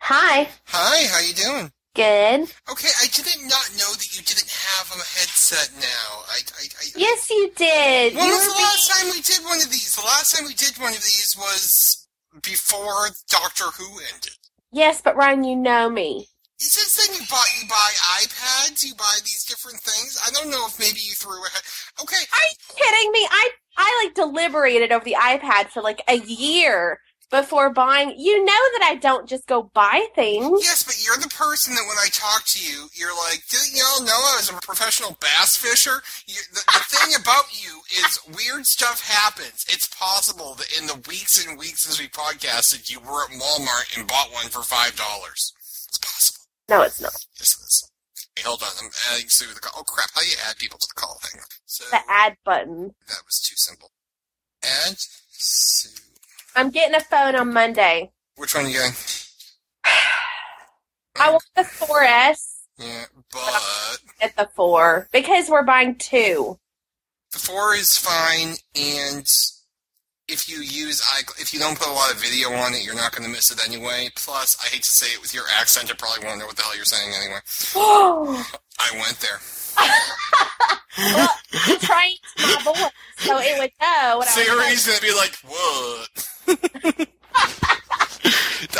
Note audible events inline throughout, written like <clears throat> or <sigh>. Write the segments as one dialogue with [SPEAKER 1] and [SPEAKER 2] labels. [SPEAKER 1] Hi.
[SPEAKER 2] Hi, how you doing?
[SPEAKER 1] Good.
[SPEAKER 2] Okay, I didn't not know that you didn't have a headset now. I, I, I
[SPEAKER 1] Yes, you did.
[SPEAKER 2] When
[SPEAKER 1] you
[SPEAKER 2] was
[SPEAKER 1] were
[SPEAKER 2] the last time we did one of these? The last time we did one of these was before Doctor Who ended.
[SPEAKER 1] being- Yes, but Ryan, you know me.
[SPEAKER 2] Is this thing you bought? You buy iPads? You buy these different things? I don't know if maybe you threw a. Okay,
[SPEAKER 1] Are you kidding me? I I like deliberated over the iPad for like a year before buying. You know that I don't just go buy things.
[SPEAKER 2] Yes, but you're the person that when I talk to you, you're like, didn't y'all know I was a professional bass fisher? You, the, the thing about you is weird stuff happens. It's possible that in the weeks and weeks since we podcasted, you were at Walmart and bought one for $5. It's possible.
[SPEAKER 1] No, it's not.
[SPEAKER 2] Yes, it is. Hey, hold on. I'm adding Sue to the call. Oh, crap. How do you add people to the call? Hang on. So
[SPEAKER 1] The add button.
[SPEAKER 2] that was too simple. Add Sue.
[SPEAKER 1] I'm getting a phone on Monday.
[SPEAKER 2] Which one are you going?
[SPEAKER 1] I want the 4S
[SPEAKER 2] Yeah, but
[SPEAKER 1] at the 4 because we're buying two. <gasps>
[SPEAKER 2] the four is fine, and if you use iCl- if you don't put a lot of video on it, you're not going to miss it anyway. Plus, I hate to say it with your accent, I probably won't know what the hell you're saying anyway.
[SPEAKER 1] well,
[SPEAKER 2] I went there.
[SPEAKER 1] I'm trying to my voice, so it would know what I was saying.
[SPEAKER 2] Siri's going to be like, "What?" <laughs>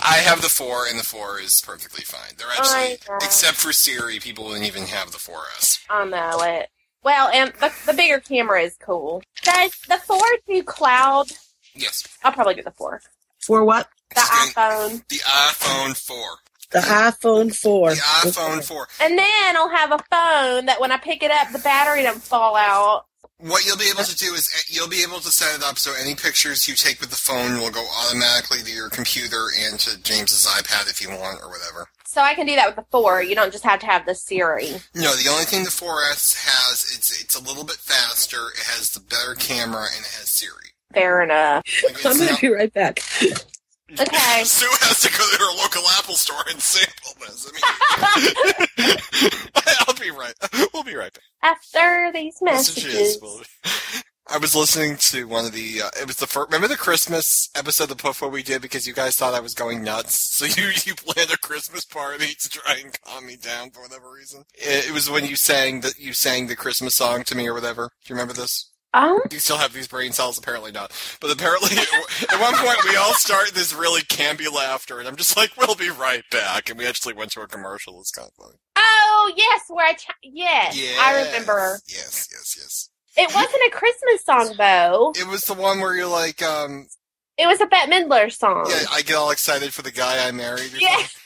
[SPEAKER 2] I have the four, and the four is perfectly fine.
[SPEAKER 1] Oh
[SPEAKER 2] They're actually,
[SPEAKER 1] I know.
[SPEAKER 2] except for Siri, people wouldn't even have the 4S.
[SPEAKER 1] I know it. Well, and the, the bigger camera is cool. Does the four do cloud?
[SPEAKER 2] Yes,
[SPEAKER 1] I'll probably get the four.
[SPEAKER 3] For what?
[SPEAKER 1] The
[SPEAKER 2] Okay.
[SPEAKER 1] iPhone,
[SPEAKER 2] the iPhone 4.
[SPEAKER 3] The iPhone 4.
[SPEAKER 2] The iPhone 4.
[SPEAKER 1] and then I'll have a phone that when I pick it up, the battery doesn't fall out.
[SPEAKER 2] What you'll be able to do is uh, you'll be able to set it up so any pictures you take with the phone will go automatically to your computer and to James's iPad if you want or whatever.
[SPEAKER 1] So I can do that with the four. You don't just have to have the Siri.
[SPEAKER 2] No, the only thing the 4S has it's it's a little bit faster. It has the better camera and it has Siri.
[SPEAKER 1] Fair enough.
[SPEAKER 2] Like, it's
[SPEAKER 3] I'm going
[SPEAKER 2] not-
[SPEAKER 3] <laughs> to be right back.
[SPEAKER 1] Okay.
[SPEAKER 2] <laughs> Sue has to go to her local Apple store and sample this. I mean, <laughs> I'll be right. We'll be right back.
[SPEAKER 1] After these <laughs> messages,
[SPEAKER 2] I was listening to one of the. Uh, it was the first. Remember the Christmas episode of Puffo we did because you guys thought I was going nuts. So you <laughs> you planned a Christmas party to try and calm me down for whatever reason. It, it was when you sang that you sang the Christmas song to me or whatever. Do you remember this?
[SPEAKER 1] um,
[SPEAKER 2] You still have these brain cells? Apparently not. But apparently, <laughs> at one point, we all start this really campy laughter, and I'm just like, "We'll be right back." And we actually went to a commercial. It's kind of funny.
[SPEAKER 1] oh yes, where I ch- yes, I remember.
[SPEAKER 2] Yes, yes, yes.
[SPEAKER 1] It wasn't a Christmas song though.
[SPEAKER 2] It was the one where you're like, um,
[SPEAKER 1] It was a Bette Midler song.
[SPEAKER 2] yeah, I get all excited for the guy I married. or
[SPEAKER 1] Yes.
[SPEAKER 2] something.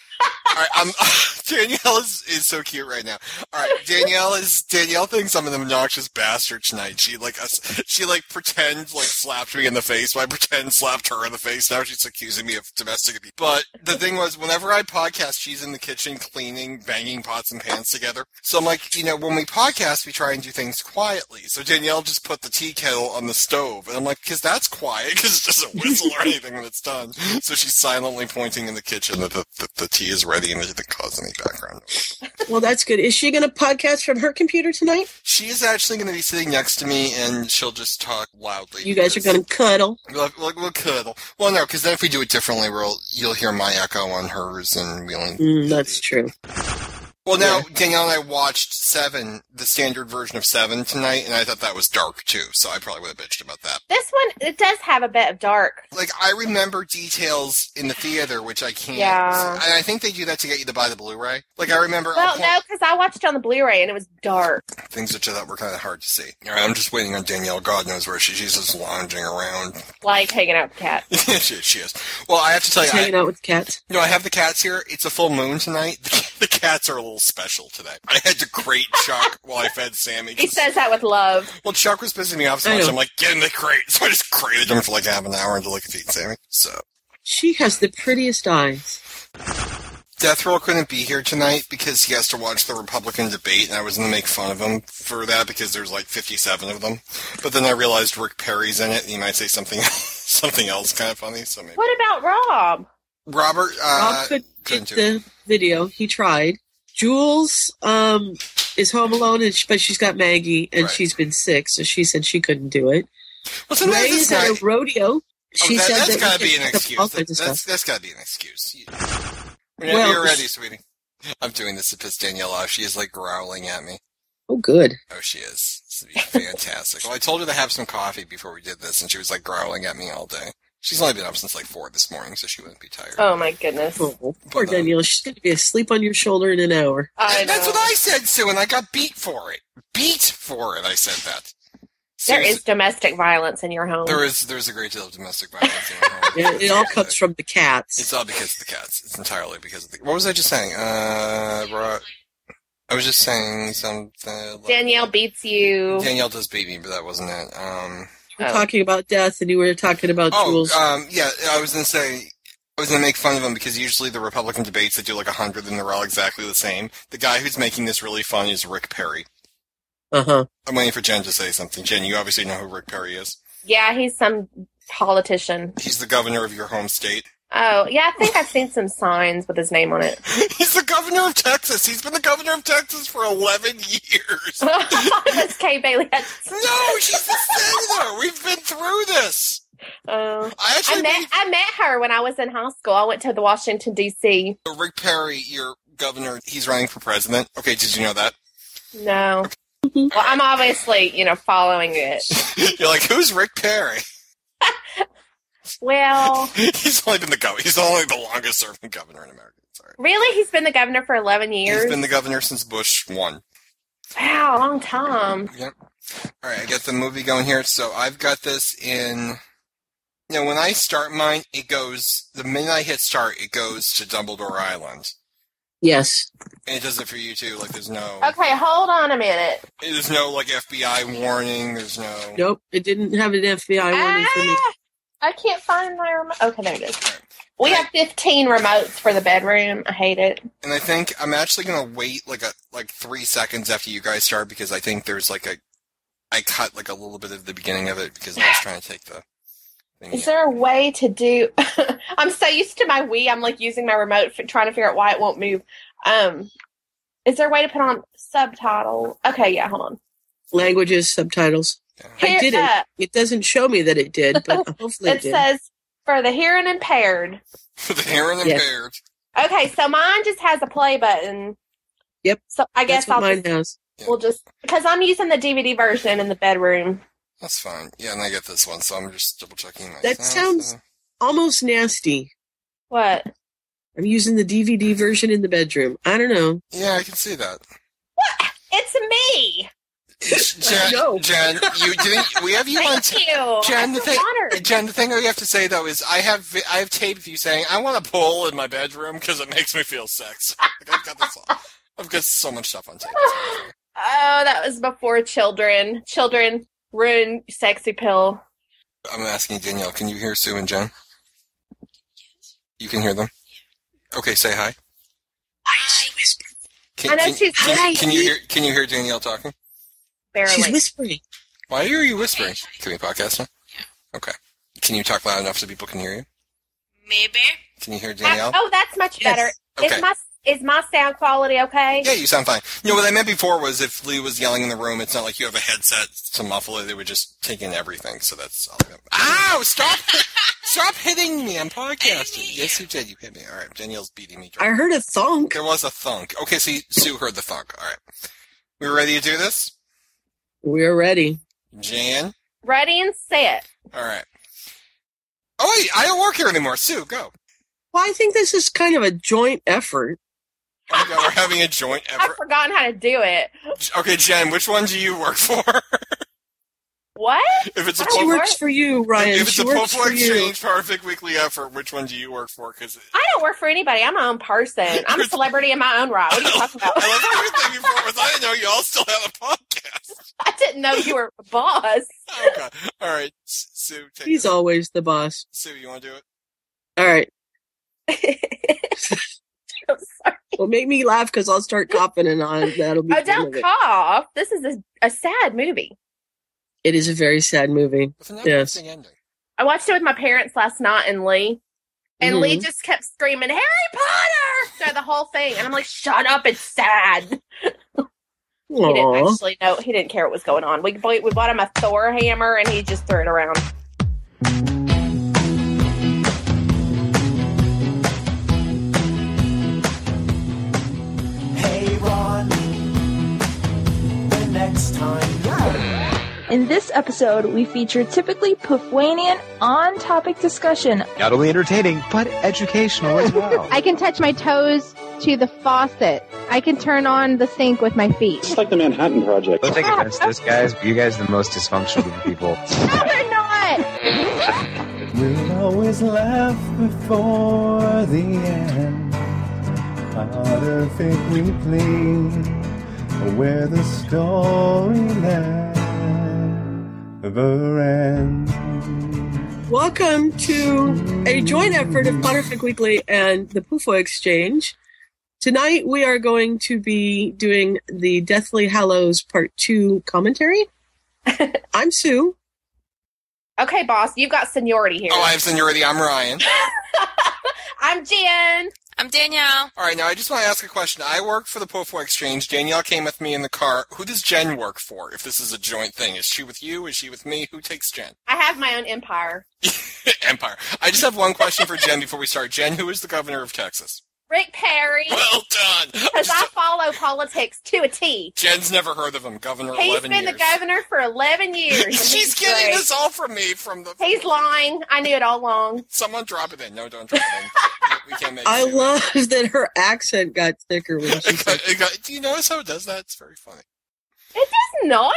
[SPEAKER 2] All right, I'm, <laughs> Danielle is, is so cute right now. All right, Danielle is Danielle thinks I'm an obnoxious bastard tonight. She like us, she like pretend like slapped me in the face. But I pretend slapped her in the face. Now she's accusing me of domestic abuse. But the thing was, whenever I podcast, she's in the kitchen cleaning, banging pots and pans together. So I'm like, you know, when we podcast, we try and do things quietly. So Danielle just put the tea kettle on the stove, and I'm like, because that's quiet, because it doesn't whistle or anything when it's done. So she's silently pointing in the kitchen that the, the, the tea is ready and it didn't cause any background noise.
[SPEAKER 3] Well, that's good. Is she going to podcast from her computer tonight?
[SPEAKER 2] She is actually going to be sitting next to me, and she'll just talk loudly.
[SPEAKER 3] You guys are
[SPEAKER 2] because-
[SPEAKER 3] going to cuddle.
[SPEAKER 2] We'll, we'll, we'll cuddle. Well, no, because then if we do it differly, we'll you'll hear my echo on hers, and we'll.
[SPEAKER 3] Mm, that's true.
[SPEAKER 2] Well, now Danielle and I watched Seven, the standard version of Seven tonight, and I thought that was dark too. So I probably would have bitched about that.
[SPEAKER 1] This one it does have a bit of dark.
[SPEAKER 2] Like I remember details in the theater, which I can't.
[SPEAKER 1] Yeah.
[SPEAKER 2] And I think they do that to get you to buy the Blu-ray. Like I remember
[SPEAKER 1] Well,
[SPEAKER 2] a point-
[SPEAKER 1] no, because I watched it on the Blu-ray and it was dark.
[SPEAKER 2] things which I thought were kind of hard to see. All right, I'm just waiting on Danielle. God knows where she, she's just lounging around. <laughs>
[SPEAKER 1] Like hanging out with cats.
[SPEAKER 2] she, she is. Well, I have to tell you,
[SPEAKER 3] Just
[SPEAKER 2] I,
[SPEAKER 3] hanging out with cats.
[SPEAKER 2] No, I have the cats here. It's a full moon tonight. <laughs> The cats are a little special today. I had to crate Chuck while I fed Sammy.
[SPEAKER 1] He says that with love.
[SPEAKER 2] well, Chuck was pissing me off so
[SPEAKER 3] I
[SPEAKER 2] much.
[SPEAKER 3] know.
[SPEAKER 2] I'm like, get in the crate. <laughs> So I just crated him for like half an hour until I could feed Sammy. So
[SPEAKER 3] She has the prettiest eyes.
[SPEAKER 2] Death Roll couldn't be here tonight because he has to watch the Republican debate, and I was going to make fun of him for that because there's like 57 of them. But then I realized Rick Perry's in it, and he might say something <laughs> something else kind of funny. So maybe
[SPEAKER 1] What about Rob?
[SPEAKER 2] Robert. Uh,
[SPEAKER 3] Rob could
[SPEAKER 2] couldn't
[SPEAKER 3] get
[SPEAKER 2] do
[SPEAKER 3] the video. He tried. Jules um, is home alone, and sh but she's got Maggie, and
[SPEAKER 2] Right.
[SPEAKER 3] she's been sick, so she said she couldn't do it.
[SPEAKER 2] well, sometimes
[SPEAKER 3] Ray
[SPEAKER 2] it's
[SPEAKER 3] is at
[SPEAKER 2] nice-
[SPEAKER 3] a rodeo.
[SPEAKER 2] Oh,
[SPEAKER 3] She
[SPEAKER 2] that,
[SPEAKER 3] said
[SPEAKER 2] has
[SPEAKER 3] that we
[SPEAKER 2] gotta
[SPEAKER 3] can
[SPEAKER 2] be an
[SPEAKER 3] pick up all
[SPEAKER 2] excuse.
[SPEAKER 3] kinds of
[SPEAKER 2] That-
[SPEAKER 3] stuff.
[SPEAKER 2] that's, that's gotta be an excuse. You- Whenever
[SPEAKER 3] Well,
[SPEAKER 2] you're
[SPEAKER 3] this-
[SPEAKER 2] ready, sweetie. I'm doing this to piss Danielle off. She is like growling at me.
[SPEAKER 3] Oh, good.
[SPEAKER 2] Oh, she is. This would be
[SPEAKER 1] <laughs>
[SPEAKER 2] fantastic. well, I told her to have some coffee before we did this, and she was like growling at me all day. She's only been up since like four this morning, so she wouldn't be tired.
[SPEAKER 1] Oh my goodness.
[SPEAKER 3] Oh, poor
[SPEAKER 2] But, um,
[SPEAKER 3] Danielle. She's going to be asleep on your shoulder in an hour.
[SPEAKER 1] I
[SPEAKER 2] That's
[SPEAKER 1] know.
[SPEAKER 2] what I said, Sue, and I got beat for it. Beat for it. I said that.
[SPEAKER 1] There
[SPEAKER 2] Sue's-
[SPEAKER 1] is domestic violence in your home.
[SPEAKER 2] There is. There's a great deal of domestic violence. in our home.
[SPEAKER 3] Yeah,
[SPEAKER 1] <laughs>
[SPEAKER 3] it all comes from the cats.
[SPEAKER 2] It's all because of the cats. It's entirely because of the. What was I just saying? Uh, bro, I was just saying something. like-
[SPEAKER 1] Danielle beats you.
[SPEAKER 2] Danielle does beat me, but that wasn't it. Um.
[SPEAKER 3] We're
[SPEAKER 1] Oh.
[SPEAKER 3] talking about death, and you were talking about
[SPEAKER 2] Oh,
[SPEAKER 3] Jules.
[SPEAKER 2] um, yeah. I was gonna say. I was gonna make fun of him because usually the Republican debates they do like a hundred and they're all exactly the same. The guy who's making this really fun is Rick Perry.
[SPEAKER 3] Uh huh.
[SPEAKER 2] I'm waiting for Jen to say something. Jen, you obviously know who Rick Perry is.
[SPEAKER 1] Oh. Yeah, he's some politician.
[SPEAKER 2] He's the governor of your home state. <laughs>
[SPEAKER 1] Oh, yeah, I think I've seen some signs with his name on it. <laughs>
[SPEAKER 2] He's the governor of Texas. He's been the governor of Texas for 11 years.
[SPEAKER 1] That's Kay Bailey.
[SPEAKER 2] <laughs> No, she's the senator. We've been through this.
[SPEAKER 1] Oh.
[SPEAKER 2] I
[SPEAKER 1] I
[SPEAKER 2] actually
[SPEAKER 1] met I met her when I was in high school. I went to the Washington D.C.
[SPEAKER 2] made Rick Perry your governor. He's running for president. Okay, did you know that? <laughs>
[SPEAKER 1] No, well, I'm obviously you know following
[SPEAKER 2] <laughs>
[SPEAKER 1] it.
[SPEAKER 2] You're like, who's Rick Perry? <laughs>
[SPEAKER 1] Well,
[SPEAKER 2] He's only been the governor. He's only the longest serving governor in America. Sorry.
[SPEAKER 1] really, he's been the governor for 11 years.
[SPEAKER 2] He's been the governor since Bush won.
[SPEAKER 1] wow, a long time.
[SPEAKER 2] Yep. All right, I get the movie going here. So I've got this in. Now, when I start mine, it goes. The minute I hit start, it goes to Dumbledore Island.
[SPEAKER 3] Yes.
[SPEAKER 2] And it does it for you too. Like, there's no.
[SPEAKER 1] Okay, hold on a minute.
[SPEAKER 2] There's no, like, FBI warning. There's no.
[SPEAKER 3] Nope. It didn't have an FBI warning for me.
[SPEAKER 1] Ah, I can't find my remote. Okay, there it is. We have 15 remotes for the bedroom. I hate it.
[SPEAKER 2] And I think I'm actually gonna wait like a like three seconds after you guys start because I think there's like a I cut like a little bit of the beginning of it because I was trying to take the thing.
[SPEAKER 1] Is
[SPEAKER 2] out.
[SPEAKER 1] there a way to do? <laughs> I'm so used to my Wii. I'm like using my remote, for, trying to figure out why it won't move. Um, is there a way to put on subtitle? Okay, yeah, hold on.
[SPEAKER 3] Languages, subtitles. I
[SPEAKER 1] Here-
[SPEAKER 3] did it.
[SPEAKER 1] uh,
[SPEAKER 3] It doesn't show me that it did,
[SPEAKER 1] <laughs>
[SPEAKER 3] but hopefully it
[SPEAKER 1] it
[SPEAKER 3] did.
[SPEAKER 1] says for the hearing impaired.
[SPEAKER 2] <laughs> the hair and
[SPEAKER 3] Yes.
[SPEAKER 2] impaired.
[SPEAKER 1] Okay, so mine just has a play button.
[SPEAKER 3] Yep.
[SPEAKER 1] So I guess
[SPEAKER 3] That's what
[SPEAKER 1] I'll
[SPEAKER 3] mine
[SPEAKER 1] just,
[SPEAKER 3] has.
[SPEAKER 1] we'll just because I'm using the DVD version in the bedroom.
[SPEAKER 2] That's fine. Yeah, and I get this one, so I'm just double checking.
[SPEAKER 3] That
[SPEAKER 2] myself,
[SPEAKER 3] sounds-
[SPEAKER 2] uh,
[SPEAKER 3] Almost nasty.
[SPEAKER 1] What?
[SPEAKER 3] I'm using the DVD version in the bedroom. I don't know.
[SPEAKER 2] Yeah, I can see
[SPEAKER 3] <laughs>
[SPEAKER 2] that.
[SPEAKER 1] It's me.
[SPEAKER 2] Jen,
[SPEAKER 3] joke.
[SPEAKER 2] Jen, you didn't. We have
[SPEAKER 3] <laughs>
[SPEAKER 2] you on.
[SPEAKER 1] Thank
[SPEAKER 2] T-
[SPEAKER 1] you.
[SPEAKER 2] Jen, the
[SPEAKER 1] I'm
[SPEAKER 2] thing-
[SPEAKER 1] honored.
[SPEAKER 2] Jen, the thing I have to say though is I have vi- I have tape of you saying I want a pole in my bedroom because it makes me feel sexy. Like, I've got this. All, I've got so much stuff on tape.
[SPEAKER 1] Oh, that was before children. Children ruin sexy pill.
[SPEAKER 2] I'm asking Danielle, can you hear Sue and Jen? You can hear them? Okay, say hi.
[SPEAKER 3] She's whispering.
[SPEAKER 2] Can,
[SPEAKER 1] I know
[SPEAKER 2] can,
[SPEAKER 1] she's-
[SPEAKER 2] can,
[SPEAKER 1] Hi.
[SPEAKER 2] can you hear can you hear Danielle talking?
[SPEAKER 1] Barely.
[SPEAKER 3] She's whispering.
[SPEAKER 2] Why are you whispering? Can we podcast now? Yeah. Okay. Can you talk loud enough so people can hear you?
[SPEAKER 4] Maybe.
[SPEAKER 2] Can you hear
[SPEAKER 1] I-
[SPEAKER 2] Danielle?
[SPEAKER 1] oh, that's much
[SPEAKER 3] Yes.
[SPEAKER 1] better.
[SPEAKER 2] Okay.
[SPEAKER 1] Is my is my sound quality okay?
[SPEAKER 2] Yeah, you sound fine. You know what I meant before was if Lee was yelling in the room, it's not like you have a headset to muffle it. It would just take in everything. So that's all. I meant. Ow! Stop! <laughs> stop hitting me! I'm podcasting. Yes, you did. You hit me. All right. Danielle's beating me.
[SPEAKER 3] I heard a thunk.
[SPEAKER 2] There was a thunk. Okay, see, Sue heard the thunk. All right. We ready to do this?
[SPEAKER 3] We're ready.
[SPEAKER 2] Jan?
[SPEAKER 1] Ready and set.
[SPEAKER 2] All right. Oh, wait, I don't work here anymore. Sue, go.
[SPEAKER 3] Well, I think this is kind of a joint effort.
[SPEAKER 2] Oh my God, we're having a joint
[SPEAKER 1] I've
[SPEAKER 2] effort.
[SPEAKER 1] forgotten how to do it.
[SPEAKER 2] Okay, Jen, which one do you work for? <laughs>
[SPEAKER 1] What?
[SPEAKER 2] if it's a
[SPEAKER 1] I Well,
[SPEAKER 3] She
[SPEAKER 2] Pull-
[SPEAKER 1] work-
[SPEAKER 3] works for you, Ryan.
[SPEAKER 2] if it's
[SPEAKER 3] She
[SPEAKER 2] a
[SPEAKER 3] works
[SPEAKER 2] Pull
[SPEAKER 3] for you.
[SPEAKER 2] Exchange Perfect Weekly Effort, which one do you work for? Because
[SPEAKER 1] I don't work for anybody. I'm my own person. I'm a celebrity in my own right. What are you talking
[SPEAKER 2] <laughs> I
[SPEAKER 1] about? <laughs>
[SPEAKER 2] love how your thing before was I didn't know you all still have a podcast. <laughs>
[SPEAKER 1] I didn't know you were a boss. <laughs>
[SPEAKER 2] Oh God! All right, S- Sue, take
[SPEAKER 3] He's
[SPEAKER 2] it.
[SPEAKER 3] always the boss.
[SPEAKER 2] Sue, you want to do it?
[SPEAKER 3] All right.
[SPEAKER 1] I'm sorry.
[SPEAKER 3] Well, make me laugh because I'll start coughing and I, that'll be
[SPEAKER 1] Oh,
[SPEAKER 3] fun of
[SPEAKER 1] don't
[SPEAKER 3] it.
[SPEAKER 1] cough. This is a, a sad movie.
[SPEAKER 3] it is a very sad movie.
[SPEAKER 2] With an
[SPEAKER 3] Yes.
[SPEAKER 2] uplifting ending.
[SPEAKER 1] I watched it with my parents last night and Lee. And Lee
[SPEAKER 3] Mhm.
[SPEAKER 1] just kept screaming, Harry Potter! through the whole thing. And I'm like, shut up, it's sad. He didn't
[SPEAKER 3] Aw.
[SPEAKER 1] actually know, he didn't care what was going on. We, bought- we bought him a Thor hammer and he just threw it around.
[SPEAKER 4] In this episode, we feature typically Pufwanian on topic discussion.
[SPEAKER 5] Not only entertaining, but educational as well.
[SPEAKER 6] I can touch my toes to the faucet. I can turn on the sink with my feet.
[SPEAKER 7] It's like the Manhattan Project.
[SPEAKER 5] Don't take offense to this, guys. but You guys are the most dysfunctional group of people.
[SPEAKER 6] No, they're not!
[SPEAKER 8] We'll always laugh before the end. Honorific replay, where the story never ends.
[SPEAKER 3] Welcome to a joint effort of Potterfic Weekly and the Pufo Exchange. Tonight we are going to be doing the Deathly Hallows Part 2 commentary. I'm Sue.
[SPEAKER 1] Okay, boss, you've got seniority here.
[SPEAKER 2] Oh, I have seniority. I'm Ryan.
[SPEAKER 1] I'm Jan.
[SPEAKER 9] I'm Danielle.
[SPEAKER 2] All right, now I just want to ask a question. I work for the Pofo Exchange. Danielle came with me in the car. Who does Jen work for? If this is a joint thing, is she with you? Is she with me? Who takes Jen? <laughs>
[SPEAKER 1] I have my own empire.
[SPEAKER 2] Empire. I just have one question for Jen before we start. Jen, who is the governor of Texas?
[SPEAKER 1] Rick
[SPEAKER 2] <laughs>
[SPEAKER 1] Perry,
[SPEAKER 2] Well done. I'm
[SPEAKER 1] because
[SPEAKER 2] just-
[SPEAKER 1] I follow politics to a T.
[SPEAKER 2] Jen's never heard of him. Governor.
[SPEAKER 1] He's
[SPEAKER 2] 11
[SPEAKER 1] been
[SPEAKER 2] years.
[SPEAKER 1] the
[SPEAKER 2] <laughs>
[SPEAKER 1] governor for 11 years. <laughs> and
[SPEAKER 2] She's
[SPEAKER 1] he's
[SPEAKER 2] getting
[SPEAKER 1] great.
[SPEAKER 2] this all from me. From the
[SPEAKER 1] He's lying. I knew it all along.
[SPEAKER 2] someone drop it in. No, don't drop it in. we can't make.
[SPEAKER 3] I
[SPEAKER 2] it.
[SPEAKER 3] love that her accent got thicker when she
[SPEAKER 2] It
[SPEAKER 3] said
[SPEAKER 2] got- it got- Do you notice how it does that? It's very funny. <laughs>
[SPEAKER 1] It does not.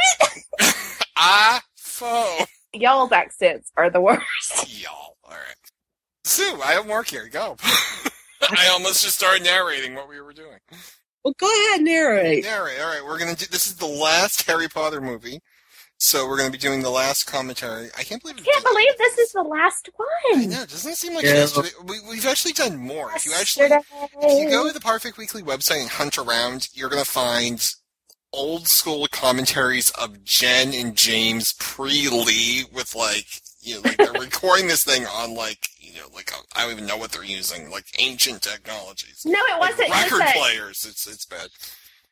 [SPEAKER 2] Ah, foe.
[SPEAKER 1] Y'all's accents are the worst.
[SPEAKER 2] Y'all. All right. Sue, I have work here. Go. <laughs> I almost just started narrating what we were doing.
[SPEAKER 3] Well, go ahead, narrate.
[SPEAKER 2] Yeah, all right, all right. We're gonna do. This is the last Harry Potter movie, so we're gonna be doing the last commentary. I can't believe.
[SPEAKER 1] I can't believe this is the last
[SPEAKER 2] I
[SPEAKER 1] one.
[SPEAKER 2] know. Doesn't it seem like
[SPEAKER 3] Yeah.
[SPEAKER 2] yesterday? We, we've actually done more. If you actually, if you go to the Perfect Weekly website and hunt around, you're gonna find old school commentaries of Jen and James pre Lee with like you know
[SPEAKER 1] <laughs>
[SPEAKER 2] like they're recording this thing on like you know like I don't even know what they're using like ancient technologies.
[SPEAKER 1] No, it wasn't.
[SPEAKER 2] Like
[SPEAKER 1] It was,
[SPEAKER 2] record
[SPEAKER 1] a,
[SPEAKER 2] players. It's it's bad.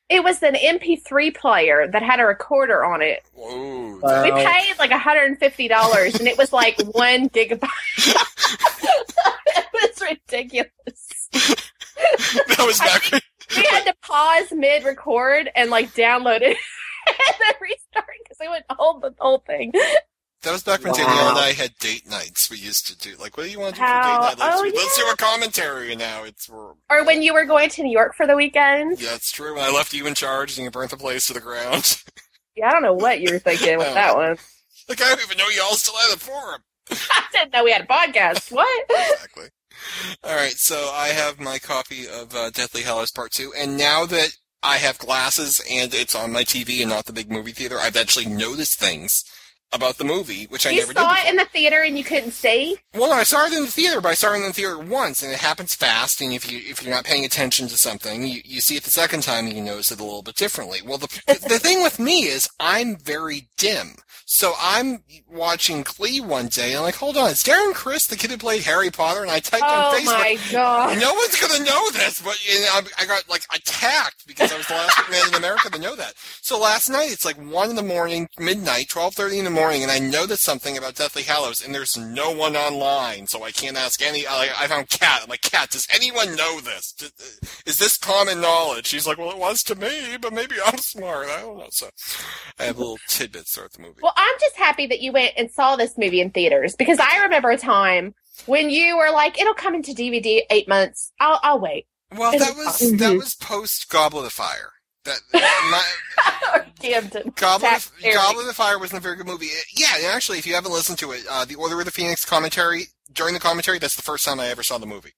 [SPEAKER 1] it was an MP3 player that had a recorder on it.
[SPEAKER 2] Whoa.
[SPEAKER 1] We paid like $150 and it was like <laughs> one gigabyte. it was ridiculous.
[SPEAKER 2] <laughs> that was
[SPEAKER 1] I
[SPEAKER 2] back.
[SPEAKER 1] think- We had to pause mid record and like download it <laughs> and then restart because we wouldn't hold the whole thing.
[SPEAKER 2] That was back when Danielle and I had date nights. We used to do like, what do you want to do
[SPEAKER 1] Wow.
[SPEAKER 2] for date night? Let's,
[SPEAKER 1] Oh,
[SPEAKER 2] do- let's do
[SPEAKER 1] yeah.
[SPEAKER 2] a commentary now. It's we're,
[SPEAKER 1] Or when you were going to New York for the weekend.
[SPEAKER 2] yeah, it's true. When I left you in charge and you burnt the place to the ground, <laughs>
[SPEAKER 1] Yeah, I don't know what you were thinking with that one.
[SPEAKER 2] like I don't even know y'all still had a forum.
[SPEAKER 1] <laughs> I didn't know we had a podcast. <laughs> What?
[SPEAKER 2] Exactly. All right, so I have my copy of uh, Deathly Hallows Part Two, and now that I have glasses and it's on my TV and not the big movie theater, I've actually noticed things about the movie which I
[SPEAKER 1] you
[SPEAKER 2] never did.
[SPEAKER 1] saw
[SPEAKER 2] before.
[SPEAKER 1] it in the theater and you couldn't see?
[SPEAKER 2] Well, no, I saw it in the theater, but I saw it in the theater once, and it happens fast. And if you if you're not paying attention to something, you, you see it the second time, and you notice it a little bit differently. Well, the the thing with me is I'm very dim, so I'm watching Glee one day, and I'm like, hold on, is Darren Chris the kid who played Harry Potter? And I typed on
[SPEAKER 1] Oh
[SPEAKER 2] Facebook.
[SPEAKER 1] my <laughs> god.
[SPEAKER 2] No one's gonna know this, but you know, I- I got like attacked because I was the last man in America to know that. So last night it's like one in the morning, midnight, twelve thirty in the morning, and I noticed something about Deathly Hallows, and there's no one online, so I can't ask any. I, I found Kat. I'm like, Kat, does anyone know this? D- uh, Is this common knowledge? She's like, well, it was to me, but maybe I'm smart. I don't know. So I have little tidbits throughout the movie.
[SPEAKER 1] Well, I'm just happy that you went and saw this movie in theaters because I remember a time when you were like, it'll come into DVD eight months. I'll, I'll wait. <laughs>
[SPEAKER 2] Well, that was that
[SPEAKER 3] Mhm.
[SPEAKER 2] was post Goblet of Fire. That my,
[SPEAKER 1] or damned it.
[SPEAKER 2] Goblet of,
[SPEAKER 1] Zach Eric.
[SPEAKER 2] Goblet of Fire wasn't a very good movie. It- yeah, and actually, if you haven't listened to it, uh, the Order of the Phoenix commentary during the commentary, that's the first time I ever saw the movie.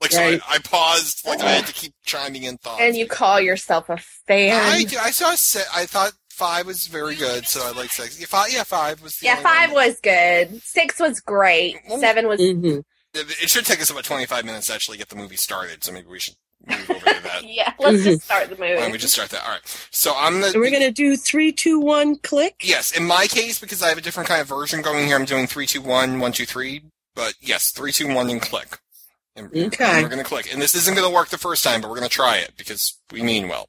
[SPEAKER 2] Like, so
[SPEAKER 3] Right.
[SPEAKER 2] I, I paused. Like, I had to keep chiming in thoughts.
[SPEAKER 1] And you call yourself a fan.
[SPEAKER 2] I, do- I saw. se- I thought five was very good, so I like six. Yeah, five, yeah, five was. The
[SPEAKER 1] yeah,
[SPEAKER 2] only one.
[SPEAKER 1] five was good. Six was great. Seven was.
[SPEAKER 3] hmm
[SPEAKER 2] It, it should take us about twenty-five minutes to actually get the movie started, so maybe we should move over
[SPEAKER 1] <laughs>
[SPEAKER 2] to that.
[SPEAKER 1] <laughs> Yeah, let's
[SPEAKER 3] Mhm.
[SPEAKER 1] just start the
[SPEAKER 2] Why don't we
[SPEAKER 1] movie.
[SPEAKER 2] just start that? All right. So I'm the.
[SPEAKER 3] And we're going to do three, two, one, click.
[SPEAKER 2] Yes, in my case, because I have a different kind of version going here, I'm doing 321, 123, but yes, 321 and click. And, and
[SPEAKER 3] Okay.
[SPEAKER 2] we're going to click. And this isn't going to work the first time, but we're going to try it because we mean well.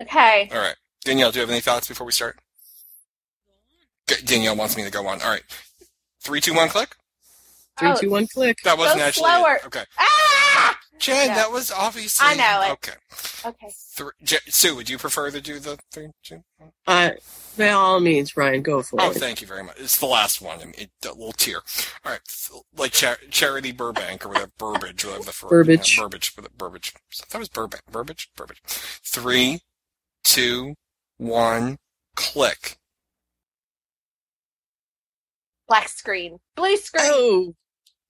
[SPEAKER 1] Okay.
[SPEAKER 2] All right. Danielle, do you have any thoughts before we start? Okay, Danielle wants me to go on. All right. 321 click?
[SPEAKER 3] Three,
[SPEAKER 1] Oh.
[SPEAKER 3] two, one, click.
[SPEAKER 2] That wasn't
[SPEAKER 1] Go
[SPEAKER 2] actually. it.
[SPEAKER 1] slower.
[SPEAKER 2] Okay.
[SPEAKER 1] Ah!
[SPEAKER 2] Jen,
[SPEAKER 1] Yeah.
[SPEAKER 2] that was obviously.
[SPEAKER 1] I know it.
[SPEAKER 2] Okay.
[SPEAKER 1] Okay.
[SPEAKER 2] Three, J- Sue, would you prefer to do the three? Jim?
[SPEAKER 3] Uh, by all means, Brian, go for
[SPEAKER 2] Oh,
[SPEAKER 3] it.
[SPEAKER 2] thank you very much. It's the last one. I mean, it, a little tear. All right, so, like Char- Charity Burbank or whatever, Burbage, whatever the fuck-
[SPEAKER 3] Burbage.
[SPEAKER 2] yeah, Burbage, with a- Burbage. That was Burbank, Burbage, Burbage. Three, two, one, click.
[SPEAKER 1] Black screen. Blue screen.
[SPEAKER 3] Oh,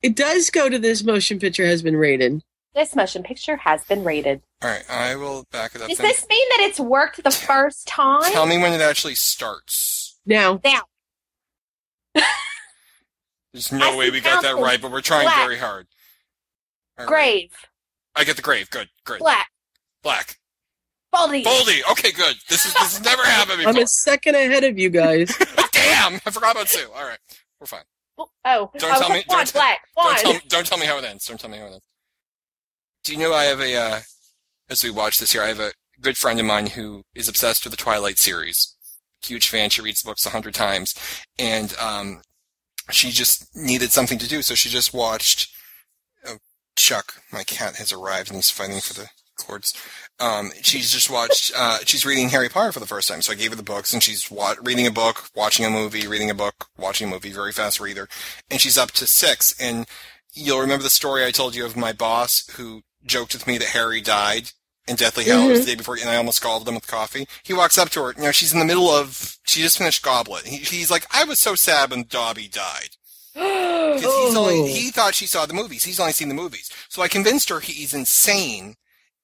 [SPEAKER 3] it does go to this motion picture has been rated.
[SPEAKER 1] This motion picture has been rated.
[SPEAKER 2] All right, I will back it up.
[SPEAKER 1] Does
[SPEAKER 2] then.
[SPEAKER 1] this mean that it's worked the first time?
[SPEAKER 2] Tell me when it actually starts.
[SPEAKER 3] Now,
[SPEAKER 2] There's
[SPEAKER 1] I
[SPEAKER 2] no
[SPEAKER 1] see
[SPEAKER 2] way we got that
[SPEAKER 1] mountains.
[SPEAKER 2] right, but we're trying
[SPEAKER 1] Black.
[SPEAKER 2] very hard. All right,
[SPEAKER 1] Grave.
[SPEAKER 2] I get the grave. Good. Great.
[SPEAKER 1] Black.
[SPEAKER 2] Black.
[SPEAKER 1] Baldy.
[SPEAKER 2] Boldy. Okay, good. This is this has never
[SPEAKER 1] <laughs>
[SPEAKER 2] happened
[SPEAKER 3] I'm
[SPEAKER 2] before.
[SPEAKER 3] a second ahead of you guys.
[SPEAKER 2] <laughs> Damn, I forgot about Sue. All right, we're fine.
[SPEAKER 1] Oh.
[SPEAKER 2] Don't
[SPEAKER 1] I was
[SPEAKER 2] tell
[SPEAKER 1] like,
[SPEAKER 2] me- don't
[SPEAKER 1] One.
[SPEAKER 2] tell-
[SPEAKER 1] black.
[SPEAKER 2] Don't tell,
[SPEAKER 1] One. <laughs>
[SPEAKER 2] me, don't tell me how it ends. Don't tell me how it ends. Do you know I have a, uh, as we watch this here, I have a good friend of mine who is obsessed with the Twilight series. Huge fan. She reads the books a hundred times. And, um, she just needed something to do, so she just watched, oh, Chuck, my cat has arrived and he's fighting for the cords. Um, she's just watched, uh, she's reading Harry Potter for the first time, so I gave her the books and she's wa- reading a book, watching a movie, reading a book, watching a movie, very fast reader. And she's up to six and you'll remember the story I told you of my boss who joked with me that Harry died in Deathly Hallows the day before, and I almost scalded him with coffee. He walks up to her. You know, she's in the middle of. She just finished Goblet. He, he's like, I was so sad when Dobby died. 'Cause he's
[SPEAKER 3] Oh.
[SPEAKER 2] only, he thought she saw the movies. He's only seen the movies. So I convinced her he's insane,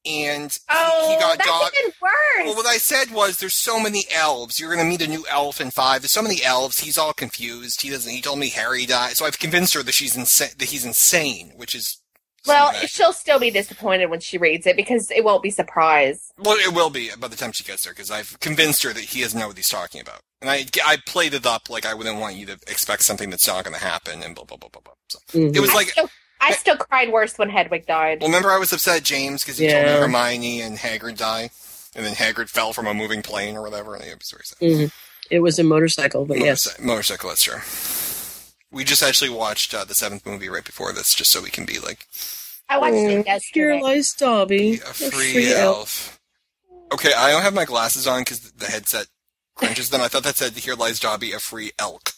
[SPEAKER 2] and
[SPEAKER 1] Oh,
[SPEAKER 2] he got
[SPEAKER 1] that's
[SPEAKER 2] dog-
[SPEAKER 1] even worse.
[SPEAKER 2] well, what I said was, there's so many elves. You're going to meet a new elf in five. There's so many elves. He's all confused. He doesn't. He told me Harry died. So I've convinced her that she's insane. That he's insane, which is
[SPEAKER 1] Well,
[SPEAKER 2] something that-
[SPEAKER 1] she'll still be disappointed when she reads it because it won't be surprised.
[SPEAKER 2] well, it will be by the time she gets there because I've convinced her that he doesn't know what he's talking about, and I I played it up like I wouldn't want you to expect something that's not going to happen, and blah blah blah blah blah. So
[SPEAKER 3] Mhm.
[SPEAKER 2] it was
[SPEAKER 1] I,
[SPEAKER 2] like.
[SPEAKER 1] still, I still cried worse when Hedwig died.
[SPEAKER 2] Well, remember I was upset at James because he
[SPEAKER 3] Yeah.
[SPEAKER 2] told me Hermione and Hagrid die, and then Hagrid fell from a moving plane or whatever, and it was very sad.
[SPEAKER 3] Mhm. It was a motorcycle, but yes.
[SPEAKER 2] Motorci- motorcycle. That's true. We just actually watched uh, the seventh movie right before this, just so we can be like
[SPEAKER 1] I watched it
[SPEAKER 3] Here
[SPEAKER 1] yesterday.
[SPEAKER 3] lies Dobby,
[SPEAKER 2] a free, elf. Okay, I don't have my glasses on because the headset crunches them. I thought that said "Here lies Dobby, a free elk."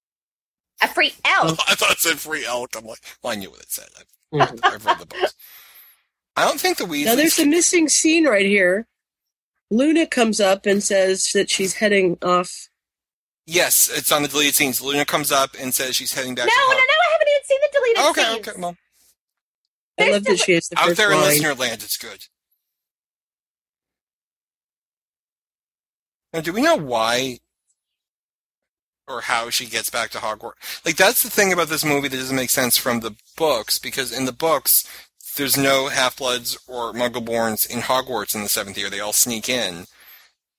[SPEAKER 2] <laughs>
[SPEAKER 1] A free elf.
[SPEAKER 2] I thought it said "free elk." I'm like, well, I knew what it said. I've,
[SPEAKER 3] Mhm.
[SPEAKER 2] I've read the books. I don't think the
[SPEAKER 3] Now there's
[SPEAKER 2] Weasleys.
[SPEAKER 3] a missing scene right here. Luna comes up and says that she's heading off.
[SPEAKER 2] yes, it's on the deleted scenes. Luna comes up and says she's heading
[SPEAKER 1] No,
[SPEAKER 2] back.
[SPEAKER 1] no, no,
[SPEAKER 2] to Hog-
[SPEAKER 1] I haven't even seen the deleted
[SPEAKER 2] Okay,
[SPEAKER 1] scenes.
[SPEAKER 2] okay. Well,
[SPEAKER 3] I
[SPEAKER 1] There's
[SPEAKER 3] love that she has the
[SPEAKER 2] out
[SPEAKER 3] first
[SPEAKER 2] there in
[SPEAKER 3] line.
[SPEAKER 2] listener land, it's good. Now, do we know why or how she gets back to Hogwarts? Like, that's the thing about this movie that doesn't make sense from the books, because in the books, there's no half bloods or muggleborns in Hogwarts in the seventh year. They all sneak in.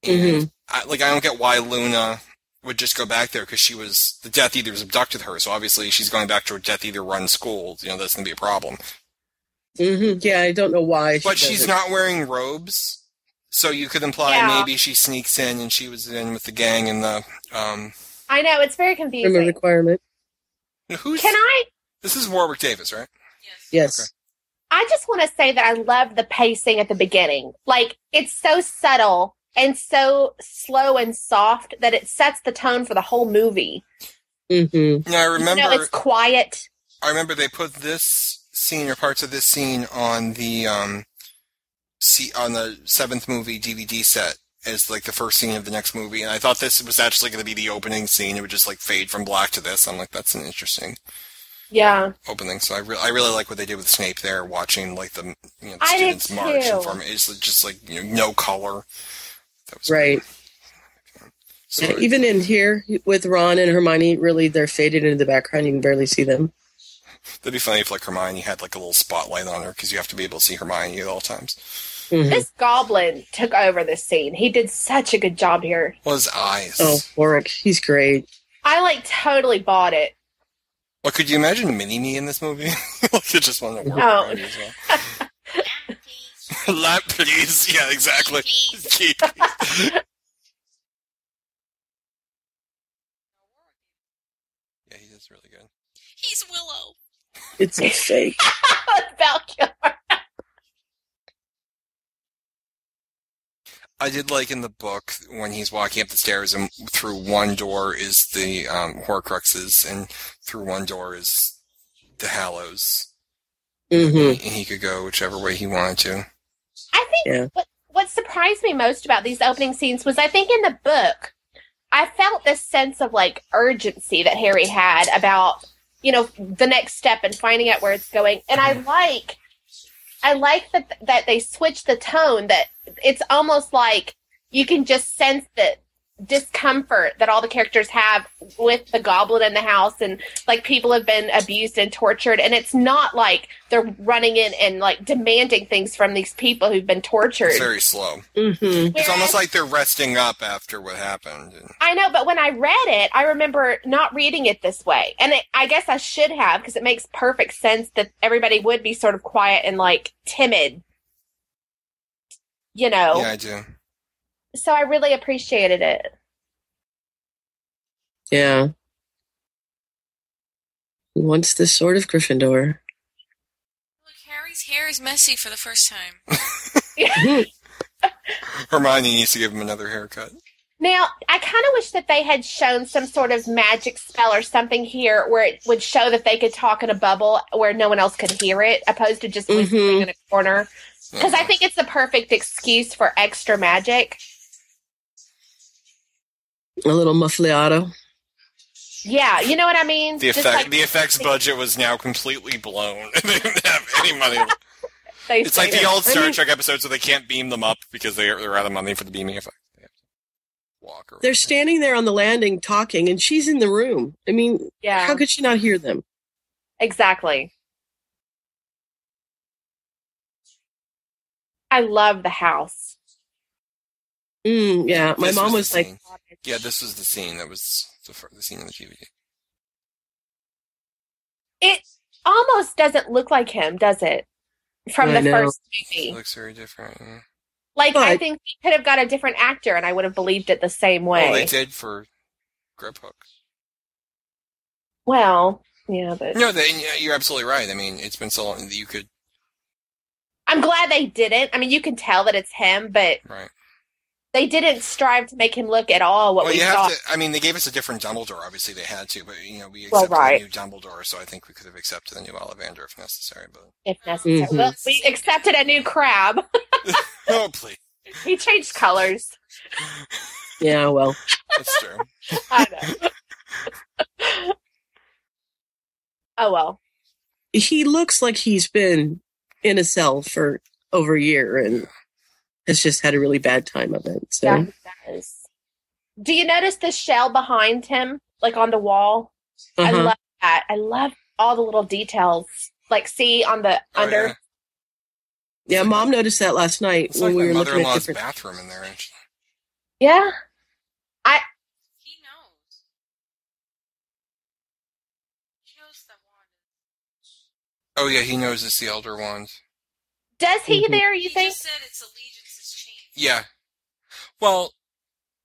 [SPEAKER 2] And, I, like, I don't get why Luna would just go back there because she was the Death Eaters abducted her, so obviously she's going back to her Death Eater run school. You know, that's going to be a problem.
[SPEAKER 3] Mhm. Yeah, I don't know why. she
[SPEAKER 2] But
[SPEAKER 3] does
[SPEAKER 2] she's
[SPEAKER 3] it.
[SPEAKER 2] not wearing robes, so you could imply
[SPEAKER 1] Yeah.
[SPEAKER 2] maybe she sneaks in and she was in with the gang and the um.
[SPEAKER 1] I know, it's very
[SPEAKER 3] From a
[SPEAKER 1] confusing.
[SPEAKER 3] requirement.
[SPEAKER 2] Who's
[SPEAKER 1] Can I?
[SPEAKER 2] this? Is Warwick Davis, right?
[SPEAKER 3] Yes.
[SPEAKER 1] I just want to say that I love the pacing at the beginning. Like, it's so subtle and so slow and soft that it sets the tone for the whole movie.
[SPEAKER 3] Mm-hmm.
[SPEAKER 2] No, I remember.
[SPEAKER 1] You know, it's quiet.
[SPEAKER 2] I remember they put this scene or parts of this scene on the um, see on the seventh movie DVD set as like the first scene of the next movie, and I thought this was actually going to be the opening scene. It would just like fade from black to this. I'm like, that's an interesting
[SPEAKER 1] Yeah.
[SPEAKER 2] opening. So I, re- I really like what they did with Snape there, watching like the you know, the
[SPEAKER 1] I did
[SPEAKER 2] students march
[SPEAKER 1] too.
[SPEAKER 2] and form. It's just like you know, no color. That was
[SPEAKER 3] Right.
[SPEAKER 2] So,
[SPEAKER 3] Yeah, even in here with Ron and Hermione, really they're faded into the background. You can barely see them.
[SPEAKER 2] that'd be funny if like Hermione had like a little spotlight on her because you have to be able to see Hermione at all times.
[SPEAKER 3] Mhm.
[SPEAKER 1] This goblin took over this scene. He did such a good job here.
[SPEAKER 2] Well, his eyes.
[SPEAKER 3] Oh, Warwick, he's great.
[SPEAKER 1] I like totally bought it. <laughs>
[SPEAKER 2] Well, could you imagine Mini Me in this movie? <laughs> like, you just want to work
[SPEAKER 1] No.
[SPEAKER 2] around you as well. <laughs> Lamp, please. Yeah, exactly.
[SPEAKER 1] <laughs>
[SPEAKER 2] yeah, he does really good.
[SPEAKER 7] He's Willow.
[SPEAKER 3] It's fake.
[SPEAKER 1] Valkyrie.
[SPEAKER 2] I did like in the book when he's walking up the stairs, and through one door is the um, Horcruxes, and through one door is the Hallows,
[SPEAKER 3] Mm-hmm.
[SPEAKER 2] and he could go whichever way he wanted to.
[SPEAKER 1] I think
[SPEAKER 3] Yeah.
[SPEAKER 1] what what surprised me most about these opening scenes was I think in the book I felt this sense of like urgency that Harry had about you know the next step and finding out where it's going, and I like I like that that they switched the tone that it's almost like you can just sense that discomfort that all the characters have with the goblin in the house and like people have been abused and tortured and it's not like they're running in and like demanding things from these people who've been tortured
[SPEAKER 2] It's very slow.
[SPEAKER 3] Mm-hmm.
[SPEAKER 2] It's almost
[SPEAKER 1] Whereas-
[SPEAKER 2] like they're resting up after what happened. and-
[SPEAKER 1] I know, but when I read it, I remember not reading it this way. And it, I guess I should have because it makes perfect sense that everybody would be sort of quiet and like timid. You know,
[SPEAKER 2] Yeah, I do.
[SPEAKER 1] so I really appreciated it.
[SPEAKER 3] Yeah. Who wants the sword of Gryffindor?
[SPEAKER 7] Look, Harry's hair is messy for the
[SPEAKER 2] <laughs>
[SPEAKER 7] first time.
[SPEAKER 2] Hermione needs to give him another haircut.
[SPEAKER 1] Now, I kind of wish that they had shown some sort of magic spell or something here where it would show that they could talk in a bubble where no one else could hear it, opposed to just
[SPEAKER 3] Mhm.
[SPEAKER 2] Mm-hmm.
[SPEAKER 1] whispering in a corner. Because I think it's the perfect excuse for extra magic.
[SPEAKER 3] A little muffliato.
[SPEAKER 1] Yeah, you know what I mean?
[SPEAKER 2] the
[SPEAKER 1] Just
[SPEAKER 2] effect
[SPEAKER 1] like
[SPEAKER 2] the effects budget was now completely blown. <laughs> they didn't have any money.
[SPEAKER 1] they
[SPEAKER 2] It's like
[SPEAKER 1] say
[SPEAKER 2] the
[SPEAKER 1] it.
[SPEAKER 2] old
[SPEAKER 3] I
[SPEAKER 2] Star
[SPEAKER 3] mean-
[SPEAKER 2] Trek episodes where they can't beam them up because they are, they're out of money for the beaming effect. They have to walk around.
[SPEAKER 3] They're standing there on the landing talking, and she's in the room. I mean,
[SPEAKER 1] Yeah,
[SPEAKER 3] how could she not hear them?
[SPEAKER 1] exactly. I love the house.
[SPEAKER 3] Mm, yeah, my
[SPEAKER 2] This
[SPEAKER 3] mom
[SPEAKER 2] was
[SPEAKER 3] was
[SPEAKER 2] the
[SPEAKER 3] like,
[SPEAKER 2] scene. Yeah, this was the scene that was the, fir- the scene on the DVD.
[SPEAKER 1] It almost doesn't look like him, does it? From
[SPEAKER 3] I
[SPEAKER 1] the
[SPEAKER 3] know.
[SPEAKER 1] first
[SPEAKER 2] It
[SPEAKER 1] movie.
[SPEAKER 2] looks very different. Yeah.
[SPEAKER 1] Like I
[SPEAKER 3] But-
[SPEAKER 1] think they could have got a different actor, and I would have believed it the same
[SPEAKER 2] Well, they
[SPEAKER 1] way.
[SPEAKER 2] did for Grip Hook.
[SPEAKER 1] Well, yeah, but
[SPEAKER 2] No, they, yeah, you're absolutely right. I mean, it's been so long that you could
[SPEAKER 1] I'm glad they didn't. I mean, you can tell that it's him, but
[SPEAKER 2] right.
[SPEAKER 1] they didn't strive to make him look at all what
[SPEAKER 2] well,
[SPEAKER 1] we
[SPEAKER 2] you
[SPEAKER 1] saw.
[SPEAKER 2] have to. I mean, they gave us a different Dumbledore. Obviously, they had to, but you know, we
[SPEAKER 1] Well,
[SPEAKER 2] accepted
[SPEAKER 1] right.
[SPEAKER 2] a new Dumbledore, so I think we could have accepted a new Ollivander if necessary. But
[SPEAKER 1] If necessary,
[SPEAKER 3] Mhm.
[SPEAKER 1] well, we accepted a new crab. <laughs>
[SPEAKER 2] oh, please,
[SPEAKER 1] he changed colors.
[SPEAKER 3] yeah, well,
[SPEAKER 2] that's true.
[SPEAKER 1] I know. <laughs> oh well,
[SPEAKER 3] he looks like he's been in a cell for over a year and has just had a really bad time of it. So,
[SPEAKER 1] yeah, he does. Do you notice the shell behind him, like on the wall?
[SPEAKER 3] uh-huh.
[SPEAKER 1] I love that. I love all the little details. Like see on the
[SPEAKER 2] Oh,
[SPEAKER 1] under.
[SPEAKER 2] yeah.
[SPEAKER 3] yeah, mom noticed that last night
[SPEAKER 2] It's
[SPEAKER 3] when
[SPEAKER 2] like
[SPEAKER 3] we
[SPEAKER 2] my
[SPEAKER 3] were looking at
[SPEAKER 2] mother-in-law's
[SPEAKER 3] different.
[SPEAKER 2] bathroom in there. and she-
[SPEAKER 1] Yeah.
[SPEAKER 7] He knows. He knows that wand.
[SPEAKER 2] Oh yeah, he knows it's the Elder Wand.
[SPEAKER 1] Does he
[SPEAKER 3] Mhm.
[SPEAKER 1] there?
[SPEAKER 7] He
[SPEAKER 1] You think?
[SPEAKER 7] just said its allegiance has changed.
[SPEAKER 2] Yeah. Well,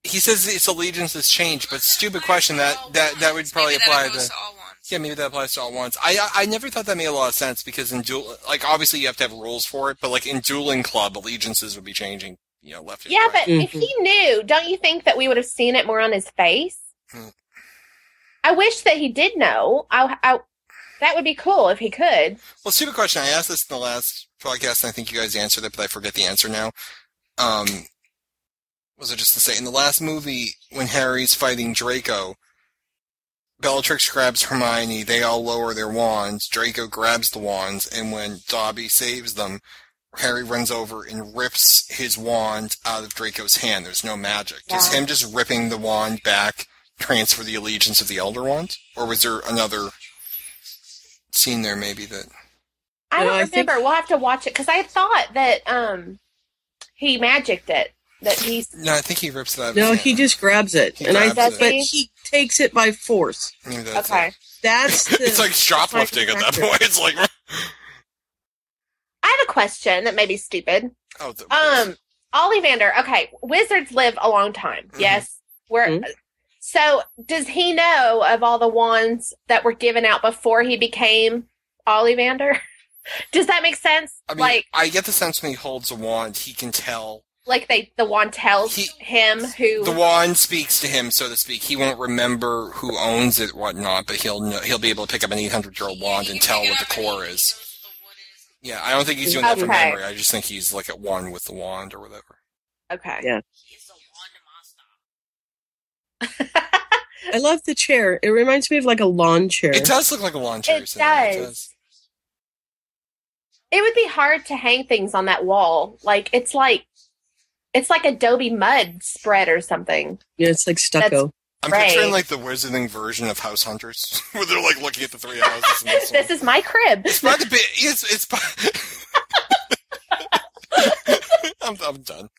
[SPEAKER 2] he says its allegiance has changed, but stupid question. That that that would probably
[SPEAKER 7] Maybe
[SPEAKER 2] apply
[SPEAKER 7] that goes
[SPEAKER 2] to.
[SPEAKER 7] to all wands.
[SPEAKER 2] Yeah, maybe that applies to all ones. I I I never thought that made a lot of sense because in duel, like obviously you have to have rules for it, but like in dueling club, allegiances would be changing, you know, left. and
[SPEAKER 1] Yeah, but
[SPEAKER 2] right.
[SPEAKER 1] if he knew, don't you think that we would have seen it more on his face?
[SPEAKER 2] Mm.
[SPEAKER 1] I wish that he did know. I, I, that would be cool if he could.
[SPEAKER 2] Well, stupid question. I asked this in the last podcast, and I think you guys answered it, but I forget the answer now. Um, was it just to say in the last movie when Harry's fighting Draco? Bellatrix grabs Hermione. They all lower their wands. Draco grabs the wands, and when Dobby saves them, Harry runs over and rips his wand out of Draco's hand. There's no magic. Does
[SPEAKER 1] Yeah.
[SPEAKER 2] him just ripping the wand back transfer the allegiance of the Elder Wand, or was there another scene there maybe that?
[SPEAKER 1] I
[SPEAKER 3] No,
[SPEAKER 1] don't
[SPEAKER 3] I think-
[SPEAKER 1] remember. We'll have to watch it because I thought that um, he magicked it. That he.
[SPEAKER 2] No, I think he rips it out. Of
[SPEAKER 3] No,
[SPEAKER 2] his
[SPEAKER 3] he
[SPEAKER 2] hand.
[SPEAKER 3] just grabs it,
[SPEAKER 2] He
[SPEAKER 3] and I.
[SPEAKER 2] grabs
[SPEAKER 1] it.
[SPEAKER 3] But he takes it by force.
[SPEAKER 2] Maybe that's
[SPEAKER 1] Okay.
[SPEAKER 2] it.
[SPEAKER 3] That's
[SPEAKER 2] <laughs>
[SPEAKER 3] the,
[SPEAKER 2] It's like shoplifting at that point. It's like <laughs>
[SPEAKER 1] I have a question that may be stupid.
[SPEAKER 2] oh, the,
[SPEAKER 1] Um, Ollivander. Okay, wizards live a long time.
[SPEAKER 2] Mhm.
[SPEAKER 1] Yes, we're.
[SPEAKER 3] Mhm.
[SPEAKER 1] So, does he know of all the wands that were given out before he became Ollivander? <laughs> does that make sense?
[SPEAKER 2] I mean,
[SPEAKER 1] like,
[SPEAKER 2] I get the sense when he holds a wand, he can tell
[SPEAKER 1] like they the one tells
[SPEAKER 2] He-
[SPEAKER 1] him who
[SPEAKER 2] The wand speaks to him, so to speak. He won't remember who owns it, whatnot, but he'll know, he'll be able to pick up an 800 year old wand and tell what the core is. Yeah, I don't think he's doing that from
[SPEAKER 1] Okay.
[SPEAKER 2] memory. I just think he's like at one with the wand or whatever.
[SPEAKER 1] okay
[SPEAKER 3] Yeah.
[SPEAKER 1] <laughs>
[SPEAKER 3] I love the chair. It reminds me of like a lawn chair.
[SPEAKER 2] It does look like a lawn chair.
[SPEAKER 1] It
[SPEAKER 2] so yeah,
[SPEAKER 1] does. it would be hard to hang things on that wall like it's like it's like adobe mud spread or something <laughs>
[SPEAKER 3] Yeah, it's like stucco.
[SPEAKER 2] I'm
[SPEAKER 1] Right.
[SPEAKER 2] picturing like the wizarding version of House Hunters, <laughs> where they're like looking at the three
[SPEAKER 1] <laughs>
[SPEAKER 2] houses. And this
[SPEAKER 1] this
[SPEAKER 2] one.
[SPEAKER 1] is my crib
[SPEAKER 2] It's by the bit. It's it's by. <laughs> I'm I'm done.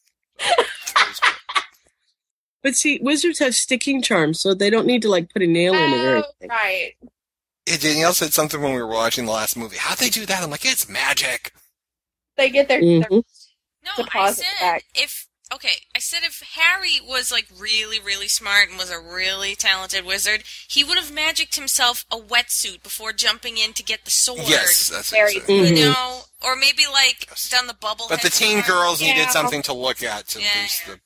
[SPEAKER 3] But see, wizards have sticking charms, so they don't need to like put a nail in it or
[SPEAKER 1] Oh,
[SPEAKER 3] anything.
[SPEAKER 1] right
[SPEAKER 2] Yeah, Danielle said something when we were watching the last movie. How'd they do that? I'm like, it's magic.
[SPEAKER 1] they get their, their
[SPEAKER 3] Mhm.
[SPEAKER 7] No, I
[SPEAKER 1] deposit
[SPEAKER 7] said
[SPEAKER 1] back.
[SPEAKER 7] if okay, I said if Harry was like really, really smart and was a really talented wizard, he would have magicked himself a wetsuit before jumping in to get the sword.
[SPEAKER 2] Yes, that's what
[SPEAKER 1] Very-
[SPEAKER 2] it.
[SPEAKER 7] You
[SPEAKER 3] Mhm.
[SPEAKER 7] know, or maybe like done the bubble.
[SPEAKER 2] But the
[SPEAKER 7] head
[SPEAKER 2] teen
[SPEAKER 7] thing.
[SPEAKER 2] girls needed
[SPEAKER 1] Yeah.
[SPEAKER 2] something to look at to
[SPEAKER 7] Yeah.
[SPEAKER 2] boost the.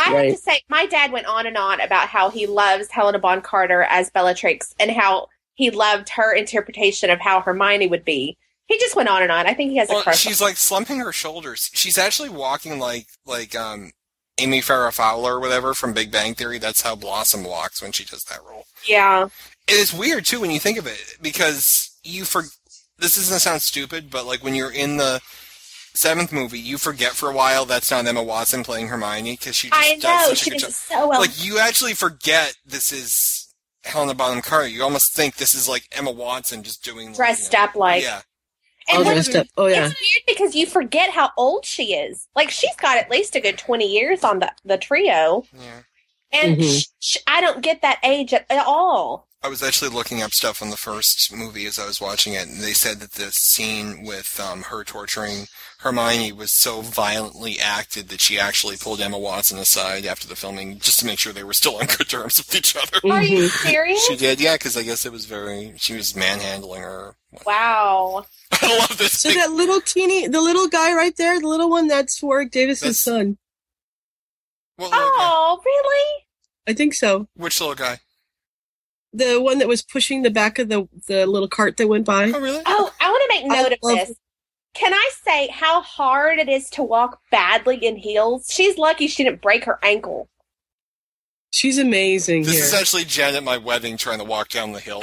[SPEAKER 1] I
[SPEAKER 3] Right.
[SPEAKER 1] have to say, my dad went on and on about how he loves Helena Bonham Carter as Bellatrix and how he loved her interpretation of how Hermione would be. He just went on and on. I think he has a
[SPEAKER 2] Well,
[SPEAKER 1] crush.
[SPEAKER 2] she's like slumping her shoulders. She's actually walking like like um Amy Farrah Fowler or whatever from Big Bang Theory. That's how Blossom walks when she does that role.
[SPEAKER 1] yeah,
[SPEAKER 2] And it's weird too when you think of it because you for this isn't sound stupid, but like when you're in the seventh movie, you forget for a while that's not Emma Watson playing Hermione because she just
[SPEAKER 1] I
[SPEAKER 2] does
[SPEAKER 1] know
[SPEAKER 2] such a
[SPEAKER 1] she
[SPEAKER 2] good
[SPEAKER 1] does
[SPEAKER 2] job.
[SPEAKER 1] it so well.
[SPEAKER 2] like you actually forget this is Helena Bonham Carter. You almost think this is like Emma Watson just doing like,
[SPEAKER 1] dressed
[SPEAKER 2] you know-
[SPEAKER 1] up like,
[SPEAKER 2] yeah.
[SPEAKER 3] All
[SPEAKER 1] and then-
[SPEAKER 3] dressed up. Oh yeah.
[SPEAKER 1] it's weird because you forget how old she is. Like she's got at least a good twenty years on the the trio,
[SPEAKER 2] yeah.
[SPEAKER 1] and
[SPEAKER 3] Mhm.
[SPEAKER 1] sh- sh- I don't get that age at, at all.
[SPEAKER 2] I was actually looking up stuff on the first movie as I was watching it, and they said that the scene with um, her torturing Hermione was so violently acted that she actually pulled Emma Watson aside after the filming just to make sure they were still on good terms with each other.
[SPEAKER 1] Are you
[SPEAKER 3] Mhm.
[SPEAKER 1] serious?
[SPEAKER 2] She did, yeah, because I guess it was very. She was manhandling her. <laughs>
[SPEAKER 1] wow.
[SPEAKER 2] I love
[SPEAKER 3] <laughs>
[SPEAKER 2] this.
[SPEAKER 3] So
[SPEAKER 2] thing.
[SPEAKER 3] that little teeny, the little guy right there, the little one, that's Warwick Davis's
[SPEAKER 2] That's-
[SPEAKER 3] son.
[SPEAKER 2] What little guy?
[SPEAKER 1] Oh, really?
[SPEAKER 3] I think so.
[SPEAKER 2] Which little guy?
[SPEAKER 3] The one that was pushing the back of the the little cart that went by.
[SPEAKER 2] Oh, really?
[SPEAKER 1] Oh, I want to make
[SPEAKER 3] I
[SPEAKER 1] note of
[SPEAKER 3] love-
[SPEAKER 1] this. Can I say how hard it is to walk badly in heels? She's lucky she didn't break her ankle. <laughs>
[SPEAKER 3] She's amazing
[SPEAKER 2] This
[SPEAKER 3] here.
[SPEAKER 2] is actually Jen at my wedding trying to walk down the hill.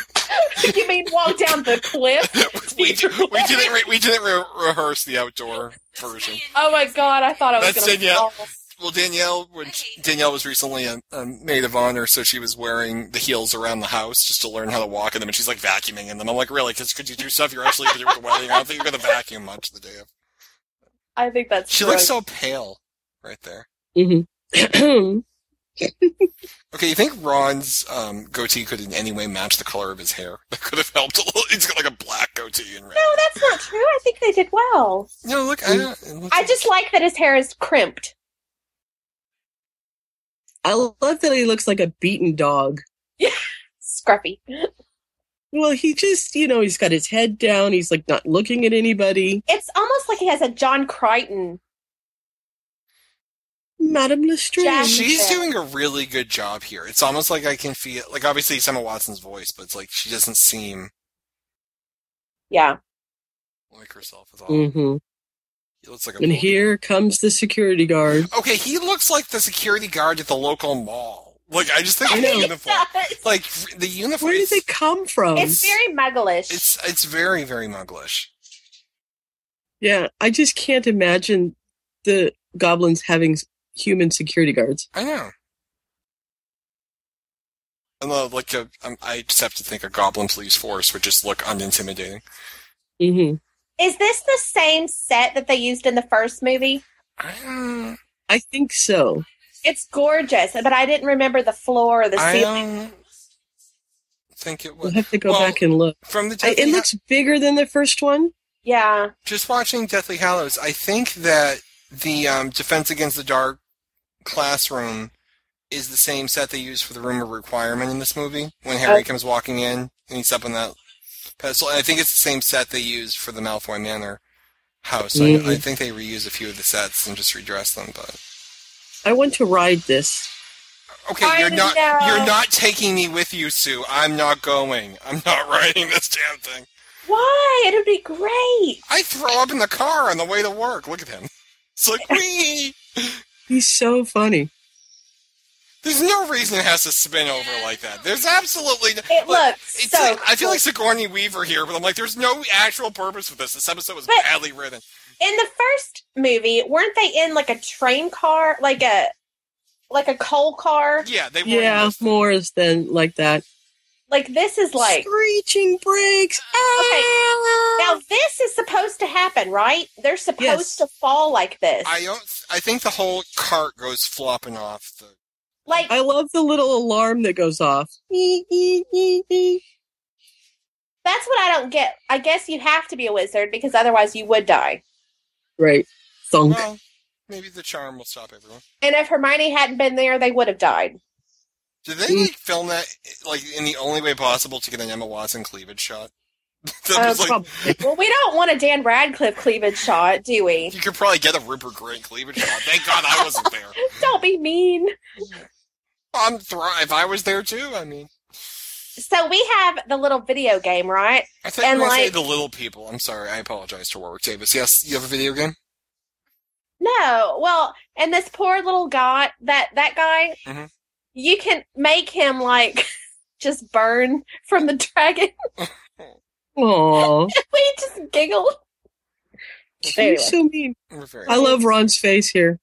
[SPEAKER 2] <laughs>
[SPEAKER 1] you mean walk down the cliff?
[SPEAKER 2] <laughs> we, d-
[SPEAKER 1] <laughs>
[SPEAKER 2] we didn't re- we didn't re- rehearse the outdoor version.
[SPEAKER 1] Oh my god, I thought I was
[SPEAKER 2] That's
[SPEAKER 1] going
[SPEAKER 2] it, yeah.
[SPEAKER 1] to
[SPEAKER 2] Well, Danielle, when
[SPEAKER 7] I hate it.
[SPEAKER 2] Danielle was recently a, a maid of honor, so she was wearing the heels around the house just to learn how to walk in them, and she's like vacuuming in them. I'm like, really? Because could you do stuff you're actually going to do with the wedding? I don't think you're going to vacuum much the day of.
[SPEAKER 1] I think that's
[SPEAKER 2] She looks so pale right there.
[SPEAKER 3] hmm
[SPEAKER 2] Okay, you think Ron's um, goatee could in any way match the color of his hair? <laughs> That could have helped a little. He's got like a black goatee and red.
[SPEAKER 1] No, that's not true. I think they did well.
[SPEAKER 2] No, look, I, don't- it looks
[SPEAKER 1] I just like that his hair is crimped.
[SPEAKER 3] <clears throat> I love that he looks like a beaten dog.
[SPEAKER 1] Scruffy.
[SPEAKER 3] Well, he just, you know, he's got his head down. He's like not looking at anybody.
[SPEAKER 1] It's almost like he has a John Crichton.
[SPEAKER 3] Madame Lestrange.
[SPEAKER 1] Jazz-
[SPEAKER 2] She's
[SPEAKER 1] Yeah.
[SPEAKER 2] doing a really good job here. It's almost like I can feel like obviously it's Emma Watson's voice, but it's like she doesn't seem
[SPEAKER 1] Yeah.
[SPEAKER 2] like herself at all.
[SPEAKER 3] hmm
[SPEAKER 2] He looks like a
[SPEAKER 3] And
[SPEAKER 2] local-
[SPEAKER 3] here comes the security guard.
[SPEAKER 2] Okay, he looks like the security guard at the local mall. Like I just think
[SPEAKER 3] I
[SPEAKER 2] the
[SPEAKER 1] <laughs>
[SPEAKER 3] know.
[SPEAKER 2] uniform, like the uniform.
[SPEAKER 3] Where did
[SPEAKER 2] is-
[SPEAKER 3] they come from?
[SPEAKER 1] It's very muggleish.
[SPEAKER 2] It's it's very very Mugglish.
[SPEAKER 3] yeah, I just can't imagine the goblins having s- human security guards.
[SPEAKER 2] I know. I love like a, um, I just have to think a goblin police force would just look unintimidating.
[SPEAKER 3] hmm
[SPEAKER 1] Is this the same set that they used in the first movie?
[SPEAKER 2] I don't.
[SPEAKER 3] I think so.
[SPEAKER 1] It's gorgeous, but I didn't remember the floor or the
[SPEAKER 2] I
[SPEAKER 1] ceiling.
[SPEAKER 2] don't think it
[SPEAKER 3] We'll
[SPEAKER 2] would.
[SPEAKER 3] have to go
[SPEAKER 2] Well,
[SPEAKER 3] back and look.
[SPEAKER 2] From the
[SPEAKER 3] I, it
[SPEAKER 2] Deathly Ha-
[SPEAKER 3] looks bigger than the first one.
[SPEAKER 1] Yeah.
[SPEAKER 2] just watching Deathly Hallows, I think that the um, Defense Against the Dark classroom is the same set they use for the Room of Requirement in this movie when Harry
[SPEAKER 1] Oh.
[SPEAKER 2] comes walking in and he's up on that pedestal. And I think it's the same set they used for the Malfoy Manor house.
[SPEAKER 3] Mhm.
[SPEAKER 1] Mm-hmm.
[SPEAKER 2] I, I think they reuse a few of the sets and just redress them. But
[SPEAKER 3] I want to ride this.
[SPEAKER 2] okay,
[SPEAKER 1] I
[SPEAKER 2] you're not
[SPEAKER 1] know.
[SPEAKER 2] you're not taking me with you, Sue. I'm not going. I'm not <laughs> riding this damn thing.
[SPEAKER 1] Why? It'll be great.
[SPEAKER 2] I throw up in the car on the way to work. Look at him. It's like <laughs> wee.
[SPEAKER 3] He's so funny.
[SPEAKER 2] There's no reason it has to spin over like that. There's absolutely no,
[SPEAKER 1] It looks
[SPEAKER 2] it's
[SPEAKER 1] so
[SPEAKER 2] like- I feel
[SPEAKER 1] cool.
[SPEAKER 2] like Sigourney Weaver here, but I'm like, there's no actual purpose for this. This episode was
[SPEAKER 1] But-
[SPEAKER 2] badly written.
[SPEAKER 1] in the first movie, weren't they in like a train car, like a like a coal car?
[SPEAKER 2] Yeah, they were.
[SPEAKER 3] Yeah, more than like that.
[SPEAKER 1] Like this is like
[SPEAKER 3] screeching brakes.
[SPEAKER 1] okay.
[SPEAKER 7] <laughs>
[SPEAKER 1] Now this is supposed to happen, right? They're supposed
[SPEAKER 3] Yes.
[SPEAKER 1] to fall like this.
[SPEAKER 2] I don't. I think the whole cart goes flopping off. The,
[SPEAKER 1] like
[SPEAKER 3] I love the little alarm that goes off.
[SPEAKER 1] that's what I don't get. I guess you have to be a wizard because otherwise you would die.
[SPEAKER 3] Right. Thunk.
[SPEAKER 2] well, maybe the charm will stop everyone.
[SPEAKER 1] And if Hermione hadn't been there, they would have died.
[SPEAKER 2] Did they
[SPEAKER 3] Mm.
[SPEAKER 2] like, film that like in the only way possible to get an Emma Watson cleavage shot? <laughs> that
[SPEAKER 3] Uh,
[SPEAKER 2] was like
[SPEAKER 3] prob-
[SPEAKER 1] Well, we don't want a Dan Radcliffe cleavage shot, do we?
[SPEAKER 2] you could probably get a Rupert Grint cleavage shot. Thank God I wasn't there.
[SPEAKER 1] <laughs> Don't be mean.
[SPEAKER 2] I'm thrive. I was there too. I mean,
[SPEAKER 1] So we have the little video game, right?
[SPEAKER 2] I think
[SPEAKER 1] And,
[SPEAKER 2] when I say
[SPEAKER 1] like-
[SPEAKER 2] the little people. I'm sorry. I apologize to Warwick Davis. Yes, you have a video game.
[SPEAKER 1] No. Well, and this poor little guy, that that guy,
[SPEAKER 2] Mhm.
[SPEAKER 1] you can make him like <laughs> just burn from the dragon. <laughs>
[SPEAKER 3] Aw.
[SPEAKER 1] we just giggled.
[SPEAKER 3] You're
[SPEAKER 1] Anyway.
[SPEAKER 3] so mean.
[SPEAKER 2] We're very.
[SPEAKER 3] I love Ron's face here.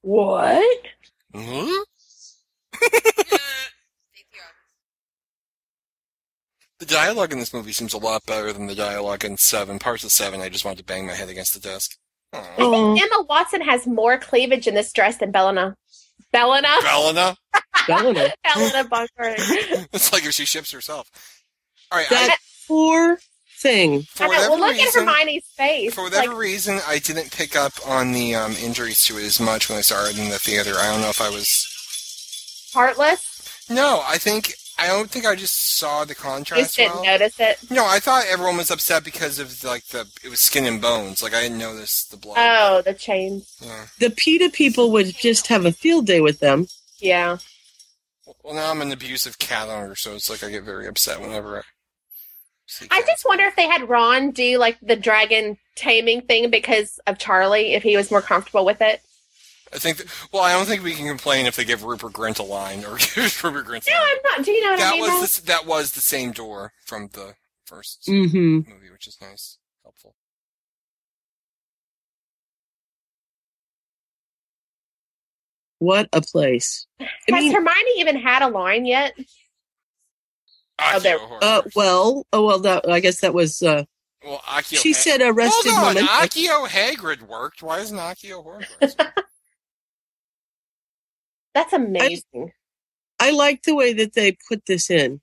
[SPEAKER 1] What?
[SPEAKER 2] Hmm? The dialogue in this movie seems a lot better than the dialogue in Seven. Parts of Seven, I just wanted to bang my head against the desk. Aw.
[SPEAKER 3] Oh,
[SPEAKER 1] Emma Watson has more cleavage in this dress than Bellina.
[SPEAKER 2] <laughs>
[SPEAKER 1] Bellina?
[SPEAKER 2] Belena.
[SPEAKER 3] Belena.
[SPEAKER 1] Bellina Bunker.
[SPEAKER 2] it's like if she ships herself. All right. I,
[SPEAKER 3] That poor thing.
[SPEAKER 2] for
[SPEAKER 1] I know.
[SPEAKER 2] whatever
[SPEAKER 1] Well, look
[SPEAKER 2] reason,
[SPEAKER 1] at Hermione's face.
[SPEAKER 2] For
[SPEAKER 1] Like,
[SPEAKER 2] whatever reason, I didn't pick up on the um, injuries to it as much when I saw it in the theater. I don't know if I was.
[SPEAKER 1] heartless.
[SPEAKER 2] No, I think I don't think I just saw the
[SPEAKER 1] Just
[SPEAKER 2] contrast.
[SPEAKER 1] didn't
[SPEAKER 2] well.
[SPEAKER 1] notice it.
[SPEAKER 2] No, I thought everyone was upset because of like the it was skin and bones. Like I didn't notice the blood.
[SPEAKER 1] Oh, the chains.
[SPEAKER 2] Yeah.
[SPEAKER 3] The PETA people would just have a field day with them.
[SPEAKER 1] Yeah.
[SPEAKER 2] Well, now I'm an abusive cat owner, so it's like I get very upset whenever. I, see
[SPEAKER 1] I
[SPEAKER 2] cats.
[SPEAKER 1] just wonder if they had Ron do like the dragon taming thing because of Charlie, if he was more comfortable with it.
[SPEAKER 2] I think. That, well, I don't think we can complain if they give Rupert Grint a line or <laughs> give Rupert Grint. a
[SPEAKER 1] No,
[SPEAKER 2] line.
[SPEAKER 1] I'm not. Do you know what I
[SPEAKER 2] that
[SPEAKER 1] mean?
[SPEAKER 2] was
[SPEAKER 1] though?
[SPEAKER 2] the, s- that was the same door from the first
[SPEAKER 3] Mm-hmm.
[SPEAKER 2] movie, which is nice, helpful.
[SPEAKER 3] What a place. I
[SPEAKER 1] Has
[SPEAKER 3] mean,
[SPEAKER 1] Hermione even had a line yet?
[SPEAKER 2] Akio
[SPEAKER 1] there-
[SPEAKER 2] Horror.
[SPEAKER 3] uh, well, oh well. That I guess that was. Uh,
[SPEAKER 2] well, Akio.
[SPEAKER 3] she
[SPEAKER 2] Ha-
[SPEAKER 3] said arrested
[SPEAKER 2] Hold on,
[SPEAKER 3] woman.
[SPEAKER 2] Akio Hagrid worked. Why isn't Akio Horror?
[SPEAKER 1] That's amazing.
[SPEAKER 3] I like the way that they put this in.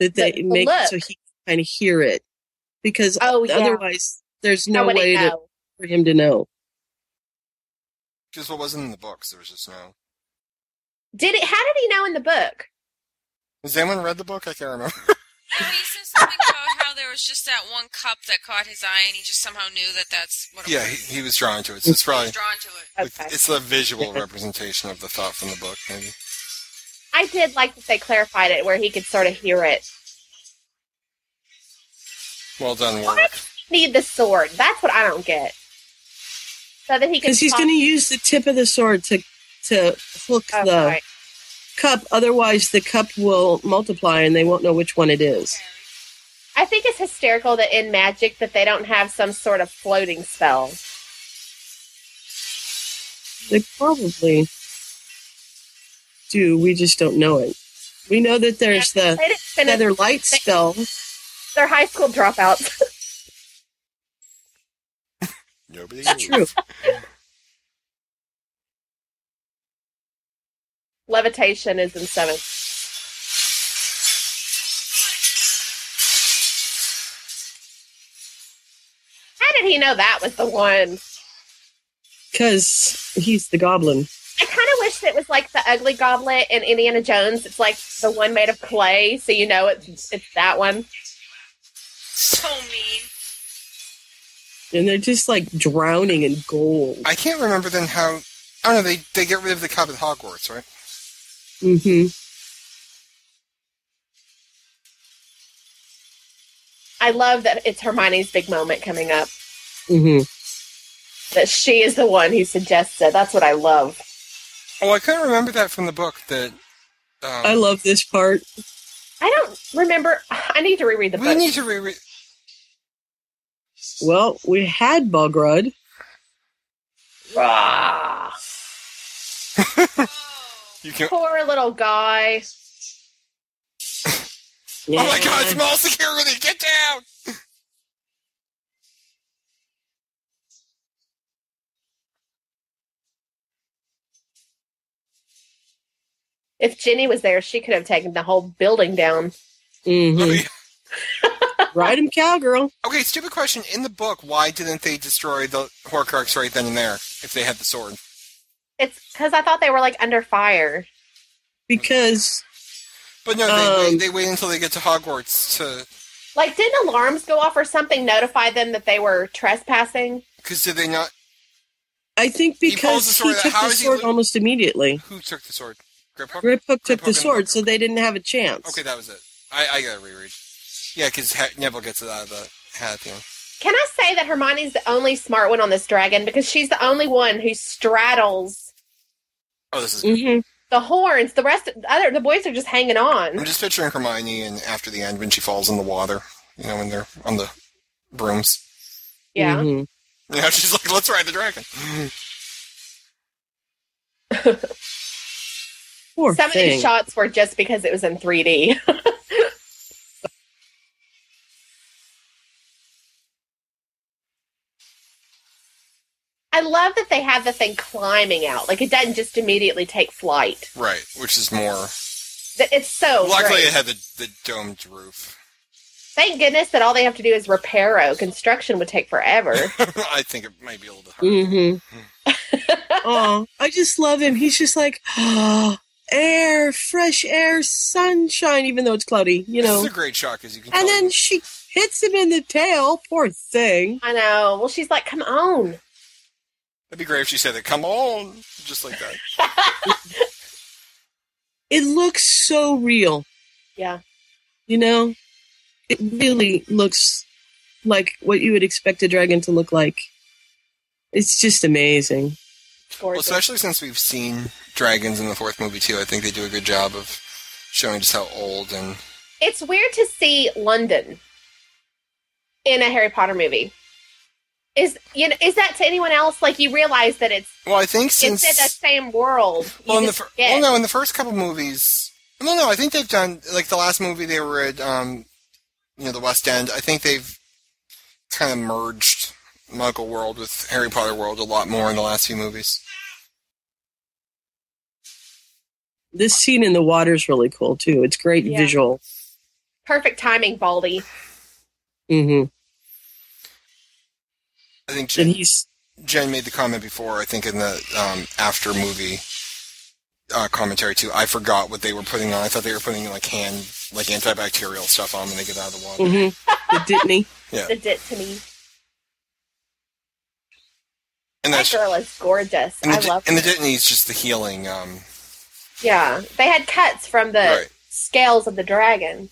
[SPEAKER 3] That they
[SPEAKER 1] The- the
[SPEAKER 3] make it so
[SPEAKER 1] look.
[SPEAKER 3] he can kind of hear it, because
[SPEAKER 1] Oh, yeah.
[SPEAKER 3] otherwise there's no
[SPEAKER 1] Nobody
[SPEAKER 3] way to,
[SPEAKER 1] know.
[SPEAKER 3] for him to know.
[SPEAKER 2] Because what wasn't in the books, there was just no.
[SPEAKER 1] Did it? How did he know in the book?
[SPEAKER 2] Has anyone read the book? I can't remember.
[SPEAKER 7] Harry says something about how there was just that one cup that caught his eye, and he just somehow knew that that's what it
[SPEAKER 2] <laughs> yeah,
[SPEAKER 7] was.
[SPEAKER 2] he, he was drawn to it. So it's probably
[SPEAKER 7] was drawn to it.
[SPEAKER 1] Okay.
[SPEAKER 2] it's the visual representation of the thought from the book. Maybe
[SPEAKER 1] I did like that they clarified it where he could sort of hear it.
[SPEAKER 2] well done, Warwick.
[SPEAKER 1] Need the sword. That's what I don't get. So that he can.
[SPEAKER 3] Because he's
[SPEAKER 1] talk-
[SPEAKER 3] going to use the tip of the sword to to hook
[SPEAKER 1] Oh,
[SPEAKER 3] the
[SPEAKER 1] right.
[SPEAKER 3] cup. Otherwise, the cup will multiply, and they won't know which one it is.
[SPEAKER 1] I think it's hysterical that in magic that they don't have some sort of floating spell.
[SPEAKER 3] They probably do. We just don't know it. We know that there's
[SPEAKER 1] They
[SPEAKER 3] the
[SPEAKER 1] didn't finish
[SPEAKER 3] feather light spell.
[SPEAKER 1] their high school dropouts. <laughs>
[SPEAKER 2] Nobody.
[SPEAKER 3] It's true.
[SPEAKER 1] Levitation is in seventh. How did he know that was the one?
[SPEAKER 3] Because he's the goblin.
[SPEAKER 1] I kind of wish it was like the ugly goblet in Indiana Jones. It's like the one made of clay, so you know it's it's that one.
[SPEAKER 7] So mean.
[SPEAKER 3] and they're just like drowning in gold.
[SPEAKER 2] I can't remember then how. I don't know. They they get rid of the cop at Hogwarts, right?
[SPEAKER 3] hmm
[SPEAKER 1] I love that it's Hermione's big moment coming up.
[SPEAKER 3] hmm
[SPEAKER 1] That she is the one who suggests it. That's what I love.
[SPEAKER 2] Oh, I couldn't remember that from the book. That um,
[SPEAKER 3] I love this part.
[SPEAKER 1] I don't remember. I need to reread the
[SPEAKER 2] we
[SPEAKER 1] book.
[SPEAKER 2] need to reread.
[SPEAKER 3] Well, we had Bogrud.
[SPEAKER 1] Rah.
[SPEAKER 2] You can.
[SPEAKER 1] Poor little guy.
[SPEAKER 2] Oh my God! Small security, get down!
[SPEAKER 1] If Ginny was there, she could have taken the whole building down.
[SPEAKER 3] hmm Ride him, cowgirl.
[SPEAKER 2] Okay, stupid question. In the book, why didn't they destroy the Horcrux right then and there if they had the sword?
[SPEAKER 1] It's because I thought they were like under fire.
[SPEAKER 3] Because
[SPEAKER 2] But no, they,
[SPEAKER 3] Um,
[SPEAKER 2] wait, they wait until they get to Hogwarts to.
[SPEAKER 1] Like, didn't alarms go off or something notify them that they were trespassing?
[SPEAKER 2] Because did they not?
[SPEAKER 3] I think
[SPEAKER 2] He pulls
[SPEAKER 3] because
[SPEAKER 2] the
[SPEAKER 3] he,
[SPEAKER 2] sword out.
[SPEAKER 3] took
[SPEAKER 2] How
[SPEAKER 3] the
[SPEAKER 2] is he
[SPEAKER 3] sword
[SPEAKER 2] lo-
[SPEAKER 3] almost immediately.
[SPEAKER 2] Who took the sword? Grip Hogwarts?
[SPEAKER 3] Grip Hook
[SPEAKER 2] Grip Hook
[SPEAKER 3] took the
[SPEAKER 2] and
[SPEAKER 3] sword,
[SPEAKER 2] Hook.
[SPEAKER 3] so they didn't have a chance.
[SPEAKER 2] Okay, that was it. I, I gotta reread. Yeah, because ha- Neville gets it out of the hat at the end.
[SPEAKER 1] Can I say that Hermione's the only smart one on this dragon because she's the only one who straddles
[SPEAKER 2] Oh, this is.
[SPEAKER 3] hmm
[SPEAKER 1] the horns. The rest, the other the boys are just hanging
[SPEAKER 2] I'm
[SPEAKER 3] Mm-hmm.
[SPEAKER 1] on.
[SPEAKER 2] just picturing Hermione and after the end when she falls in the water, you know, when they're on the brooms. <laughs>
[SPEAKER 1] Yeah,
[SPEAKER 3] Mhm.
[SPEAKER 2] You know, she's like, let's ride the dragon.
[SPEAKER 3] Mm-hmm. Poor
[SPEAKER 1] some of
[SPEAKER 3] thing.
[SPEAKER 1] these shots were just because it was in 3D. <laughs> I love that they have the thing climbing out. Like it doesn't just immediately take flight.
[SPEAKER 2] Right, which is more.
[SPEAKER 1] Th- It's so
[SPEAKER 3] Oh,
[SPEAKER 2] Luckily,
[SPEAKER 1] great.
[SPEAKER 2] it had the, the domed roof. <laughs>
[SPEAKER 1] Thank goodness that all they have to do is reparo. Construction would take
[SPEAKER 2] <laughs>
[SPEAKER 1] forever.
[SPEAKER 2] I think it might be a little hard.
[SPEAKER 3] hmm oh, I just love him. He's just like "Ah, air, fresh air, sunshine, even though it's cloudy, you
[SPEAKER 2] This
[SPEAKER 3] know.
[SPEAKER 2] is a great shot because you can.
[SPEAKER 3] And
[SPEAKER 2] tell
[SPEAKER 3] then
[SPEAKER 2] it-
[SPEAKER 3] she hits him in the tail. Poor thing.
[SPEAKER 1] I know. Well, she's like, "Come on."
[SPEAKER 2] that'd be great if she said it. Come on, just like that.
[SPEAKER 3] It looks so real.
[SPEAKER 1] Yeah.
[SPEAKER 3] You know, it really looks like what you would expect a dragon to look like. It's just amazing.
[SPEAKER 2] Well,
[SPEAKER 1] Gorgeous.
[SPEAKER 2] especially since we've seen dragons in the fourth movie too. I think they do a good job of showing just how old and
[SPEAKER 1] it's weird to see London in a Harry Potter movie. Is you know, is that to anyone else? Like you realize that it's
[SPEAKER 2] well. I think since
[SPEAKER 1] it's in the same world. You
[SPEAKER 2] well, in the
[SPEAKER 1] just
[SPEAKER 2] fir-
[SPEAKER 1] get-
[SPEAKER 2] well, no, in the first couple movies, no, no. I think they've done like the last movie they were at, um, you know, the West End. I think they've kind of merged Muggle World with Harry Potter World a lot more in the last few movies.
[SPEAKER 3] This scene in the water is really cool too. It's great
[SPEAKER 1] Yeah.
[SPEAKER 3] visual.
[SPEAKER 1] perfect timing, Baldy.
[SPEAKER 3] hmm
[SPEAKER 2] I think Jen,
[SPEAKER 3] And he's
[SPEAKER 2] Jen made the comment before. I think in the um, after movie. Uh, commentary too. I forgot what they were putting on. I thought they were putting like hand, like antibacterial stuff on when they get out of the water.
[SPEAKER 3] mhm. But didn't he?
[SPEAKER 1] Did it to me.
[SPEAKER 2] And
[SPEAKER 1] That
[SPEAKER 2] that's
[SPEAKER 1] girl is gorgeous.
[SPEAKER 2] and the,
[SPEAKER 1] I
[SPEAKER 2] Di-
[SPEAKER 1] love.
[SPEAKER 2] and the
[SPEAKER 1] her.
[SPEAKER 2] Dittany is just the healing. Um,
[SPEAKER 1] yeah, they had cuts from the
[SPEAKER 2] Right.
[SPEAKER 1] scales of the dragon.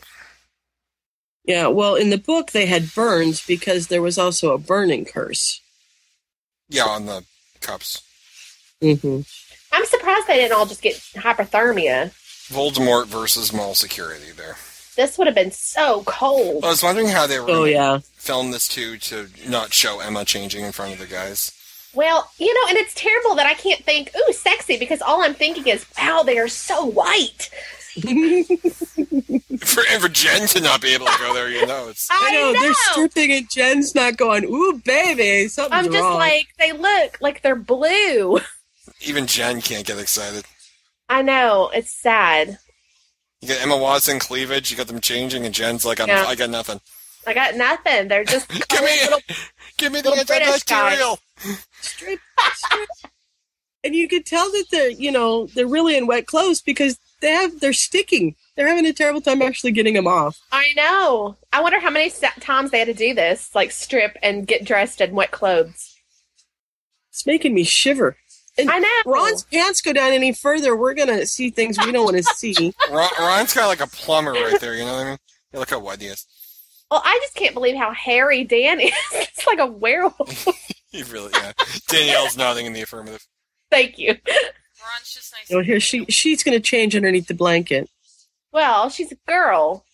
[SPEAKER 3] Yeah, well, in the book they had burns because there was also a burning curse.
[SPEAKER 2] yeah, on the cups.
[SPEAKER 3] Mm-hmm.
[SPEAKER 1] I'm surprised they didn't all just get hypothermia.
[SPEAKER 2] Voldemort versus mall security. There,
[SPEAKER 1] This would have been so cold.
[SPEAKER 2] I was wondering how they were
[SPEAKER 3] Oh
[SPEAKER 2] gonna
[SPEAKER 3] yeah, <laughs>
[SPEAKER 2] film this too to not show Emma changing in front of the guys. <laughs>
[SPEAKER 1] Well, you know, and it's terrible that I can't think, ooh, sexy, because all I'm thinking is, wow, they are so white.
[SPEAKER 2] For and for Jen to not be able to go there, you know, it's
[SPEAKER 1] I know.
[SPEAKER 3] they're stripping, and Jen's not going. Ooh, baby, something's
[SPEAKER 1] I'm just
[SPEAKER 3] wrong.
[SPEAKER 1] like, they look like they're blue. <laughs>
[SPEAKER 2] even Jen can't get excited.
[SPEAKER 1] I know. It's sad.
[SPEAKER 2] You got Emma Watson cleavage. You got them changing, and Jen's like, I'm,
[SPEAKER 1] Yeah.
[SPEAKER 2] I got nothing.
[SPEAKER 1] I got nothing. They're just
[SPEAKER 2] Give me,
[SPEAKER 1] little
[SPEAKER 2] <laughs> give me the
[SPEAKER 1] little British guy.
[SPEAKER 2] antibacterial.
[SPEAKER 3] strip, strip. and you could tell that they're you know they're really in wet clothes because they have they're sticking. They're having a terrible time actually getting them off.
[SPEAKER 1] I know. I wonder how many sa- times they had to do this, like strip and get dressed in wet clothes.
[SPEAKER 3] It's making me shiver.
[SPEAKER 1] I know.
[SPEAKER 3] Ron's pants go down any further, we're gonna see things we don't want to see.
[SPEAKER 2] Ron, Ron's got like a plumber right there. You
[SPEAKER 1] <laughs>
[SPEAKER 2] know what I mean? Yeah, look how wide he is.
[SPEAKER 1] Well, I just can't believe how hairy Dan is. <laughs> it's like a werewolf. <laughs>
[SPEAKER 2] He really. Yeah. Danielle's nodding in the affirmative.
[SPEAKER 1] Thank you.
[SPEAKER 7] Ron's just nice.
[SPEAKER 3] So here, she she's gonna change underneath the blanket.
[SPEAKER 1] Well, she's a girl.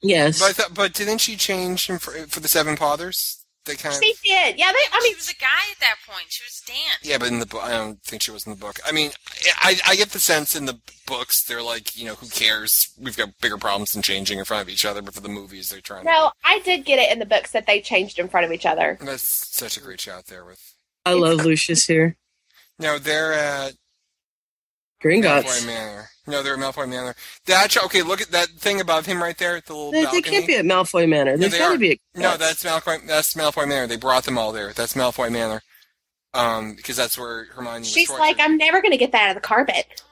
[SPEAKER 3] Yes,
[SPEAKER 2] But I thought- but didn't she change him for, for the Seven Fathers? They kind of.
[SPEAKER 1] She did. Yeah, they. I
[SPEAKER 7] she
[SPEAKER 1] mean,
[SPEAKER 7] was a guy at that point. She was Dan.
[SPEAKER 2] Yeah, but in the book, I don't think she was in the book. I mean, I, I get the sense in the books they're like, you know, who cares? We've got bigger problems than changing in front of each other. But for the movies, they're trying.
[SPEAKER 1] no, I did get it in the books that they changed in front of each other.
[SPEAKER 2] to... That's such a great shot there with.
[SPEAKER 3] I love Lucius here.
[SPEAKER 2] No, they're at Malfoy
[SPEAKER 3] Gringotts.
[SPEAKER 2] Manor. No, they're at Malfoy Manor. That shot- okay. Look at that thing above him right there. The little.
[SPEAKER 3] They, they
[SPEAKER 2] balcony.
[SPEAKER 3] can't be at Malfoy Manor. They've
[SPEAKER 2] they
[SPEAKER 3] got
[SPEAKER 2] are.
[SPEAKER 3] to be. At
[SPEAKER 2] No, that's Malfoy. That's Malfoy Manor. They brought them all there. That's Malfoy Manor. Um, because that's where Hermione. was
[SPEAKER 1] She's
[SPEAKER 2] tortured.
[SPEAKER 1] like, I'm never going to get that out of the carpet.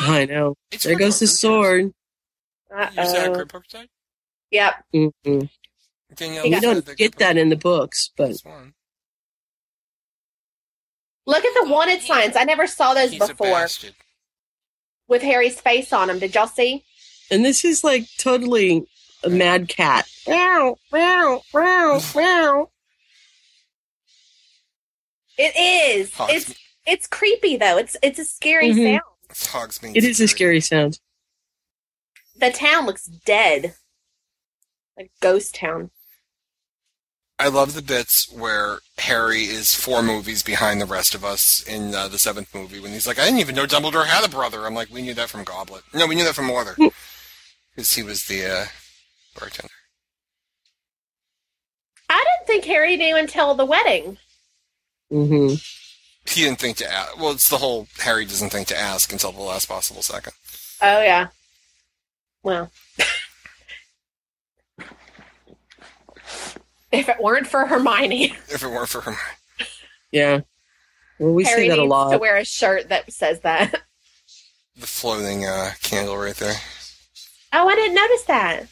[SPEAKER 3] I know.
[SPEAKER 2] It's
[SPEAKER 3] There
[SPEAKER 2] for
[SPEAKER 3] goes the
[SPEAKER 2] Poker's.
[SPEAKER 3] sword.
[SPEAKER 1] Uh
[SPEAKER 2] You said
[SPEAKER 1] oh.
[SPEAKER 2] Great Poker's Day?
[SPEAKER 1] Yep.
[SPEAKER 3] Mm-mm.
[SPEAKER 2] Danielle,
[SPEAKER 3] We
[SPEAKER 2] you said
[SPEAKER 3] Mm-hmm. don't
[SPEAKER 2] the
[SPEAKER 3] get
[SPEAKER 2] Great
[SPEAKER 3] that in the books, but
[SPEAKER 2] Poker's Day one.
[SPEAKER 1] Look at the wanted signs. I never saw those
[SPEAKER 2] He's a
[SPEAKER 1] before
[SPEAKER 2] bastard.
[SPEAKER 1] with Harry's face on them. Did y'all see?
[SPEAKER 3] and this is like totally a mad cat. Meow, meow, meow, meow.
[SPEAKER 1] It is.
[SPEAKER 2] Hogs-
[SPEAKER 1] It's it's creepy though. It's it's a scary
[SPEAKER 3] Mhm.
[SPEAKER 1] sound.
[SPEAKER 2] It's Hogsmeade.
[SPEAKER 3] It is a scary sound.
[SPEAKER 1] The town looks dead. Like ghost town.
[SPEAKER 2] I love the bits where Harry is four movies behind the rest of us in uh, the seventh movie when he's like, I didn't even know Dumbledore had a brother. I'm like, we knew that from Goblet. No, we knew that from Mother. Because he was the uh, bartender.
[SPEAKER 1] I didn't think Harry knew until the wedding.
[SPEAKER 3] hmm
[SPEAKER 2] He didn't think to ask. Well, it's the whole Harry doesn't think to ask until the last possible second.
[SPEAKER 1] Oh yeah. Well. <laughs> if it weren't for Hermione,
[SPEAKER 2] If it weren't for him.
[SPEAKER 3] Yeah. Well, we
[SPEAKER 1] Harry
[SPEAKER 3] say that a
[SPEAKER 1] needs to
[SPEAKER 3] lot.
[SPEAKER 1] wear a shirt that says that.
[SPEAKER 2] The floating uh, candle right there.
[SPEAKER 1] Oh, I didn't notice that.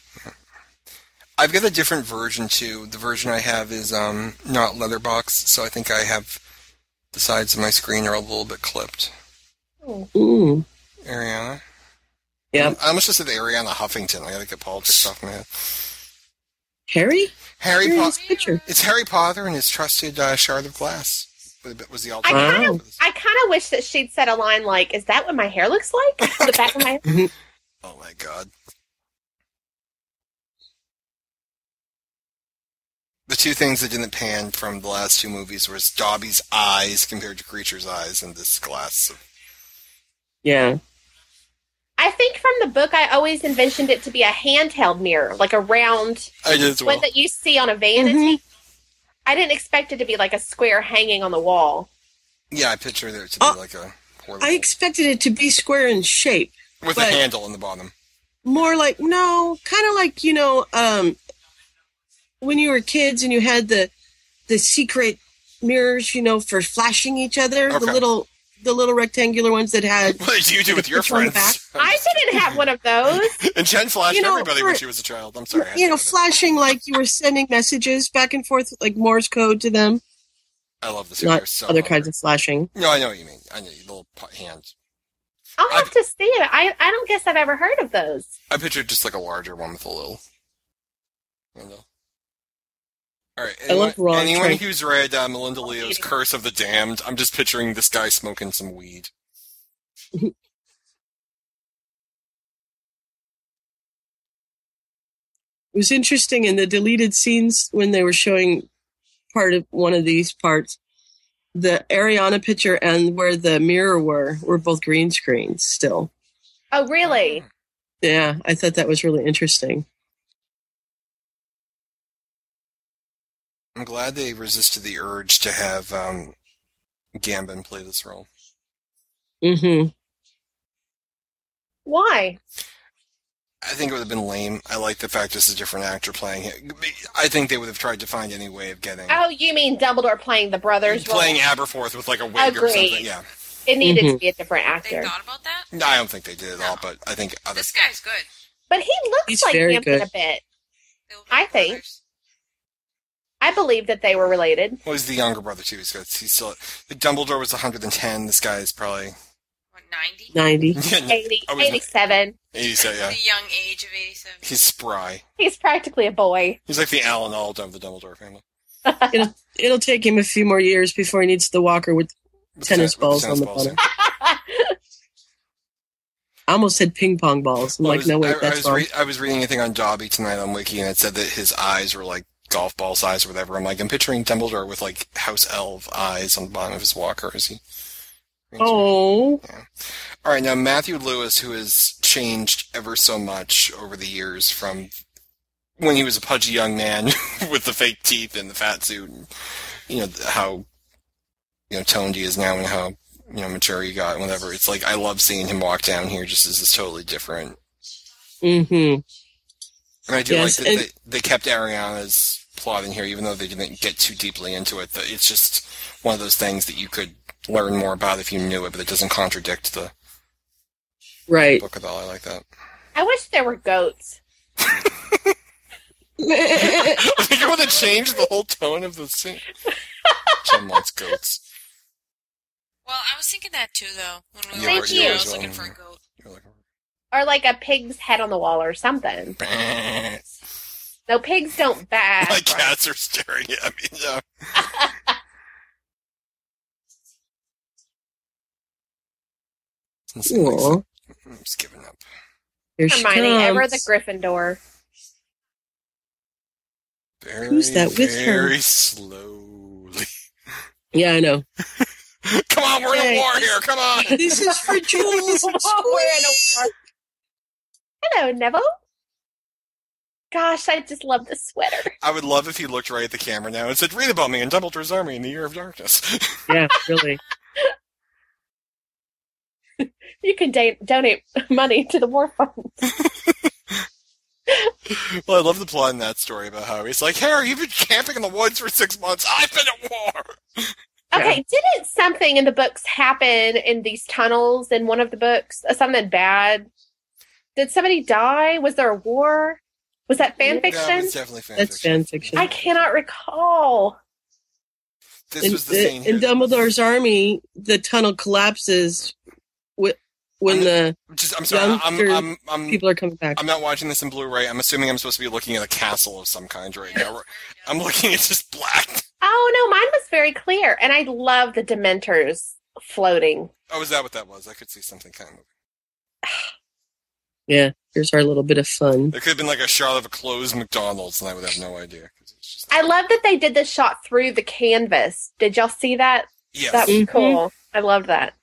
[SPEAKER 2] I've got a different version too. The version I have is um, not letterbox, so I think I have the sides of my screen are a little bit clipped.
[SPEAKER 3] Mm.
[SPEAKER 2] Ariana.
[SPEAKER 3] Yep.
[SPEAKER 2] I almost just said Ariana Huffington. I gotta get politics off my head.
[SPEAKER 3] Harry?
[SPEAKER 2] Harry
[SPEAKER 3] Here in
[SPEAKER 2] Potter.
[SPEAKER 3] this picture.
[SPEAKER 2] It's Harry Potter and his trusted uh, shard of glass. Was the- Was the
[SPEAKER 1] I
[SPEAKER 2] alternate?
[SPEAKER 1] kind
[SPEAKER 3] Wow.
[SPEAKER 1] of, I kind of wish that she'd said a line like, "Is that what my hair looks like?" the back
[SPEAKER 3] <laughs>
[SPEAKER 1] of my hair.
[SPEAKER 2] Oh my god. The two things that didn't pan from the last two movies was Dobby's eyes compared to Creature's eyes and this glass.
[SPEAKER 3] Yeah.
[SPEAKER 1] I think from the book, I always envisioned it to be a handheld mirror, like a round
[SPEAKER 2] I did as well.
[SPEAKER 1] one that you see on a vanity.
[SPEAKER 3] Mm-hmm.
[SPEAKER 1] I didn't expect it to be like a square hanging on the wall.
[SPEAKER 2] Yeah, I picture there to be
[SPEAKER 3] Oh,
[SPEAKER 2] like a portable
[SPEAKER 3] I expected it to be square in shape.
[SPEAKER 2] with a
[SPEAKER 3] but-
[SPEAKER 2] handle on the bottom. <laughs>
[SPEAKER 3] More like, no, kind of like, you know, um, when you were kids and you had the the secret mirrors, you know, for flashing each other,
[SPEAKER 2] Okay.
[SPEAKER 3] the little the little rectangular ones that had
[SPEAKER 2] What did you do with your
[SPEAKER 3] It's on the
[SPEAKER 2] friends? <laughs>
[SPEAKER 1] I didn't have one of those.
[SPEAKER 2] and Jen flashed
[SPEAKER 3] You know,
[SPEAKER 2] everybody when
[SPEAKER 3] for-
[SPEAKER 2] she was a child. I'm sorry. I had
[SPEAKER 3] you
[SPEAKER 2] to
[SPEAKER 3] know,
[SPEAKER 2] do that.
[SPEAKER 3] flashing like you were sending messages back and forth like Morse code to them,
[SPEAKER 2] I love this.
[SPEAKER 3] not
[SPEAKER 2] You're so
[SPEAKER 3] other
[SPEAKER 2] hungry.
[SPEAKER 3] kinds of flashing.
[SPEAKER 2] No, I know what you mean. I know your little pot hand.
[SPEAKER 1] I'll have
[SPEAKER 2] I-
[SPEAKER 1] to see it. I, I don't guess I've ever heard of those.
[SPEAKER 2] I pictured just like a larger one with a little handle. All right.
[SPEAKER 3] I love
[SPEAKER 2] anyone-
[SPEAKER 3] raw
[SPEAKER 2] Anyone
[SPEAKER 3] tripe.
[SPEAKER 2] who's read uh, Melinda Leo's Curse of the Damned, I'm just picturing this guy smoking some weed.
[SPEAKER 3] It was interesting in the deleted scenes when they were showing part of one of these parts. The Ariana picture and where the mirror were were both green screens still.
[SPEAKER 1] Oh,
[SPEAKER 2] Mm-hmm.
[SPEAKER 1] really?
[SPEAKER 3] Yeah, I thought that was really interesting.
[SPEAKER 2] I'm glad they resisted the urge to have um, Gambon play this role.
[SPEAKER 3] hmm
[SPEAKER 1] Why?
[SPEAKER 2] I think it would have been lame. I like the fact this is a different actor playing it. I think they would have tried to find any way of getting
[SPEAKER 1] Oh, you mean Dumbledore playing the brothers? role?
[SPEAKER 2] playing Aberforth with like a wig or something.
[SPEAKER 1] Agreed.
[SPEAKER 2] Yeah,
[SPEAKER 1] It needed to
[SPEAKER 3] Mhm.
[SPEAKER 1] be a different
[SPEAKER 7] They
[SPEAKER 1] actor.
[SPEAKER 7] thought about that.
[SPEAKER 2] No, I don't think they did at all. But I think other
[SPEAKER 7] This guy's good.
[SPEAKER 1] But he looks
[SPEAKER 3] He's
[SPEAKER 1] like
[SPEAKER 3] very
[SPEAKER 1] him
[SPEAKER 3] good.
[SPEAKER 1] in a bit.
[SPEAKER 7] They were
[SPEAKER 1] I think.
[SPEAKER 7] brothers.
[SPEAKER 1] I believe that they were related.
[SPEAKER 2] Well, he's the younger brother too. He's, got- he's still. Dumbledore was 110. This guy is probably
[SPEAKER 7] What, 90?
[SPEAKER 3] 90.
[SPEAKER 2] <laughs>
[SPEAKER 1] 80,
[SPEAKER 2] I was-
[SPEAKER 1] 87.
[SPEAKER 2] 87. Yeah,
[SPEAKER 7] The young age of 87.
[SPEAKER 2] he's spry.
[SPEAKER 1] He's practically a boy.
[SPEAKER 2] He's like the Alan Alda of the Dumbledore family.
[SPEAKER 3] It'll take him a few more years before he needs the walker with
[SPEAKER 2] With the
[SPEAKER 3] tennis
[SPEAKER 2] ten- with
[SPEAKER 3] balls
[SPEAKER 2] tennis
[SPEAKER 3] on the
[SPEAKER 2] balls,
[SPEAKER 3] bottom. I almost said ping pong balls. I'm
[SPEAKER 2] Well, I
[SPEAKER 3] like,
[SPEAKER 2] was-
[SPEAKER 3] no, wait,
[SPEAKER 2] I, I
[SPEAKER 3] that's
[SPEAKER 2] was
[SPEAKER 3] wrong.
[SPEAKER 2] re- I was reading a thing on Dobby tonight on Wiki, and it said that his eyes were like golf ball size or whatever. I'm like, I'm picturing Dumbledore with like house elf eyes on the bottom of his walker. Is he?
[SPEAKER 3] oh,
[SPEAKER 2] All right, now Matthew Lewis, who has changed ever so much over the years from when he was a pudgy young man <laughs> with the fake teeth and the fat suit, and you know how you know toned he is now and how you know mature he got and whatever. It's like I love seeing him walk down here just as it's totally different.
[SPEAKER 3] hmm
[SPEAKER 2] And I do like
[SPEAKER 3] Yes,
[SPEAKER 2] that
[SPEAKER 3] and-
[SPEAKER 2] they, they kept Ariana's plot in here, even though they didn't get too deeply into it. That it's just one of those things that you could learn more about if you knew it, but it doesn't contradict the <laughs>
[SPEAKER 3] right.
[SPEAKER 2] book at all. I like that.
[SPEAKER 1] I wish there were goats.
[SPEAKER 2] <laughs> I think I want to change the whole tone of the scene. Jim wants goats.
[SPEAKER 7] Well, I was thinking that too, though. When
[SPEAKER 2] You
[SPEAKER 7] we were
[SPEAKER 1] were-
[SPEAKER 7] watching
[SPEAKER 1] you
[SPEAKER 7] it, I
[SPEAKER 1] were
[SPEAKER 7] was
[SPEAKER 2] as
[SPEAKER 7] looking
[SPEAKER 2] well,
[SPEAKER 7] for a
[SPEAKER 2] yeah.
[SPEAKER 7] goat.
[SPEAKER 2] You're like,
[SPEAKER 1] Or like a pig's head on the wall or something.
[SPEAKER 2] "Bah."
[SPEAKER 1] No, pigs don't
[SPEAKER 2] <laughs>
[SPEAKER 1] bat.
[SPEAKER 2] My cats are staring at me. No. It's like-
[SPEAKER 3] Aw,
[SPEAKER 2] I'm just giving up.
[SPEAKER 3] here she
[SPEAKER 1] Hermione, ever the
[SPEAKER 3] comes.
[SPEAKER 1] Gryffindor.
[SPEAKER 2] Very,
[SPEAKER 3] Who's that with her?
[SPEAKER 2] Very slowly. <laughs>
[SPEAKER 3] yeah, I know.
[SPEAKER 2] Come on, we're in
[SPEAKER 3] Okay.
[SPEAKER 2] a war here. Come on.
[SPEAKER 3] This is <laughs> for Jules.
[SPEAKER 1] Oh, Hello, Neville. Gosh, I just love the sweater.
[SPEAKER 2] I would love if he looked right at the camera now and said, "Read about me in Dumbledore's army in the year of darkness."
[SPEAKER 3] yeah, really.
[SPEAKER 1] You can da- donate money to the war fund.
[SPEAKER 2] well, I love the plot in that story about how he's like, "Harry, you've been camping in the woods for six months. I've been at war."
[SPEAKER 1] Okay, didn't something in the books happen in these tunnels in one of the books? Uh, Something bad? Did somebody die? Was there a war? Was that fan
[SPEAKER 2] That
[SPEAKER 1] fiction?
[SPEAKER 2] was definitely fan
[SPEAKER 3] That's
[SPEAKER 2] fiction.
[SPEAKER 3] fan fiction.
[SPEAKER 1] I cannot recall.
[SPEAKER 2] This
[SPEAKER 3] in,
[SPEAKER 2] was the scene.
[SPEAKER 3] in
[SPEAKER 2] here.
[SPEAKER 3] Dumbledore's army, the tunnel collapses wi- when the
[SPEAKER 2] Just- I'm sorry. I'm, I'm,
[SPEAKER 3] Youngster
[SPEAKER 2] I'm, I'm,
[SPEAKER 3] people are coming back.
[SPEAKER 2] not watching this in Blu-ray. I'm assuming I'm supposed to be looking at a castle of some kind right now. I'm looking at just black.
[SPEAKER 1] Oh no, mine was very clear, and I love the Dementors floating.
[SPEAKER 2] Oh, is that what that was? I could see something kind of. moving.
[SPEAKER 3] Yeah, here's our little bit of fun.
[SPEAKER 2] There could have been like a shot of a closed McDonald's, and I would have no idea. 'cause it's just-
[SPEAKER 1] I love that they did this shot through the canvas. Did y'all see that?
[SPEAKER 2] Yes.
[SPEAKER 1] That was
[SPEAKER 3] Mhm.
[SPEAKER 1] cool. I love that.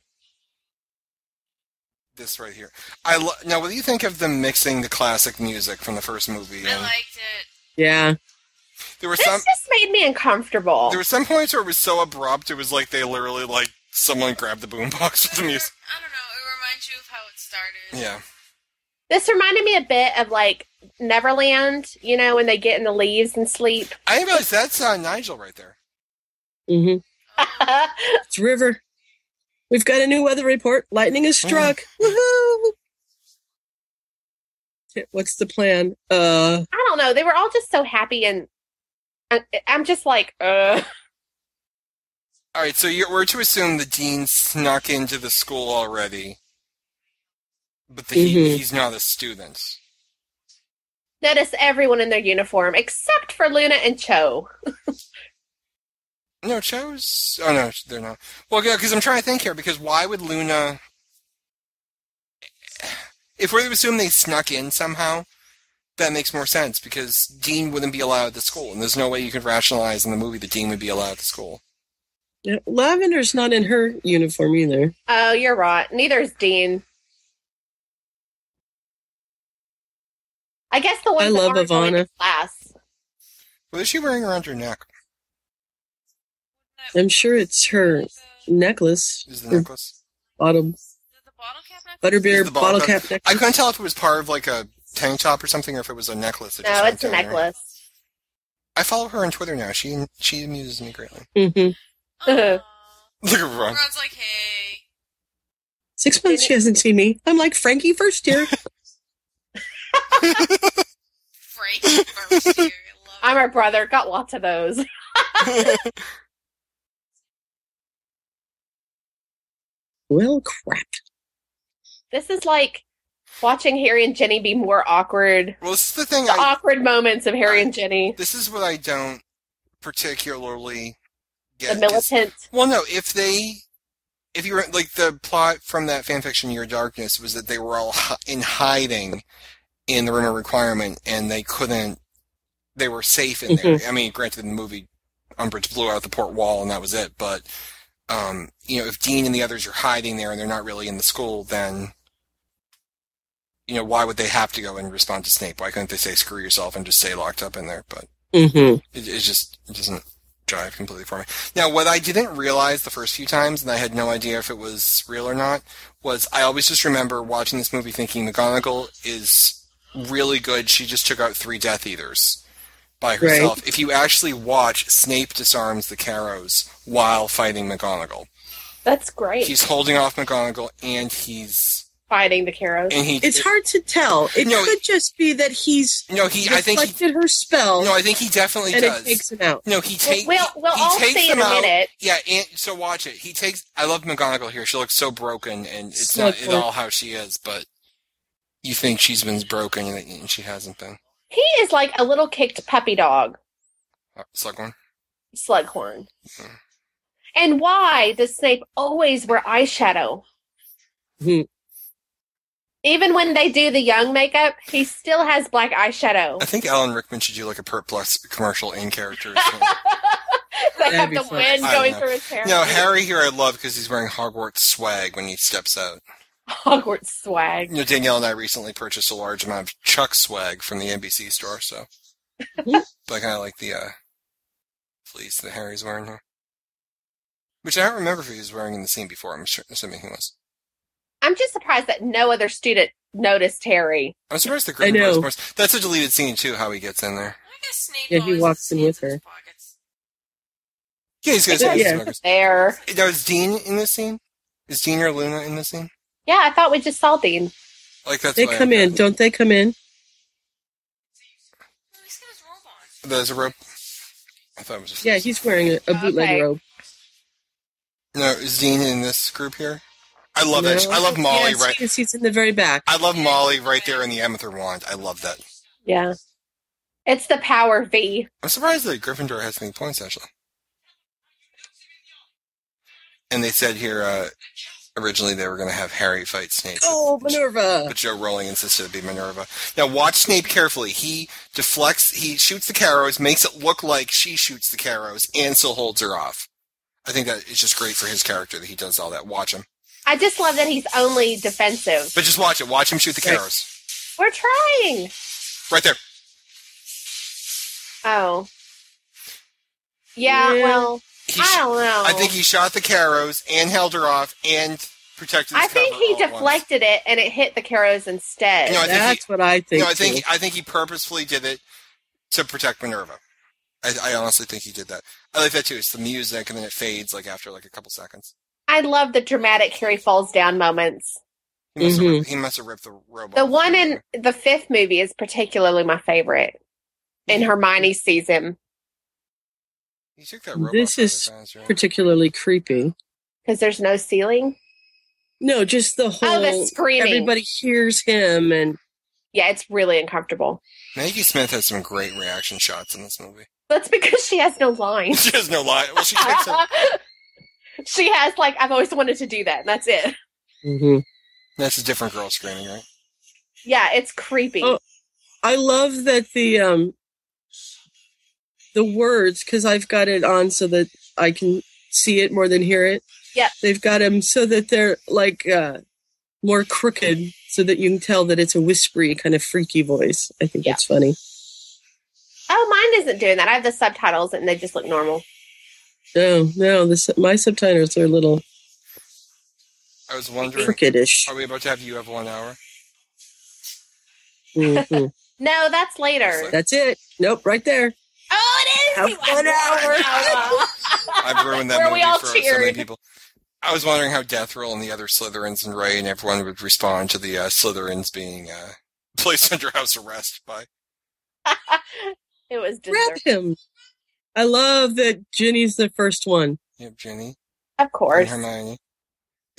[SPEAKER 2] this right here. I lo- now. What do you think of them mixing the classic music from the first movie?
[SPEAKER 7] I
[SPEAKER 2] in? <laughs>
[SPEAKER 7] liked it.
[SPEAKER 3] Yeah,
[SPEAKER 2] there were
[SPEAKER 1] This
[SPEAKER 2] some.
[SPEAKER 1] just made me uncomfortable.
[SPEAKER 2] There were some points where it was so abrupt. It was like they literally like someone grabbed the boombox <laughs> with the music.
[SPEAKER 7] I don't know. It reminds you of how it started.
[SPEAKER 2] Yeah.
[SPEAKER 1] This reminded me a bit of like Neverland, you know, when they get in the leaves and sleep. <laughs>
[SPEAKER 2] I didn't realize that's uh, Nigel right there.
[SPEAKER 3] hmm
[SPEAKER 1] I
[SPEAKER 3] it's River. We've got a new weather report. Lightning has struck. Woohoo! What's the plan? Uh,
[SPEAKER 1] don't know. They were all just so happy, and I, I'm just like, uh.
[SPEAKER 2] All right, so you're, we're to assume the dean snuck into the school already, but the, he,
[SPEAKER 3] Mhm.
[SPEAKER 2] he's not a student.
[SPEAKER 1] Notice everyone in their uniform except for Luna and Cho.
[SPEAKER 2] No, Cho's. Oh no, they're not. Well, yeah, because I'm trying to think here. Because why would Luna? If we're to assume they snuck in somehow, that makes more sense because Dean wouldn't be allowed at the school, and there's no way you could rationalize in the movie that Dean would be allowed at the school.
[SPEAKER 3] yeah, Lavender's not in her uniform either.
[SPEAKER 1] Oh, you're right. Neither is Dean. I guess the one
[SPEAKER 3] I love Ivana.
[SPEAKER 1] class.
[SPEAKER 2] What is she wearing around her neck?
[SPEAKER 7] That-
[SPEAKER 3] I'm sure it's her
[SPEAKER 7] The,
[SPEAKER 3] necklace,
[SPEAKER 2] Is the
[SPEAKER 3] or
[SPEAKER 2] necklace?
[SPEAKER 3] bottom
[SPEAKER 7] the bottle cap necklace?
[SPEAKER 2] Is
[SPEAKER 3] butterbeer
[SPEAKER 2] the bottle
[SPEAKER 3] bottle cap
[SPEAKER 2] I
[SPEAKER 3] necklace.
[SPEAKER 2] couldn't tell if it was part of like a tank top or something, or if it was a necklace. that just
[SPEAKER 1] No,
[SPEAKER 2] went
[SPEAKER 1] it's a
[SPEAKER 2] down there.
[SPEAKER 1] necklace.
[SPEAKER 2] I follow her on Twitter now. She she amuses me greatly. <laughs>
[SPEAKER 3] hmm <laughs>
[SPEAKER 7] Aw.
[SPEAKER 2] Look at her run.
[SPEAKER 7] Ron's like, hey.
[SPEAKER 3] Six months she hasn't seen me. I'm like Frankie first year.
[SPEAKER 7] Frank Berkshire. love
[SPEAKER 3] <laughs>
[SPEAKER 1] I'm her brother. Got lots of those.
[SPEAKER 3] Well, crap.
[SPEAKER 1] This is like watching Harry and Jenny be more awkward.
[SPEAKER 2] well, this is the thing.
[SPEAKER 1] The
[SPEAKER 2] I,
[SPEAKER 1] awkward moments of Harry and Jenny.
[SPEAKER 2] this is what I don't particularly get.
[SPEAKER 1] The
[SPEAKER 2] is-
[SPEAKER 1] militant.
[SPEAKER 2] Well, no, if they, if you were like the plot from that fanfiction, Your Darkness, was that they were all hi- in hiding in the room of requirement, and they couldn't. They were safe in there. I mean, granted, in the movie Umbridge blew out the port wall, and that was it. But um, you know, if Dean and the others are hiding there and they're not really in the school, then you know why would they have to go and respond to Snape? Why couldn't they say "screw yourself" and just stay locked up in there? But
[SPEAKER 3] Mm-hmm.
[SPEAKER 2] it, it just it doesn't drive completely for me. Now, what I didn't realize the first few times, and I had no idea if it was real or not, was I always just remember watching this movie thinking McGonagall is really good. She just took out three Death Eaters by
[SPEAKER 3] Right.
[SPEAKER 2] herself. If you actually watch, Snape disarms the Carrows while fighting McGonagall.
[SPEAKER 1] That's great.
[SPEAKER 2] He's holding off McGonagall, and he's
[SPEAKER 1] fighting the Caros.
[SPEAKER 2] and he.
[SPEAKER 3] It's hard to tell. It
[SPEAKER 2] No,
[SPEAKER 3] could just be that he's
[SPEAKER 2] No, he. I think. He,
[SPEAKER 3] reflected her spell
[SPEAKER 2] no, I think he definitely
[SPEAKER 3] and
[SPEAKER 2] does.
[SPEAKER 3] it takes him out.
[SPEAKER 2] no, he takes.
[SPEAKER 1] we'll we'll
[SPEAKER 2] he
[SPEAKER 1] all
[SPEAKER 2] takes
[SPEAKER 1] see in
[SPEAKER 2] them
[SPEAKER 1] a
[SPEAKER 2] out.
[SPEAKER 1] minute.
[SPEAKER 2] Yeah, and so watch it. He takes. I love McGonagall here. She looks so broken, and it's not at
[SPEAKER 3] Slugful.
[SPEAKER 2] all how she is. But you think she's been broken, and- and she hasn't been.
[SPEAKER 1] He is like a little kicked puppy dog,
[SPEAKER 2] Uh, Slughorn.
[SPEAKER 1] Slughorn.
[SPEAKER 2] Mhm.
[SPEAKER 1] And why does Snape always wear eyeshadow?
[SPEAKER 3] Hmm.
[SPEAKER 1] Even when they do the young makeup, he still has black eyeshadow. <laughs>
[SPEAKER 2] I <laughs> think Alan Rickman should do like a perplex commercial in <laughs> character.
[SPEAKER 1] they have
[SPEAKER 3] be
[SPEAKER 1] the
[SPEAKER 3] fun.
[SPEAKER 1] wind
[SPEAKER 2] I
[SPEAKER 1] going
[SPEAKER 2] know.
[SPEAKER 1] through his hair.
[SPEAKER 2] no, Harry here I love because he's wearing Hogwarts swag when he steps out.
[SPEAKER 1] Hogwarts swag.
[SPEAKER 2] You know, Danielle and I recently purchased a large amount of Chuck swag from the NBC store, so <laughs> but I kind of like the uh, fleece that Harry's wearing here, which I don't remember if he was wearing in the scene before. I'm sure, assuming he was.
[SPEAKER 1] I'm just surprised that no other student noticed Harry.
[SPEAKER 2] I'm surprised the
[SPEAKER 3] I
[SPEAKER 2] Gryffindor is
[SPEAKER 3] know.
[SPEAKER 2] more. That's a deleted scene too. How he gets in there.
[SPEAKER 7] I guess Snape
[SPEAKER 3] Yeah, he
[SPEAKER 7] always
[SPEAKER 3] walks in
[SPEAKER 7] has
[SPEAKER 3] with
[SPEAKER 7] his
[SPEAKER 3] her.
[SPEAKER 7] pockets.
[SPEAKER 2] Yeah, he's gonna say
[SPEAKER 3] Yeah.
[SPEAKER 2] yeah. smokers.
[SPEAKER 1] There.
[SPEAKER 2] Now is Dean in this scene? Is Dean or Luna in this scene?
[SPEAKER 1] Yeah, I thought we just saw Dean.
[SPEAKER 2] Like that's
[SPEAKER 3] They
[SPEAKER 2] what I-
[SPEAKER 3] come in, don't they come in?
[SPEAKER 7] Oh, he's got his robe on.
[SPEAKER 2] There's a rope. I thought it was just
[SPEAKER 3] Yeah, he's wearing a, a bootleg
[SPEAKER 1] Okay.
[SPEAKER 3] robe.
[SPEAKER 2] no. Is Dean in this group here? I love
[SPEAKER 3] No.
[SPEAKER 2] that. sh- I love Molly
[SPEAKER 3] yes,
[SPEAKER 2] right.
[SPEAKER 3] yes, he's in the very back.
[SPEAKER 2] I love Molly right there in the Amethyst wand. I love that.
[SPEAKER 1] Yeah. It's the power V.
[SPEAKER 2] I'm surprised that Gryffindor has any points actually. And they said here uh, originally they were going to have Harry fight Snape.
[SPEAKER 3] Oh, Minerva.
[SPEAKER 2] but Joe Rowling insisted it be Minerva. Now watch Snape carefully. He deflects, he shoots the Carrows, makes it look like she shoots the Carrows, and still holds her off. I think that is just great for his character that he does all that. Watch him,
[SPEAKER 1] I just love that he's only defensive.
[SPEAKER 2] but just watch it. Watch him shoot the
[SPEAKER 3] Right.
[SPEAKER 2] Carrows
[SPEAKER 1] We're trying.
[SPEAKER 2] right there.
[SPEAKER 1] Oh. Yeah,
[SPEAKER 3] Yeah.
[SPEAKER 1] well,
[SPEAKER 2] He
[SPEAKER 1] I
[SPEAKER 2] sh-
[SPEAKER 1] don't know.
[SPEAKER 2] I think he shot the Carrows and held her off and protected. His
[SPEAKER 1] I think
[SPEAKER 2] cover
[SPEAKER 1] he
[SPEAKER 2] all at once.
[SPEAKER 1] deflected it and it hit the Caros instead.
[SPEAKER 2] No, I think he-
[SPEAKER 3] That's what I think.
[SPEAKER 2] No, I think
[SPEAKER 3] too.
[SPEAKER 2] he, I think he purposefully did it to protect Minerva. I, I honestly think he did that. I like that too. It's the music, and then it fades like after like a couple seconds.
[SPEAKER 1] I love the dramatic Harry falls down moments.
[SPEAKER 2] He must, have
[SPEAKER 3] Mhm.
[SPEAKER 2] ripped, he must have ripped the robot.
[SPEAKER 1] The one in the fifth movie is particularly my favorite. And Hermione sees him
[SPEAKER 2] He took that robot.
[SPEAKER 3] This
[SPEAKER 2] from
[SPEAKER 3] is
[SPEAKER 2] the fans, right?
[SPEAKER 3] particularly creepy.
[SPEAKER 1] because there's no ceiling.
[SPEAKER 3] No, just the whole
[SPEAKER 1] Oh, the screaming.
[SPEAKER 3] everybody hears him and
[SPEAKER 1] Yeah, it's really uncomfortable.
[SPEAKER 2] Maggie Smith has some great reaction shots in this movie. <laughs>
[SPEAKER 1] That's because she has no
[SPEAKER 3] <laughs>
[SPEAKER 1] lines.
[SPEAKER 2] she has no lie. Well, she
[SPEAKER 1] <laughs>
[SPEAKER 2] takes it.
[SPEAKER 1] she has like I've always wanted to do that, and that's it.
[SPEAKER 3] Mhm.
[SPEAKER 2] That's a different girl screaming, right?
[SPEAKER 1] Yeah, it's creepy.
[SPEAKER 3] Oh. I love that the um the words because I've got it on so that I can see it more than hear it.
[SPEAKER 1] Yep.
[SPEAKER 3] they've got them so that they're like uh more crooked so that you can tell that it's a whispery kind of freaky voice. I think
[SPEAKER 1] Yeah.
[SPEAKER 3] it's funny.
[SPEAKER 1] Oh, mine isn't doing that. I have the subtitles and they just look normal.
[SPEAKER 3] No, no, this my subtitles are a little
[SPEAKER 2] I was wondering,
[SPEAKER 3] crookedish.
[SPEAKER 2] are we about to have you have one hour?
[SPEAKER 1] <laughs>
[SPEAKER 3] Mhm.
[SPEAKER 1] No, that's <laughs>
[SPEAKER 2] That's
[SPEAKER 1] later.
[SPEAKER 2] later.
[SPEAKER 3] That's it. Nope, right there.
[SPEAKER 1] Oh, it is.
[SPEAKER 3] Have
[SPEAKER 1] you-
[SPEAKER 3] one hour.
[SPEAKER 1] Oh,
[SPEAKER 2] I've ruined that
[SPEAKER 1] Where
[SPEAKER 2] movie
[SPEAKER 1] we all
[SPEAKER 2] for so many
[SPEAKER 1] cheered.
[SPEAKER 2] people. I was wondering how Death Roll and the other Slytherins and Ray and everyone would respond to the uh, <laughs> Slytherins being uh, placed under house arrest by.
[SPEAKER 1] It
[SPEAKER 3] <laughs>
[SPEAKER 1] was
[SPEAKER 3] Grab
[SPEAKER 1] deserved.
[SPEAKER 3] him. I love that Ginny's the first one.
[SPEAKER 2] Yep, Jenny
[SPEAKER 1] Of
[SPEAKER 2] and
[SPEAKER 1] course.
[SPEAKER 2] Hermione.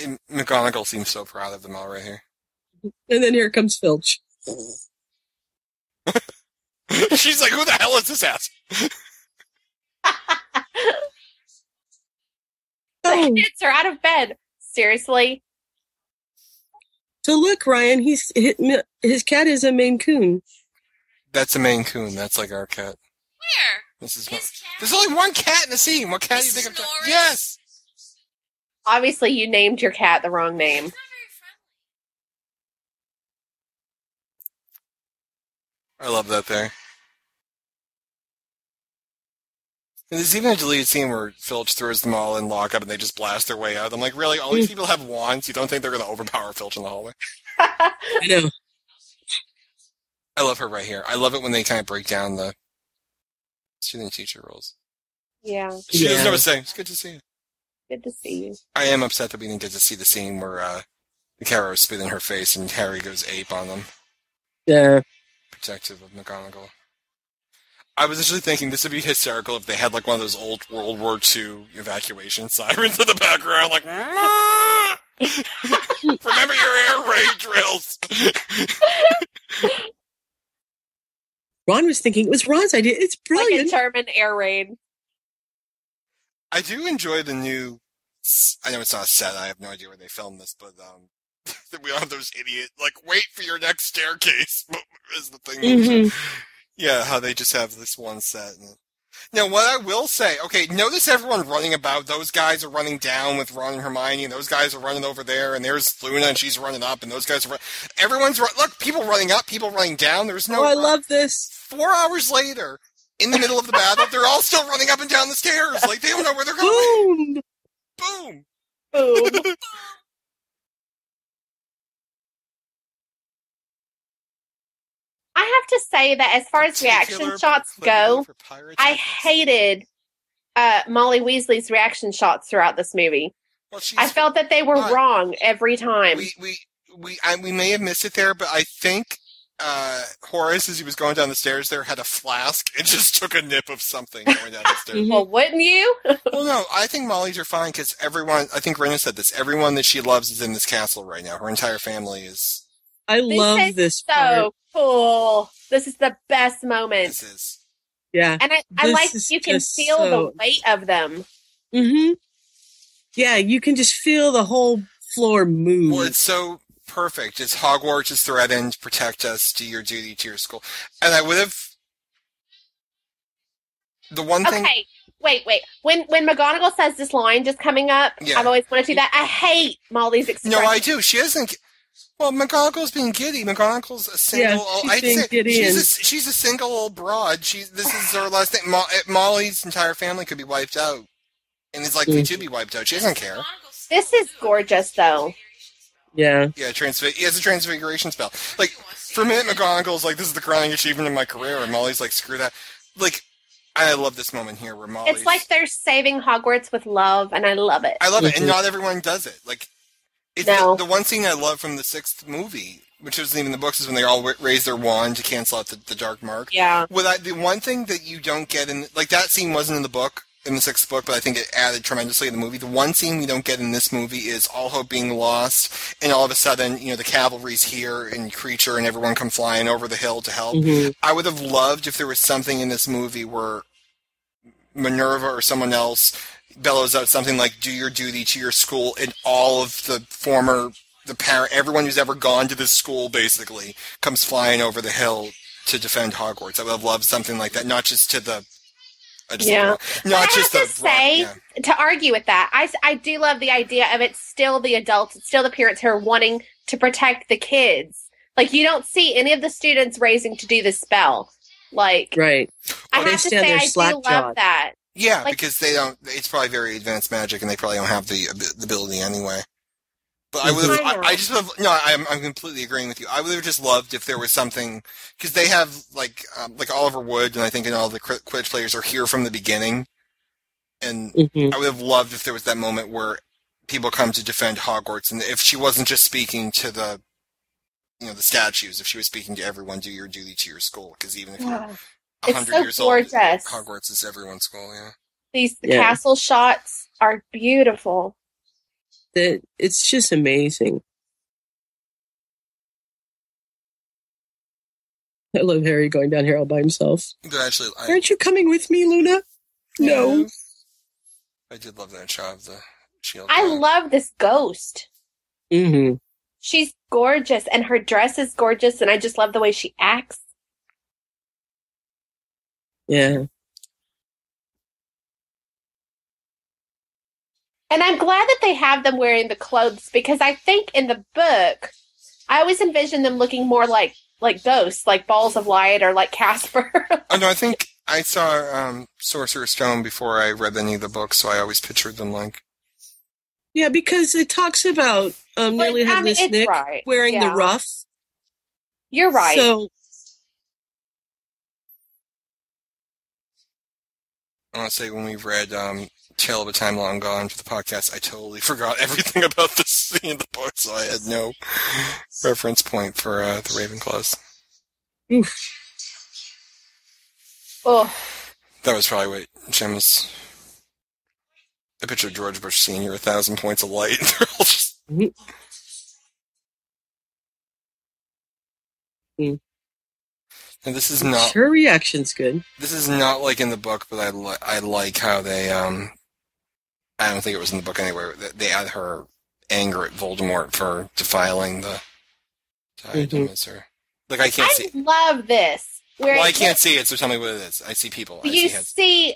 [SPEAKER 2] And McGonagall seems so proud of them all right here. <laughs>
[SPEAKER 3] And then here comes
[SPEAKER 1] <laughs>
[SPEAKER 3] Filch.
[SPEAKER 2] She's like, "Who the hell is this ass?"
[SPEAKER 1] <laughs>
[SPEAKER 3] Oh.
[SPEAKER 1] The kids are out of bed. Seriously?
[SPEAKER 3] So look, Ryan, he's his, his cat is a Maine Coon.
[SPEAKER 2] That's a Maine Coon. That's like our cat.
[SPEAKER 7] Where?
[SPEAKER 2] This is. Not-
[SPEAKER 7] His cat?
[SPEAKER 2] There's only one cat in the scene. What cat do you think I'm?
[SPEAKER 7] Snorri?
[SPEAKER 2] Yes.
[SPEAKER 1] Obviously, you named your cat the wrong name. <laughs>
[SPEAKER 7] He's not very
[SPEAKER 2] I
[SPEAKER 7] friendly.
[SPEAKER 2] love that thing. And there's even a deleted scene where Filch throws them all in lockup and they just blast their way out. I'm like, really? All these people have wands? You don't think they're going to overpower Filch in the hallway?
[SPEAKER 3] I know.
[SPEAKER 2] I love her right here. I love it when they kind of break down the student teacher roles.
[SPEAKER 1] yeah.
[SPEAKER 2] She doesn't know
[SPEAKER 3] Yeah.
[SPEAKER 2] what to say. It's good to see you.
[SPEAKER 1] Good to see you.
[SPEAKER 2] I am upset that we didn't get to see the scene where uh, the Carol spit in her face and Harry goes ape on them,
[SPEAKER 3] Yeah.
[SPEAKER 2] protective of McGonagall. I was actually thinking this would be hysterical if they had like one of those old World War II evacuation <laughs> sirens in the background, like. "Mwah!" <laughs> Remember your air raid drills.
[SPEAKER 3] Ron was thinking it was Ron's idea. It's brilliant.
[SPEAKER 1] Like a German air raid.
[SPEAKER 2] I do enjoy the new. I know it's not a set. I have no idea where they filmed this, but um, <laughs> we don't have those idiot like wait for your next staircase <laughs> is the thing.
[SPEAKER 3] Mhm.
[SPEAKER 2] Yeah, how they just have this one set. And... Now, what I will say, okay, notice everyone running about. Those guys are running down with Ron and Hermione, and those guys are running over there, and there's Luna, and she's running up, and those guys are. Run- Everyone's run- look, people running up, people running down. There's no.
[SPEAKER 3] oh, I
[SPEAKER 2] run-
[SPEAKER 3] love
[SPEAKER 1] <laughs>
[SPEAKER 3] this.
[SPEAKER 2] Four hours later, in the middle of the battle, they're all still running up and down the stairs, like they don't know where they're going.
[SPEAKER 3] Boom.
[SPEAKER 2] Boom!
[SPEAKER 1] Boom.
[SPEAKER 3] Mm-hmm.
[SPEAKER 1] I have to say that as far as reaction
[SPEAKER 2] Particular
[SPEAKER 1] shots
[SPEAKER 2] particular
[SPEAKER 1] go,
[SPEAKER 2] for pirates
[SPEAKER 1] I
[SPEAKER 2] and-
[SPEAKER 1] hated uh, Molly Weasley's reaction shots throughout this movie.
[SPEAKER 2] Well, she's,
[SPEAKER 1] I felt that they were
[SPEAKER 2] Right.
[SPEAKER 1] wrong every time.
[SPEAKER 2] we we we I, we may have missed it there, but I think uh, Horace, as he was going down the stairs, there had a flask and <laughs> just took a nip of something going down the
[SPEAKER 1] <laughs>
[SPEAKER 2] stairs.
[SPEAKER 3] Mm-hmm.
[SPEAKER 1] Well, wouldn't you?
[SPEAKER 2] well, no, I think Molly's are fine because everyone. I think Rena said this. Everyone that she loves is in this castle right now. Her entire family is.
[SPEAKER 3] I
[SPEAKER 1] They
[SPEAKER 3] love
[SPEAKER 1] said
[SPEAKER 3] this part.
[SPEAKER 1] So cool. This is the best moment.
[SPEAKER 2] This is.
[SPEAKER 3] Yeah.
[SPEAKER 1] And I, I
[SPEAKER 3] This
[SPEAKER 1] like
[SPEAKER 3] is
[SPEAKER 1] you can
[SPEAKER 3] just
[SPEAKER 1] feel
[SPEAKER 3] so-
[SPEAKER 1] the weight of them.
[SPEAKER 3] Mm-hmm. Yeah, you can just feel the whole floor move.
[SPEAKER 2] Well, it's so perfect. It's Hogwarts is threatened. Protect us. Do your duty to your school. And I would have. The one thing.
[SPEAKER 1] Okay, wait, wait. When when McGonagall says this line just coming up,
[SPEAKER 2] Yeah.
[SPEAKER 1] I've always wanted to do that. I hate Molly's
[SPEAKER 2] No,
[SPEAKER 1] expression.
[SPEAKER 2] I do. She isn't. Well, McGonagall's being giddy. McGonagall's a single.
[SPEAKER 3] Yeah,
[SPEAKER 2] old-
[SPEAKER 3] she's
[SPEAKER 2] I'd
[SPEAKER 3] being
[SPEAKER 2] say
[SPEAKER 3] giddy
[SPEAKER 2] she's,
[SPEAKER 3] and-
[SPEAKER 2] a, she's a single old broad. She. This is her last thing. Mo- eh, Molly's entire family could be wiped out, and it's likely
[SPEAKER 3] Mm.
[SPEAKER 2] to be wiped out. She doesn't care.
[SPEAKER 7] Monocle-
[SPEAKER 1] This is gorgeous, though.
[SPEAKER 3] yeah.
[SPEAKER 2] Yeah, transfi- he has a transfiguration spell. Like for a minute, McGonagall's like, "This is the crowning achievement of my career," and Molly's like, "Screw that." Like, I love this moment here where Molly's.
[SPEAKER 1] It's like they're saving Hogwarts with love, and I love it.
[SPEAKER 2] I love it, and
[SPEAKER 3] Mhm.
[SPEAKER 2] not everyone does it. Like, it's
[SPEAKER 1] No.
[SPEAKER 2] the, the one scene I love from the sixth movie, which isn't even in the books, is when they all w- raise their wand to cancel out the, the dark mark.
[SPEAKER 1] yeah.
[SPEAKER 2] Well, that, the one thing that you don't get in, like, that scene wasn't in the book, in the sixth book, but I think it added tremendously to the movie. The one scene we don't get in this movie is all hope being lost, and all of a sudden, you know, the cavalry's here, and creature, and everyone come flying over the hill to help.
[SPEAKER 3] Mhm.
[SPEAKER 2] I would have loved if there was something in this movie where Minerva or someone else bellows out something like "Do your duty to your school," and all of the former, the parent, everyone who's ever gone to this school basically comes flying over the hill to defend Hogwarts. I would have loved something like that, not just to the. I just
[SPEAKER 1] Yeah. I
[SPEAKER 2] Not
[SPEAKER 1] have
[SPEAKER 2] just
[SPEAKER 1] to
[SPEAKER 2] the. Brock-
[SPEAKER 1] say-
[SPEAKER 2] yeah.
[SPEAKER 1] To argue with that, I, s- I do love the idea of it's still the adults, it's still the parents who are wanting to protect the kids. Like, you don't see any of the students raising to do the spell. Like,
[SPEAKER 3] Right.
[SPEAKER 1] I
[SPEAKER 3] Well, they
[SPEAKER 1] have to
[SPEAKER 3] stand
[SPEAKER 1] say,
[SPEAKER 3] there
[SPEAKER 1] I do love
[SPEAKER 3] slack-jawed.
[SPEAKER 1] that.
[SPEAKER 2] Yeah,
[SPEAKER 1] Like-
[SPEAKER 2] because they don't. It's probably very advanced magic, and they probably don't have the, the ability anyway. But I would have.
[SPEAKER 1] I know.
[SPEAKER 2] I, I just would have. No, I'm, I'm completely agreeing with you. I would have just loved if there was something because they have like um, like Oliver Wood, and I think and all the Qu- Quidditch players are here from the beginning. And
[SPEAKER 3] Mm-hmm.
[SPEAKER 2] I would have loved if there was that moment where people come to defend Hogwarts, and if she wasn't just speaking to the you know the statues. If she was speaking to everyone, do your duty to your school, because even if you're
[SPEAKER 1] Yeah.
[SPEAKER 2] a
[SPEAKER 1] It's
[SPEAKER 2] hundred
[SPEAKER 1] so
[SPEAKER 2] years old,
[SPEAKER 1] gorgeous.
[SPEAKER 2] Hogwarts is everyone's school. Yeah.
[SPEAKER 1] These
[SPEAKER 3] Yeah.
[SPEAKER 1] castle shots are beautiful.
[SPEAKER 3] That it's just amazing. I love Harry going down here all by himself.
[SPEAKER 2] But actually, I,
[SPEAKER 3] Aren't you coming with me, Luna? No.
[SPEAKER 2] I did love that shot of the shield.
[SPEAKER 1] I love this ghost.
[SPEAKER 3] Mm-hmm.
[SPEAKER 1] She's gorgeous and her dress is gorgeous and I just love the way she acts.
[SPEAKER 3] Yeah.
[SPEAKER 1] And I'm glad that they have them wearing the clothes because I think in the book I always envision them looking more like like ghosts, like balls of light or like Casper. <laughs>
[SPEAKER 2] Oh no, I think I saw um, Sorcerer's Stone before I read any of the books, so I always pictured them like.
[SPEAKER 3] Yeah, because it talks about um,
[SPEAKER 1] But,
[SPEAKER 3] nearly
[SPEAKER 1] I mean,
[SPEAKER 3] headless
[SPEAKER 1] it's
[SPEAKER 3] Nick
[SPEAKER 1] right.
[SPEAKER 3] wearing
[SPEAKER 1] Yeah.
[SPEAKER 3] the ruff.
[SPEAKER 1] You're right.
[SPEAKER 3] So
[SPEAKER 2] I want to say when we read um, Tale of a Time Long Gone for the podcast, I totally <laughs> forgot everything about this scene in the book, so I had no reference point for uh, the Ravenclaws.
[SPEAKER 1] oh,
[SPEAKER 2] That was probably what Gemma's. I picture George Bush Senior, a thousand points of light. <laughs> They're all just-
[SPEAKER 3] Hmm.
[SPEAKER 2] And this is not
[SPEAKER 3] her reaction's good.
[SPEAKER 2] this is not like in the book, but I li- I like how they um I don't think it was in the book anyway. that They had her anger at Voldemort for defiling the diadem as her. Like I can't
[SPEAKER 1] I
[SPEAKER 2] see.
[SPEAKER 1] love this. Where
[SPEAKER 2] Well, I
[SPEAKER 1] it-
[SPEAKER 2] can't see it, so tell me what it is. I see people. I see
[SPEAKER 1] you
[SPEAKER 2] heads.
[SPEAKER 1] see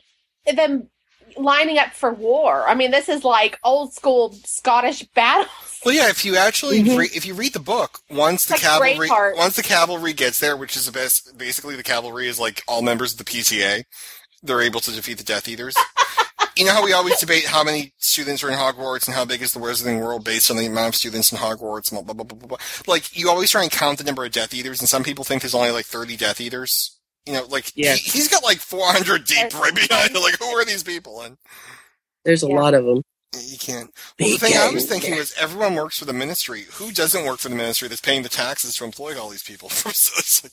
[SPEAKER 1] them lining up for war. I mean, this is like old school Scottish <laughs> battles.
[SPEAKER 2] Well, yeah. If you actually
[SPEAKER 3] Mhm.
[SPEAKER 2] re- if you read the book, once the
[SPEAKER 1] Like
[SPEAKER 2] cavalry
[SPEAKER 1] Braveheart.
[SPEAKER 2] once the cavalry gets there, which is the best. Basically, the cavalry is like all members of the PTA. They're able to defeat the Death Eaters. you know how we always debate how many students are in Hogwarts and how big is the Wizarding World based on the amount of students in Hogwarts and blah blah blah blah blah. Like you always try and count the number of Death Eaters, and some people think there's only like thirty Death Eaters. You know, like
[SPEAKER 3] Yeah.
[SPEAKER 2] he, has got like four hundred deep
[SPEAKER 1] Yes.
[SPEAKER 2] right behind. Like who are these people? And
[SPEAKER 3] There's a
[SPEAKER 1] Yeah.
[SPEAKER 3] lot of them.
[SPEAKER 2] you can't. Well, the thing I was thinking was everyone works for the ministry. Who doesn't work for the ministry that's paying the taxes to employ all these people? <laughs> So it's like-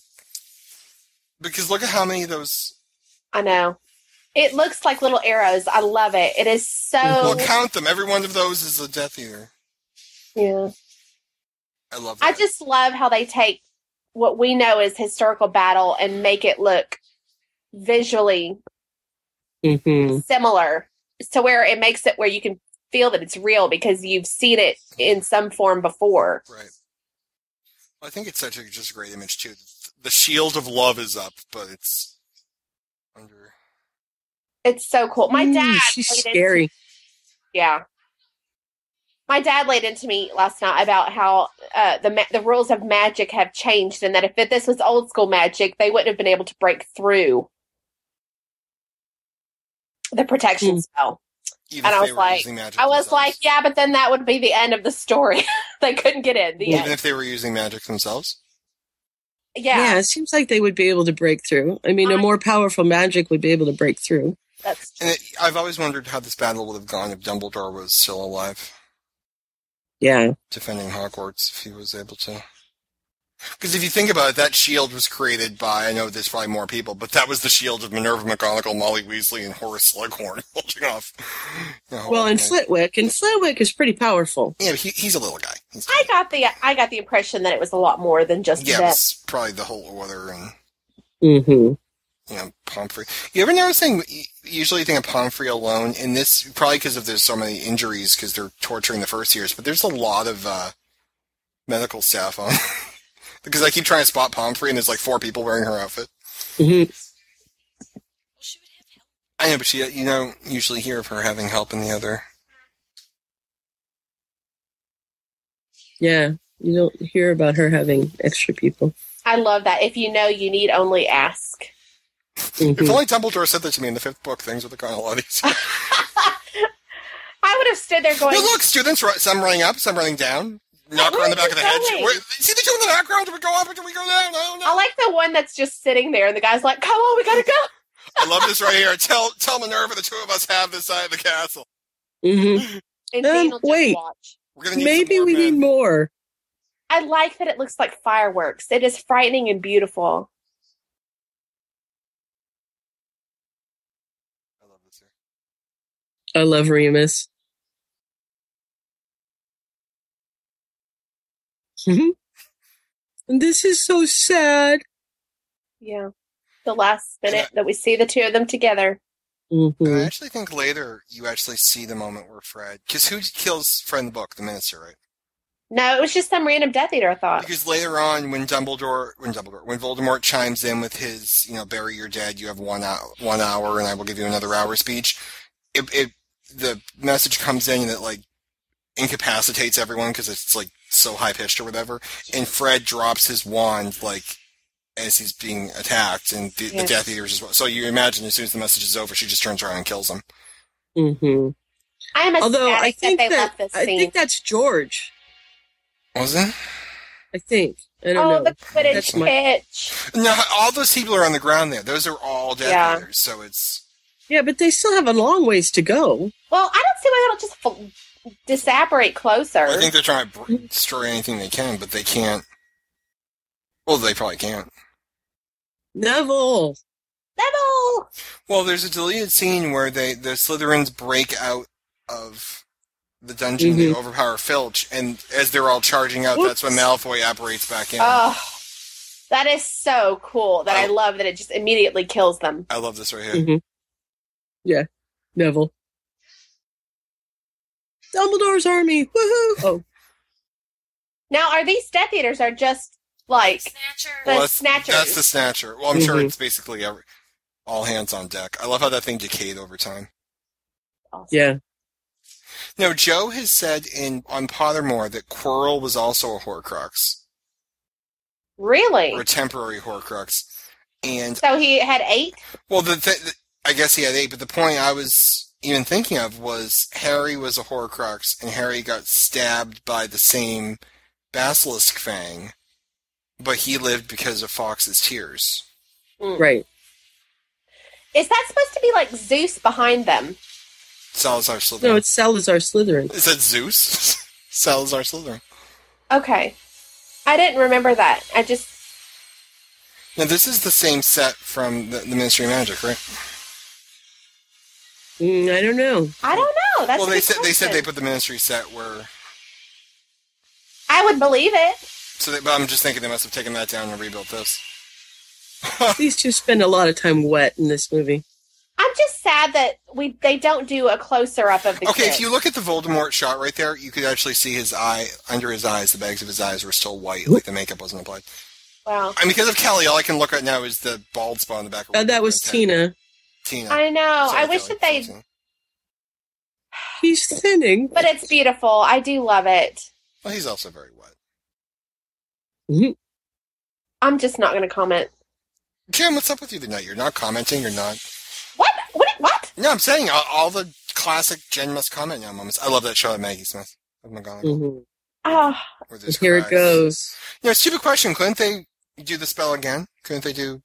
[SPEAKER 2] because look at how many of those.
[SPEAKER 1] I know. It looks like little arrows. I love it. It is so.
[SPEAKER 2] Well, count them. Every one of those is a Death Eater.
[SPEAKER 1] Yeah.
[SPEAKER 2] I love
[SPEAKER 1] I
[SPEAKER 2] that.
[SPEAKER 1] just love how they take what we know is historical battle and make it look visually
[SPEAKER 3] Mm-hmm.
[SPEAKER 1] similar to where it makes it where you can feel that it's real because you've seen it in some form before.
[SPEAKER 2] Right. I think it's such a just a great image too. The shield of love is up, but it's under.
[SPEAKER 1] It's so cool. My dad.
[SPEAKER 3] Mm, she's
[SPEAKER 1] played it
[SPEAKER 3] scary.
[SPEAKER 1] Yeah. My dad laid into me last night about how uh, the ma- the rules of magic have changed, and that if this was old school magic, they wouldn't have been able to break through the protection
[SPEAKER 3] Hmm.
[SPEAKER 1] spell.
[SPEAKER 2] Even
[SPEAKER 1] And I
[SPEAKER 2] if they
[SPEAKER 1] was
[SPEAKER 2] were
[SPEAKER 1] like-
[SPEAKER 2] using magic
[SPEAKER 1] I was
[SPEAKER 2] themselves.
[SPEAKER 1] like, yeah, but then that would be the end of the story. <laughs> they couldn't get in. The
[SPEAKER 3] Yeah.
[SPEAKER 2] Even
[SPEAKER 1] end.
[SPEAKER 2] if they were using magic themselves.
[SPEAKER 1] Yeah,
[SPEAKER 3] it seems like they would be able to break through. I mean, a more powerful magic would be able to break through.
[SPEAKER 1] that's
[SPEAKER 2] And it, I've always wondered how this battle would have gone if Dumbledore was still alive.
[SPEAKER 3] Yeah.
[SPEAKER 2] defending Hogwarts if he was able to. Because if you think about it, that shield was created by, I know there's probably more people, but that was the shield of Minerva McGonagall, Molly Weasley, and Horace Slughorn <laughs> holding off. you know,
[SPEAKER 3] Well, and
[SPEAKER 2] holding-
[SPEAKER 3] Flitwick, and Flitwick is pretty powerful.
[SPEAKER 2] Yeah, but he, he's a little guy. He's
[SPEAKER 1] I got the I got the impression that it was a lot more than just
[SPEAKER 2] yeah, it
[SPEAKER 1] that.
[SPEAKER 2] was probably the whole order and,
[SPEAKER 3] Mm-hmm.
[SPEAKER 2] you know, Pomfrey. You ever notice thing? you Usually you think of Pomfrey alone in this, probably because of there's so many injuries because they're torturing the first years, but there's a lot of uh, medical staff on. <laughs> because I keep trying to spot Pomfrey and there's like four people wearing her outfit.
[SPEAKER 3] Mm-hmm.
[SPEAKER 7] Well, she would have help.
[SPEAKER 2] I know, but she, you don't usually hear of her having help in the other.
[SPEAKER 3] Yeah. You don't hear about her having extra people.
[SPEAKER 1] I love that. If you know, you need only ask.
[SPEAKER 2] If
[SPEAKER 3] Mhm.
[SPEAKER 2] only Dumbledore said that to me in the fifth book, things would have gone a lot easier.
[SPEAKER 1] I would have stood there going,
[SPEAKER 2] Hey, look, students, ru- some running up, some running down. Knock her on the back of the head.
[SPEAKER 1] Where are you
[SPEAKER 2] Where- see the two in the background? Do we go up or do we go down? I don't know.
[SPEAKER 1] I like the one that's just sitting there, and the guy's like, "Come on, we gotta go."
[SPEAKER 2] I love this right here. Tell tell Minerva the two of us have this side of the castle.
[SPEAKER 3] Mhm.
[SPEAKER 1] And
[SPEAKER 3] Um,
[SPEAKER 1] Dean will just
[SPEAKER 3] wait.
[SPEAKER 1] watch.
[SPEAKER 2] We're gonna need some
[SPEAKER 3] Maybe
[SPEAKER 2] more
[SPEAKER 3] we
[SPEAKER 2] men.
[SPEAKER 3] need more.
[SPEAKER 1] I like that it looks like fireworks. It is frightening and beautiful.
[SPEAKER 2] I love this here.
[SPEAKER 3] I love Remus. <laughs> this is so sad.
[SPEAKER 1] Yeah. The last minute that we see the two of them together.
[SPEAKER 2] And I
[SPEAKER 3] Mhm.
[SPEAKER 2] actually think later you actually see the moment where Fred, because who kills Fred in the book? The Minister, right?
[SPEAKER 1] No, it was just some random Death Eater, I thought.
[SPEAKER 2] Because later on, when Dumbledore, when Dumbledore, when Voldemort chimes in with his, you know, bury your dead, you have one hour, one hour, and I will give you another hour speech. It, it, the message comes in and it like incapacitates everyone because it's like so high pitched or whatever. And Fred drops his wand like as he's being attacked, and the,
[SPEAKER 1] Yeah.
[SPEAKER 2] the Death Eaters as well. So you imagine as soon as the message is over, she just turns around and kills him.
[SPEAKER 3] Mhm.
[SPEAKER 1] I am
[SPEAKER 3] Although I
[SPEAKER 1] ecstatic that
[SPEAKER 3] think
[SPEAKER 1] they
[SPEAKER 3] that,
[SPEAKER 1] left this
[SPEAKER 3] I
[SPEAKER 1] scene.
[SPEAKER 3] think that's George.
[SPEAKER 2] Was it?
[SPEAKER 3] I think. I don't
[SPEAKER 1] Oh,
[SPEAKER 3] know.
[SPEAKER 1] the Quidditch
[SPEAKER 3] That's my-
[SPEAKER 1] pitch.
[SPEAKER 2] No, all those people are on the ground there. Those are all Death
[SPEAKER 1] Yeah.
[SPEAKER 2] Eaters. So it's
[SPEAKER 3] Yeah, but they still have a long ways to go.
[SPEAKER 1] Well, I don't see why they don't just f- disapparate closer.
[SPEAKER 2] I think they're trying to br- destroy anything they can, but they can't. Well, they probably can't.
[SPEAKER 3] Neville.
[SPEAKER 1] Neville!
[SPEAKER 2] Well, there's a deleted scene where they the Slytherins break out of the dungeon and they overpower Filch, and as they're all charging out, that's when
[SPEAKER 3] Whoops.
[SPEAKER 2] Malfoy apparates back in.
[SPEAKER 1] Oh, that is so cool that I
[SPEAKER 2] Oh.
[SPEAKER 1] love that it just immediately kills them.
[SPEAKER 2] I love this right here.
[SPEAKER 3] Mhm. Yeah, Neville. Dumbledore's army. Woohoo! Oh,
[SPEAKER 1] Now, are these Death Eaters are just like
[SPEAKER 7] Snatcher.
[SPEAKER 1] the
[SPEAKER 2] Well, that's,
[SPEAKER 1] Snatchers?
[SPEAKER 2] that's the Snatcher. Well, I'm sure
[SPEAKER 3] Mhm.
[SPEAKER 2] it's basically every, all hands on deck. I love how that thing decayed over time.
[SPEAKER 1] Awesome.
[SPEAKER 3] yeah.
[SPEAKER 2] No, Joe has said in on Pottermore that Quirrell was also a Horcrux
[SPEAKER 1] Really?
[SPEAKER 2] or a temporary Horcrux, and
[SPEAKER 1] So he had eight?
[SPEAKER 2] well, the, th- the I guess he had eight, but the point I was even thinking of was Harry was a Horcrux, and Harry got stabbed by the same basilisk fang, but he lived because of Fox's tears.
[SPEAKER 3] Right.
[SPEAKER 1] Is that supposed to be like Zeus behind them?
[SPEAKER 2] Salazar Slytherin.
[SPEAKER 3] No, it's Salazar Slytherin.
[SPEAKER 2] Is that Zeus? <laughs> Salazar Slytherin.
[SPEAKER 1] Okay. I didn't remember that. I just.
[SPEAKER 2] Now this is the same set from the, the Ministry of Magic, right?
[SPEAKER 3] Mm, I don't know.
[SPEAKER 1] I don't know. That's
[SPEAKER 2] well,
[SPEAKER 1] a
[SPEAKER 2] they
[SPEAKER 1] good
[SPEAKER 2] said they said they
[SPEAKER 1] question.
[SPEAKER 2] put the Ministry set where.
[SPEAKER 1] I would believe it.
[SPEAKER 2] So, they, but I'm just thinking they must have taken that down and rebuilt this.
[SPEAKER 3] These two spend a lot of time wet in this movie.
[SPEAKER 1] I'm just sad that we they don't do a closer up of the
[SPEAKER 2] Okay,
[SPEAKER 1] kid.
[SPEAKER 2] if you look at the Voldemort shot right there, you could actually see his eye under his eyes. The bags of his eyes were still white, like the makeup wasn't applied.
[SPEAKER 1] Wow.
[SPEAKER 2] And because of Kelly, all I can look at now is the bald spot on the back. of
[SPEAKER 3] Uh, that was
[SPEAKER 2] Ted.
[SPEAKER 3] Tina.
[SPEAKER 2] Tina.
[SPEAKER 1] I know.
[SPEAKER 2] Sorry,
[SPEAKER 1] I wish
[SPEAKER 2] Kelly.
[SPEAKER 1] that they,
[SPEAKER 2] Sorry, Tina.
[SPEAKER 3] He's thinning.
[SPEAKER 1] but it's beautiful. I do love it.
[SPEAKER 2] Well, he's also very wet.
[SPEAKER 1] I'm just not going to comment.
[SPEAKER 2] Jim, what's up with you tonight? You're not commenting. You're not.
[SPEAKER 1] What? What? What?
[SPEAKER 2] No, I'm saying all, all the classic Jen must comment now moments. I love that show at Maggie Smith. Oh my god.
[SPEAKER 3] Mhm.
[SPEAKER 1] Oh,
[SPEAKER 2] Where there's
[SPEAKER 3] And Here it
[SPEAKER 2] cries.
[SPEAKER 3] goes.
[SPEAKER 2] No, stupid question. Couldn't they do the spell again? Couldn't they do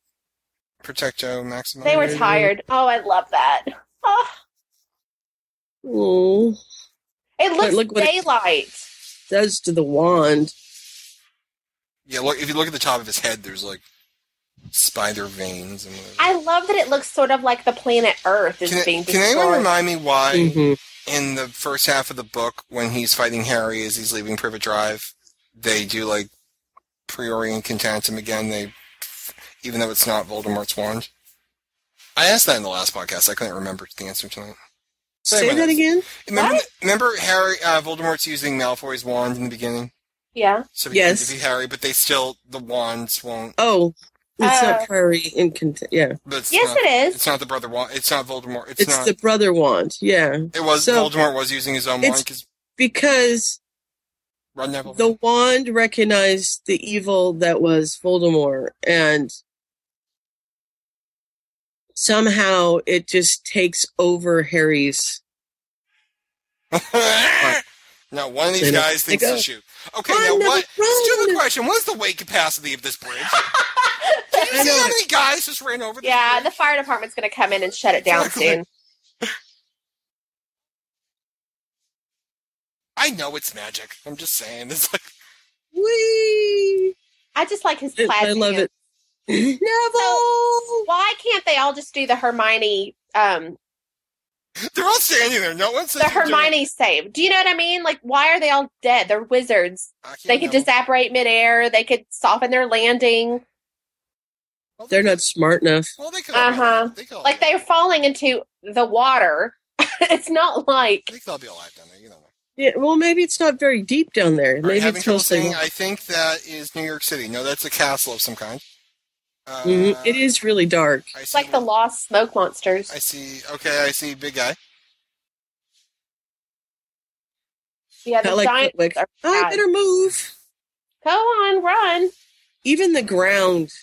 [SPEAKER 2] Protecto Maximum?
[SPEAKER 1] they were
[SPEAKER 3] Mm-hmm.
[SPEAKER 1] tired. Oh, I love that. Oh,
[SPEAKER 3] Oh,
[SPEAKER 1] it looks
[SPEAKER 3] look what it-
[SPEAKER 1] daylight.
[SPEAKER 3] does to the wand.
[SPEAKER 2] Yeah, look if you look at the top of his head, there's like spider veins and whatever.
[SPEAKER 1] I love that it looks sort of like the planet Earth is
[SPEAKER 2] Can,
[SPEAKER 1] being
[SPEAKER 2] can anyone
[SPEAKER 1] destroyed.
[SPEAKER 2] remind me why
[SPEAKER 3] Mhm.
[SPEAKER 2] in the first half of the book, when he's fighting Harry as he's leaving Privet Drive, they do like Priori and Contantum again? They, even though it's not Voldemort's wand. I asked that in the last podcast. I couldn't remember the answer to it. So
[SPEAKER 3] Say
[SPEAKER 2] anyway,
[SPEAKER 3] that again.
[SPEAKER 2] Remember, remember Harry uh, Voldemort's using Malfoy's wand in the beginning.
[SPEAKER 1] yeah.
[SPEAKER 2] So he yes.
[SPEAKER 3] Yes.
[SPEAKER 2] can defeat Harry, but they still the wands won't.
[SPEAKER 3] Oh, it's
[SPEAKER 1] Uh,
[SPEAKER 3] not Prairie in cont- Yeah,
[SPEAKER 2] But it's
[SPEAKER 1] Yes,
[SPEAKER 2] not,
[SPEAKER 3] uh,
[SPEAKER 1] it is.
[SPEAKER 2] It's not the brother wand. It's not Voldemort. It's,
[SPEAKER 3] it's,
[SPEAKER 2] not.
[SPEAKER 3] the brother wand. Yeah,
[SPEAKER 2] it was
[SPEAKER 3] so-
[SPEAKER 2] Voldemort was using his own
[SPEAKER 3] It's-
[SPEAKER 2] wand because
[SPEAKER 3] because
[SPEAKER 2] Ron Neville. <laughs>
[SPEAKER 3] the wand recognized the evil that was Voldemort, and somehow it just takes over Harry's.
[SPEAKER 2] now one of these guys
[SPEAKER 3] They don't-
[SPEAKER 2] thinks
[SPEAKER 3] they
[SPEAKER 2] to
[SPEAKER 3] go.
[SPEAKER 2] shoot. Okay,
[SPEAKER 3] Ron
[SPEAKER 2] now
[SPEAKER 3] Neville,
[SPEAKER 2] what?
[SPEAKER 3] run!
[SPEAKER 2] Stupid question. What's the weight capacity of this
[SPEAKER 1] <laughs>
[SPEAKER 2] bridge? Did you
[SPEAKER 3] I
[SPEAKER 2] see
[SPEAKER 3] know
[SPEAKER 2] how
[SPEAKER 3] it.
[SPEAKER 2] many guys just ran over? This
[SPEAKER 1] Yeah, the
[SPEAKER 2] bridge?
[SPEAKER 1] fire department's going to come in and shut it down
[SPEAKER 2] Exactly.
[SPEAKER 1] soon.
[SPEAKER 2] I know it's magic. I'm just saying. It's like
[SPEAKER 3] Whee!
[SPEAKER 1] I just like his
[SPEAKER 3] It-
[SPEAKER 1] classy.
[SPEAKER 3] I love it. Neville.
[SPEAKER 1] Why can't they all just do the Hermione um
[SPEAKER 2] They're all standing there. No one says
[SPEAKER 1] the
[SPEAKER 2] you're doing-
[SPEAKER 1] Hermione save? Do you know what I mean? Like why are they all dead? They're wizards.
[SPEAKER 2] I can't
[SPEAKER 1] They could
[SPEAKER 2] know.
[SPEAKER 1] disaparate midair, they could soften their landing.
[SPEAKER 2] Well, they-
[SPEAKER 3] <laughs> They're not smart enough.
[SPEAKER 2] Well, they could.
[SPEAKER 1] Uh-huh.
[SPEAKER 2] They could all
[SPEAKER 1] Like
[SPEAKER 2] be-
[SPEAKER 1] they're falling into the water. <laughs> it's not like
[SPEAKER 2] They could all be alive down there. You don't know.
[SPEAKER 3] Yeah, well, maybe it's not very deep down there.
[SPEAKER 2] All right,
[SPEAKER 3] Maybe
[SPEAKER 2] having
[SPEAKER 3] it's
[SPEAKER 2] trouble uh,
[SPEAKER 3] mostly.
[SPEAKER 2] seeing, I think that is New York City. No, that's a castle of some kind. Uh,
[SPEAKER 3] Mhm. It is really dark.
[SPEAKER 2] I
[SPEAKER 1] it's
[SPEAKER 2] see
[SPEAKER 1] like the lost smoke monsters.
[SPEAKER 2] I see. Okay, I see. Big guy.
[SPEAKER 1] Yeah, the
[SPEAKER 3] Not like
[SPEAKER 1] giants
[SPEAKER 3] Flitwick.
[SPEAKER 1] are
[SPEAKER 3] I
[SPEAKER 1] bad.
[SPEAKER 3] better move.
[SPEAKER 1] Go on, run.
[SPEAKER 3] Even the ground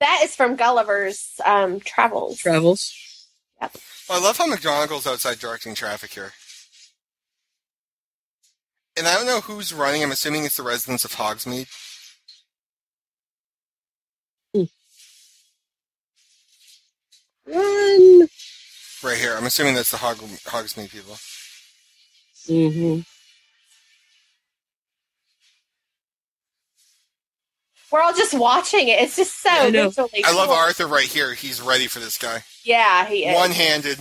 [SPEAKER 1] That is from Gulliver's um travels.
[SPEAKER 3] travels.
[SPEAKER 2] Well, I love how McGonagall's outside directing traffic here. And I don't know who's running. I'm assuming it's the residents of Hogsmeade.
[SPEAKER 3] Run.
[SPEAKER 2] Right here. I'm assuming that's the Hog- Hogsmeade people.
[SPEAKER 3] hmm
[SPEAKER 1] We're all just watching it. It's just so
[SPEAKER 3] I know.
[SPEAKER 1] visually
[SPEAKER 2] I love
[SPEAKER 1] cool.
[SPEAKER 2] Arthur right here. He's ready for this guy.
[SPEAKER 1] Yeah, he is.
[SPEAKER 2] One handed.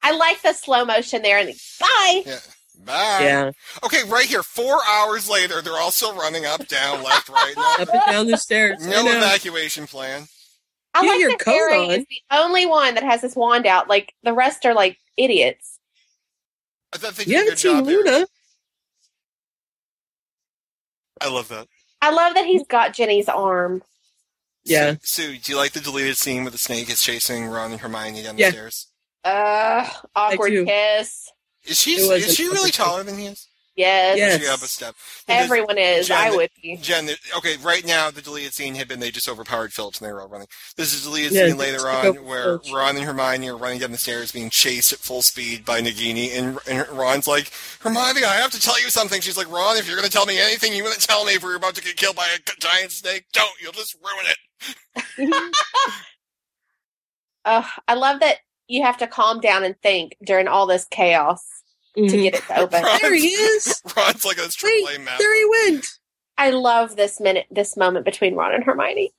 [SPEAKER 1] I like the slow motion there and bye.
[SPEAKER 2] Yeah. Bye.
[SPEAKER 3] Yeah,
[SPEAKER 2] Okay, right here. Four hours later, they're all still running up, down, left, right.
[SPEAKER 3] up and down
[SPEAKER 2] <laughs>
[SPEAKER 3] the stairs. <laughs> I
[SPEAKER 2] No, no
[SPEAKER 3] know.
[SPEAKER 2] evacuation plan.
[SPEAKER 1] I
[SPEAKER 3] You
[SPEAKER 1] like
[SPEAKER 3] have your
[SPEAKER 1] that
[SPEAKER 3] coat
[SPEAKER 1] Harry
[SPEAKER 3] on.
[SPEAKER 1] is the only one that has his wand out. Like the rest are like idiots.
[SPEAKER 2] I thought they did a
[SPEAKER 3] You
[SPEAKER 2] good
[SPEAKER 3] haven't seen
[SPEAKER 2] job there.
[SPEAKER 3] Luna.
[SPEAKER 2] I love that.
[SPEAKER 1] I love that he's got Jenny's arm.
[SPEAKER 3] Yeah.
[SPEAKER 2] Sue, do you like the deleted scene where the snake is chasing Ron and Hermione down the
[SPEAKER 3] Yeah.
[SPEAKER 2] stairs?
[SPEAKER 1] Uh,
[SPEAKER 3] do.
[SPEAKER 1] awkward kiss.
[SPEAKER 2] Is she
[SPEAKER 3] It was
[SPEAKER 2] is she
[SPEAKER 3] an
[SPEAKER 2] really
[SPEAKER 3] epic-
[SPEAKER 2] taller than he is?
[SPEAKER 1] Yes.
[SPEAKER 3] Yes.
[SPEAKER 2] Is she up a step? Because,
[SPEAKER 1] Everyone is. I
[SPEAKER 2] Jen-
[SPEAKER 1] would be.
[SPEAKER 2] Jen, the- okay, right now the deleted scene had been they just overpowered Phillips and they were all running. This is a deleted
[SPEAKER 3] Yeah,
[SPEAKER 2] scene
[SPEAKER 3] they
[SPEAKER 2] later
[SPEAKER 3] took
[SPEAKER 2] on
[SPEAKER 3] over
[SPEAKER 2] where
[SPEAKER 3] Phillips.
[SPEAKER 2] Ron and Hermione are running down the stairs being chased at full speed by Nagini and, and Ron's like, Hermione, I have to tell you something. She's like, Ron, if you're going to tell me anything you want to tell me if we're about to get killed by a giant snake, don't. You'll just ruin it. <laughs>
[SPEAKER 1] Mm-hmm. Ugh, I love that you have to calm down and think during all this chaos to
[SPEAKER 3] Mhm.
[SPEAKER 1] get it to open.
[SPEAKER 2] <laughs>
[SPEAKER 3] There he is.
[SPEAKER 2] Ron's like, this AAA map.
[SPEAKER 3] There he went.
[SPEAKER 1] I love this minute, this moment between Ron and Hermione.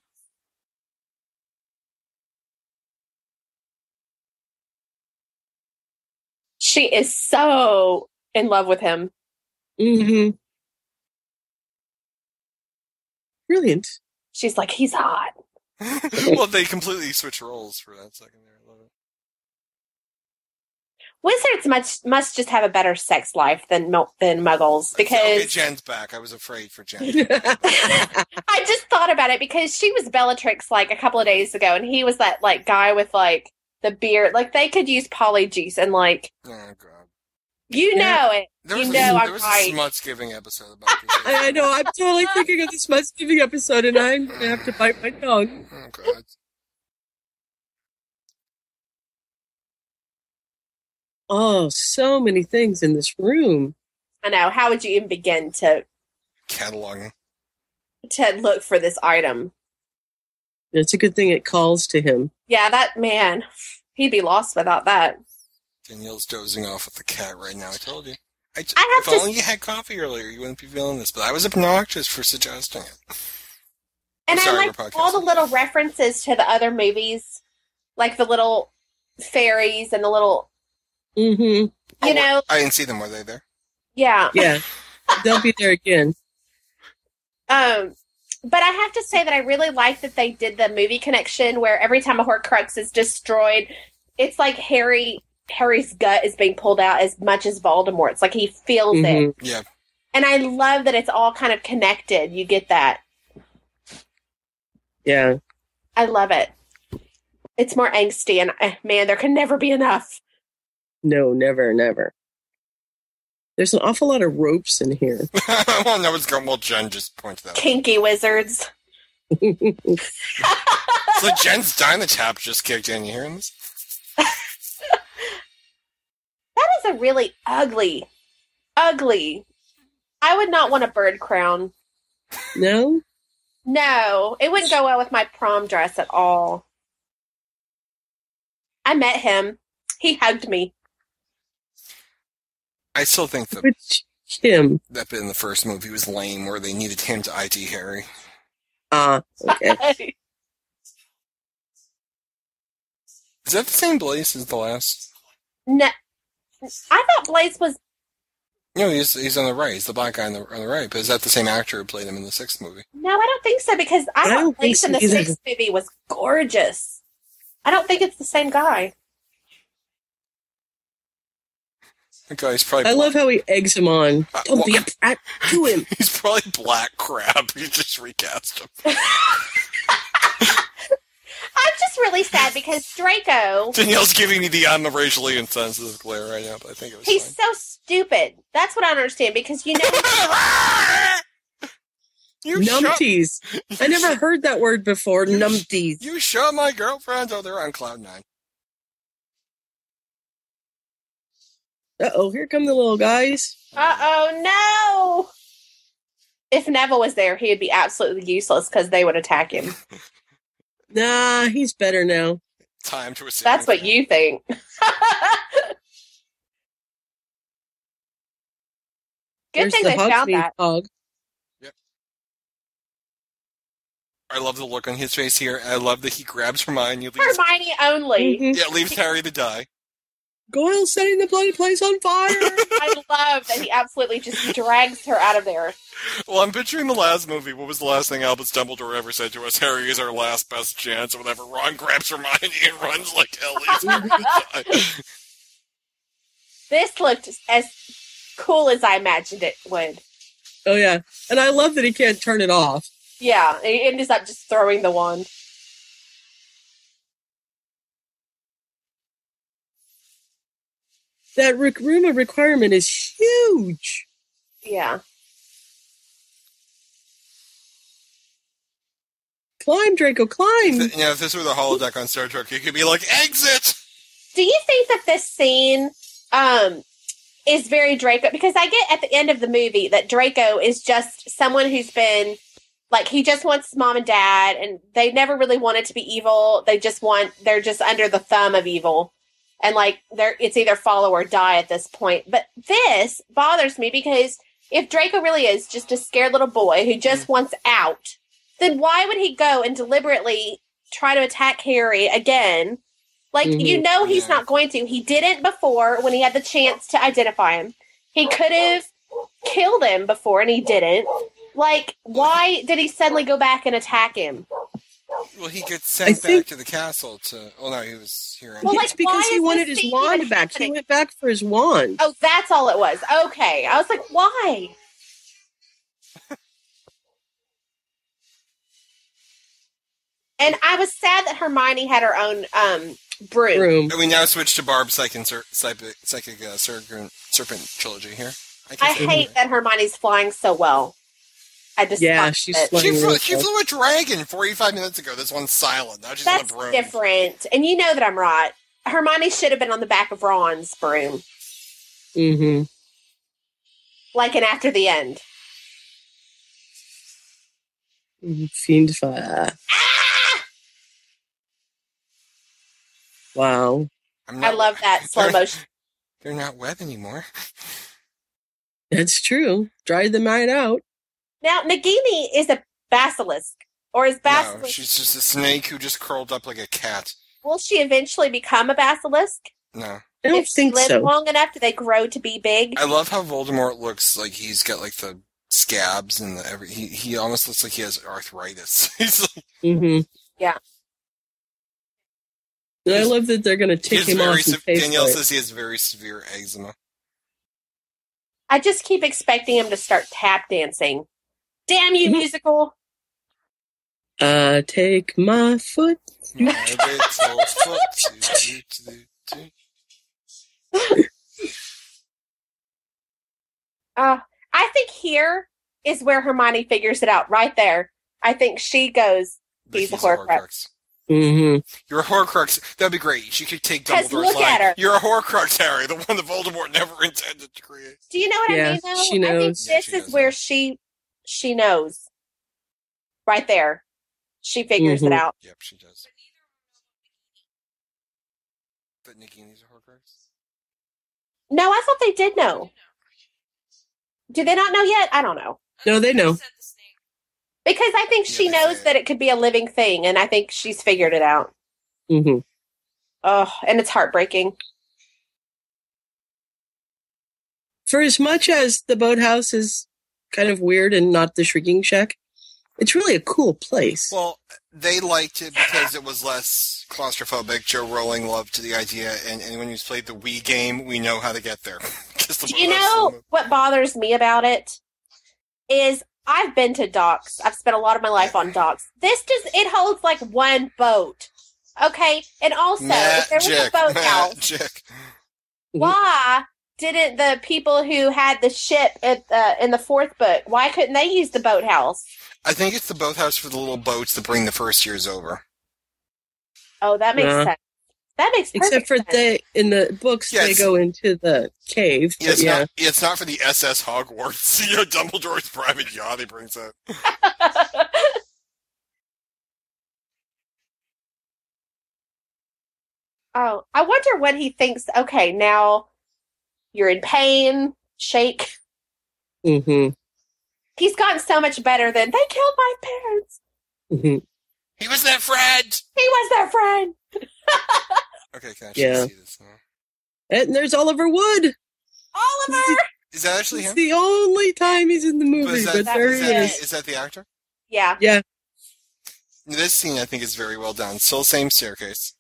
[SPEAKER 1] She is so in love with him.
[SPEAKER 3] hmm Brilliant.
[SPEAKER 1] She's like, he's hot.
[SPEAKER 2] <laughs> well, they completely switch roles for that second there. I love it.
[SPEAKER 1] Wizards must must just have a better sex life than mo- than muggles
[SPEAKER 2] okay,
[SPEAKER 1] because
[SPEAKER 2] Jen's back. I was afraid
[SPEAKER 3] <laughs>
[SPEAKER 2] for Jen.
[SPEAKER 1] I just thought about it because she was Bellatrix like a couple of days ago, and he was that like guy with like the beard. Like they could use polyjuice and like
[SPEAKER 2] Oh god.
[SPEAKER 1] you
[SPEAKER 3] Yeah.
[SPEAKER 1] know it.
[SPEAKER 2] There
[SPEAKER 1] You
[SPEAKER 2] was,
[SPEAKER 1] know
[SPEAKER 2] a,
[SPEAKER 1] I'm
[SPEAKER 2] there was a
[SPEAKER 1] right.
[SPEAKER 2] smuts giving episode about
[SPEAKER 1] <laughs>
[SPEAKER 2] this.
[SPEAKER 3] I, I know. I'm totally thinking of this month's giving episode, and I'm going to have to bite my tongue.
[SPEAKER 2] Oh god.
[SPEAKER 3] Oh, so many things in this room.
[SPEAKER 1] I know. How would you even begin to
[SPEAKER 2] Cataloging.
[SPEAKER 1] to look for this item?
[SPEAKER 3] It's a good thing it calls to him.
[SPEAKER 1] Yeah, that man, he'd be lost without that.
[SPEAKER 2] Danielle's dozing off with the cat right now. I told you. I t-
[SPEAKER 1] I have
[SPEAKER 2] if
[SPEAKER 1] to-
[SPEAKER 2] only you had coffee earlier, you wouldn't be feeling this. But I was obnoxious for suggesting it.
[SPEAKER 1] And
[SPEAKER 2] Sorry,
[SPEAKER 1] I
[SPEAKER 2] we're
[SPEAKER 1] like all the
[SPEAKER 2] podcasting.
[SPEAKER 1] little references to the other movies, like the little fairies and the little,
[SPEAKER 3] hmm
[SPEAKER 1] you
[SPEAKER 2] Oh,
[SPEAKER 1] know,
[SPEAKER 2] I didn't see them. Were they there? <laughs>
[SPEAKER 1] yeah.
[SPEAKER 3] Yeah. They'll be there again.
[SPEAKER 1] Um, but I have to say that I really like that they did the movie connection where every time a Horcrux is destroyed, it's like Harry Harry's gut is being pulled out as much as Voldemort's. Like he feels it,
[SPEAKER 3] Mhm.
[SPEAKER 2] Yeah.
[SPEAKER 1] and I love that it's all kind of connected. You get that.
[SPEAKER 3] Yeah.
[SPEAKER 1] I love it. It's more angsty, and eh, man, there can never be enough.
[SPEAKER 3] No, never, never. There's an awful lot of ropes in here. <laughs>
[SPEAKER 2] I want to know what's going. Well, Jen just pointed that. out.
[SPEAKER 1] Kinky wizards.
[SPEAKER 2] So Jen's Dynatap just kicked in. You hearing this?
[SPEAKER 1] That is a really ugly, ugly. I would not want a bird crown.
[SPEAKER 3] no?
[SPEAKER 1] No, it wouldn't go well with my prom dress at all. I met him. He hugged me.
[SPEAKER 2] I still think the
[SPEAKER 3] Which Kim.
[SPEAKER 2] That bit in the first movie was lame, where they needed him to IT Harry.
[SPEAKER 3] Uh, okay.
[SPEAKER 2] Is that the same Blaze as the last?
[SPEAKER 1] <laughs> No, I thought Blaze was.
[SPEAKER 2] No, he's he's on the right. He's the black guy on the, on the right. But is that the same actor who played him in the sixth movie?
[SPEAKER 1] No, I don't think so because I,
[SPEAKER 3] I
[SPEAKER 1] thought
[SPEAKER 3] don't think
[SPEAKER 1] Blaze in the
[SPEAKER 3] so either.
[SPEAKER 1] sixth movie was gorgeous. I don't think it's the same guy.
[SPEAKER 2] That guy's probably.
[SPEAKER 3] I
[SPEAKER 2] black-
[SPEAKER 3] love how he eggs him on.
[SPEAKER 2] Uh,
[SPEAKER 3] Don't be a
[SPEAKER 2] well-
[SPEAKER 3] brat to him.
[SPEAKER 2] <laughs> He's probably black crab. <laughs> You just recast him.
[SPEAKER 1] I'm just really sad because Draco,
[SPEAKER 2] Danielle's giving me the I'm a racially insensitive glare right now, but I think it was
[SPEAKER 1] he's so stupid. That's what I don't understand because you know. <laughs>
[SPEAKER 2] fine. <laughs> you shot.
[SPEAKER 3] Numpties. I never heard that word before. Numpties.
[SPEAKER 2] You shot my girlfriend. Oh, they're on cloud nine.
[SPEAKER 3] Uh oh, here come the little guys.
[SPEAKER 1] Uh oh, no! If Neville was there, he would be absolutely useless because they would attack him.
[SPEAKER 3] Nah, he's better now.
[SPEAKER 2] Time to ascend.
[SPEAKER 1] That's what you
[SPEAKER 3] <laughs>
[SPEAKER 1] think. Good
[SPEAKER 3] There's
[SPEAKER 1] thing
[SPEAKER 3] the
[SPEAKER 1] they found
[SPEAKER 3] Hogsmeade
[SPEAKER 1] that.
[SPEAKER 3] hog.
[SPEAKER 2] I love the look on his face here. I love that he grabs Hermione. Leaves,
[SPEAKER 1] Hermione only.
[SPEAKER 3] Mhm.
[SPEAKER 2] yeah, leaves Harry to die.
[SPEAKER 3] Goyle setting the bloody place on fire. <laughs>
[SPEAKER 1] I love that he absolutely just drags her out of there.
[SPEAKER 2] Well, I'm picturing the last movie. What was the last thing Albus Dumbledore ever said to us? Harry is our last best chance, or whatever. Ron grabs Hermione and runs like hell.
[SPEAKER 1] <laughs>
[SPEAKER 2] He's gonna die.
[SPEAKER 1] This looked as cool as I imagined it would.
[SPEAKER 3] oh yeah, and I love that he can't turn it off.
[SPEAKER 1] Yeah, he ends up just throwing the wand.
[SPEAKER 3] That rec- room of requirement is huge.
[SPEAKER 1] Yeah.
[SPEAKER 3] Climb, Draco, climb.
[SPEAKER 2] Th- you know, if this were the holodeck on Star Trek, you could be like, exit!
[SPEAKER 1] Do you think that this scene um, is very Draco? Because I get at the end of the movie that Draco is just someone who's been like he just wants his mom and dad, and they never really wanted to be evil. They just want they're just under the thumb of evil, and like they're it's either follow or die at this point. But this bothers me because if Draco really is just a scared little boy who just wants out, then why would he go and deliberately try to attack Harry again? Like
[SPEAKER 3] Mhm.
[SPEAKER 1] you know Oh, he's
[SPEAKER 2] Yeah.
[SPEAKER 1] not going to. He didn't before when he had the chance to identify him. He could have killed him before and he didn't. Like why did he suddenly go back and attack him?
[SPEAKER 2] Well, he gets
[SPEAKER 3] I
[SPEAKER 2] sent back
[SPEAKER 3] think-
[SPEAKER 2] to the castle to. Oh, no, he was here. on
[SPEAKER 1] Well,
[SPEAKER 3] It's
[SPEAKER 1] like, why
[SPEAKER 3] because he
[SPEAKER 1] is
[SPEAKER 3] wanted
[SPEAKER 1] this
[SPEAKER 3] his
[SPEAKER 1] scene
[SPEAKER 3] wand
[SPEAKER 1] even
[SPEAKER 3] back. He
[SPEAKER 1] happening?
[SPEAKER 3] went back for his wand.
[SPEAKER 1] Oh, that's all it was. Okay. I was like, why? and I was sad that Hermione had her own um broom.
[SPEAKER 3] Room.
[SPEAKER 2] And we now switch to Barb's Psychic, Ser- Psychic, Psychic uh, Serpent, Serpent trilogy here.
[SPEAKER 1] I
[SPEAKER 2] can't say
[SPEAKER 1] hate that Hermione's flying so well. I just
[SPEAKER 3] Yeah, she's
[SPEAKER 1] it.
[SPEAKER 3] flying
[SPEAKER 2] She flew,
[SPEAKER 3] really
[SPEAKER 2] she
[SPEAKER 3] well.
[SPEAKER 2] flew a dragon 45 minutes ago. This one's silent. Now she's on a
[SPEAKER 1] That's
[SPEAKER 2] broom.
[SPEAKER 1] different. And you know that I'm right. Hermione should have been on the back of Ron's broom,
[SPEAKER 3] Mhm.
[SPEAKER 1] like in After the End.
[SPEAKER 3] Mm-hmm. Fiend fire.
[SPEAKER 1] Ah!
[SPEAKER 3] Wow.
[SPEAKER 2] I'm
[SPEAKER 1] I love that
[SPEAKER 2] <laughs>
[SPEAKER 1] slow motion.
[SPEAKER 2] They're not web anymore.
[SPEAKER 3] That's true. Dried the night out.
[SPEAKER 1] Now, Nagini is a basilisk, or is
[SPEAKER 2] No,
[SPEAKER 1] basilisk?
[SPEAKER 2] she's just a snake who just curled up like a cat.
[SPEAKER 1] will she eventually become a basilisk?
[SPEAKER 2] No.
[SPEAKER 3] I don't
[SPEAKER 1] if she
[SPEAKER 3] think
[SPEAKER 1] lives
[SPEAKER 3] so.
[SPEAKER 1] long enough, do they grow to be big?
[SPEAKER 2] I love how Voldemort looks like he's got like the scabs and the every. He, he almost looks like he has arthritis. <laughs> he's like,
[SPEAKER 3] hmm
[SPEAKER 1] Yeah.
[SPEAKER 3] And I love that they're going to
[SPEAKER 2] he
[SPEAKER 3] take
[SPEAKER 2] has
[SPEAKER 3] him off
[SPEAKER 2] very,
[SPEAKER 3] and
[SPEAKER 2] se-
[SPEAKER 3] pay
[SPEAKER 2] Danielle
[SPEAKER 3] for it.
[SPEAKER 2] says he has very severe
[SPEAKER 1] <laughs>
[SPEAKER 2] eczema.
[SPEAKER 1] I just keep expecting him to start tap dancing. Damn you,
[SPEAKER 3] Mhm.
[SPEAKER 1] musical!
[SPEAKER 3] Uh, take my foot.
[SPEAKER 2] My little foot, do, do, do, do.
[SPEAKER 1] Uh, I think here is where Hermione figures it out. Right there, I think she goes
[SPEAKER 2] But
[SPEAKER 1] He's a Horcrux.
[SPEAKER 3] hmm
[SPEAKER 2] You're a Horcrux. That'd be great. She could take
[SPEAKER 1] 'Cause
[SPEAKER 2] Dumbledore's
[SPEAKER 1] look at
[SPEAKER 2] line.
[SPEAKER 1] her.
[SPEAKER 2] You're a Horcrux, Harry, the one that Voldemort never <laughs> intended to create.
[SPEAKER 1] Do you know what
[SPEAKER 3] Yeah,
[SPEAKER 1] I mean? Though
[SPEAKER 3] she
[SPEAKER 1] I think
[SPEAKER 3] knows.
[SPEAKER 1] this
[SPEAKER 2] Yeah, she
[SPEAKER 1] is
[SPEAKER 2] knows.
[SPEAKER 1] where she she knows. Right there, she figures it
[SPEAKER 3] Mhm.
[SPEAKER 1] out.
[SPEAKER 2] Yep, she does. But Nagini's a Horcrux.
[SPEAKER 1] No, I thought they did know. Do they not know yet? I don't know.
[SPEAKER 3] No, they know.
[SPEAKER 7] Said the snake.
[SPEAKER 1] Because I think she knows that it could be a living thing, and I think she's figured it out.
[SPEAKER 3] hmm
[SPEAKER 1] Oh, and it's heartbreaking.
[SPEAKER 3] For as much as the boathouse is kind of weird and not the shrieking shack, it's really a cool place.
[SPEAKER 2] Well, they liked it because it was less claustrophobic. Joe Rowling loved the idea, and anyone who's played the Wii game, we know how to get there. <laughs> 'Cause the
[SPEAKER 1] Do you
[SPEAKER 2] boathouse is
[SPEAKER 1] know
[SPEAKER 2] remote.
[SPEAKER 1] what bothers me about it? Is I've been to docks. I've spent a lot of my life on docks. This just it holds like one boat. Okay. And also if there was a
[SPEAKER 2] Magic, <laughs>
[SPEAKER 1] boathouse,
[SPEAKER 2] magic.
[SPEAKER 1] why didn't the people who had the ship at the, in the fourth book, why couldn't they use the boathouse?
[SPEAKER 2] I think it's the boathouse for the little boats that bring the first years over.
[SPEAKER 1] Oh, that makes
[SPEAKER 3] Yeah.
[SPEAKER 1] sense. That makes perfect
[SPEAKER 3] Except for
[SPEAKER 1] sense.
[SPEAKER 3] they in the books
[SPEAKER 2] Yeah,
[SPEAKER 3] they
[SPEAKER 2] it's-
[SPEAKER 3] go into the cave. but
[SPEAKER 2] It's
[SPEAKER 3] yeah.
[SPEAKER 2] not. It's not for the SS Hogwarts. <laughs> you know, Dumbledore's private yacht. He brings up.
[SPEAKER 1] <laughs> oh, I wonder what he thinks. Okay, now you're in pain. Shake.
[SPEAKER 3] Mhm.
[SPEAKER 1] He's gotten so much better than they killed my parents.
[SPEAKER 3] Mhm.
[SPEAKER 2] He was that Fred.
[SPEAKER 1] He was their friend.
[SPEAKER 2] Okay, can I actually
[SPEAKER 3] Yeah.
[SPEAKER 2] see this now?
[SPEAKER 3] And there's Oliver Wood.
[SPEAKER 1] Oliver.
[SPEAKER 3] <laughs>
[SPEAKER 2] Is that actually
[SPEAKER 3] It's
[SPEAKER 2] him?
[SPEAKER 3] the only time he's in the
[SPEAKER 2] But
[SPEAKER 3] movie,
[SPEAKER 2] is,
[SPEAKER 3] but,
[SPEAKER 2] that,
[SPEAKER 3] there
[SPEAKER 2] is,
[SPEAKER 3] he
[SPEAKER 2] that,
[SPEAKER 3] is.
[SPEAKER 1] is.
[SPEAKER 2] is that the actor?
[SPEAKER 1] Yeah.
[SPEAKER 2] This scene, I think, is very well done. Still, same staircase.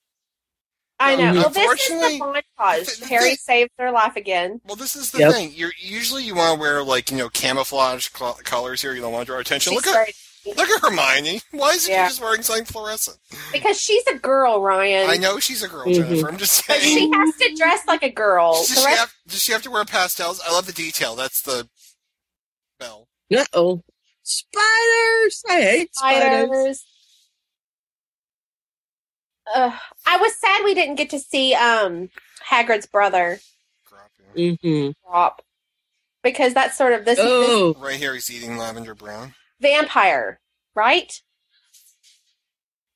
[SPEAKER 1] I know. Well,
[SPEAKER 3] Mhm.
[SPEAKER 1] this is the
[SPEAKER 2] Unfortunately-
[SPEAKER 1] montage. Harry saves their life again.
[SPEAKER 2] Well, this is the
[SPEAKER 3] Yep.
[SPEAKER 2] thing. You're usually you want to wear like you know camouflage cl- colors here. You don't want to draw attention.
[SPEAKER 1] She's
[SPEAKER 2] look at
[SPEAKER 1] very-
[SPEAKER 2] look at Hermione. Why is she
[SPEAKER 1] Yeah.
[SPEAKER 2] just wearing something fluorescent?
[SPEAKER 1] because she's a girl, Ryan.
[SPEAKER 2] I know she's a girl,
[SPEAKER 3] Mhm.
[SPEAKER 2] Jennifer. I'm just
[SPEAKER 1] But
[SPEAKER 2] saying.
[SPEAKER 1] she
[SPEAKER 2] <laughs>
[SPEAKER 1] Oh, has to dress like a girl.
[SPEAKER 2] Does
[SPEAKER 1] The
[SPEAKER 2] she,
[SPEAKER 1] rest-
[SPEAKER 2] have, does she have to wear pastels? I love the detail. That's the bell.
[SPEAKER 3] Uh oh. Spiders! I hate spiders.
[SPEAKER 1] spiders. Ugh. I was sad we didn't get to see um Hagrid's brother
[SPEAKER 2] Grop.
[SPEAKER 3] hmm
[SPEAKER 1] Mm-hmm. drop because that's sort of this, this
[SPEAKER 3] Oh,
[SPEAKER 2] Right here, he's eating lavender brown.
[SPEAKER 1] vampire, right?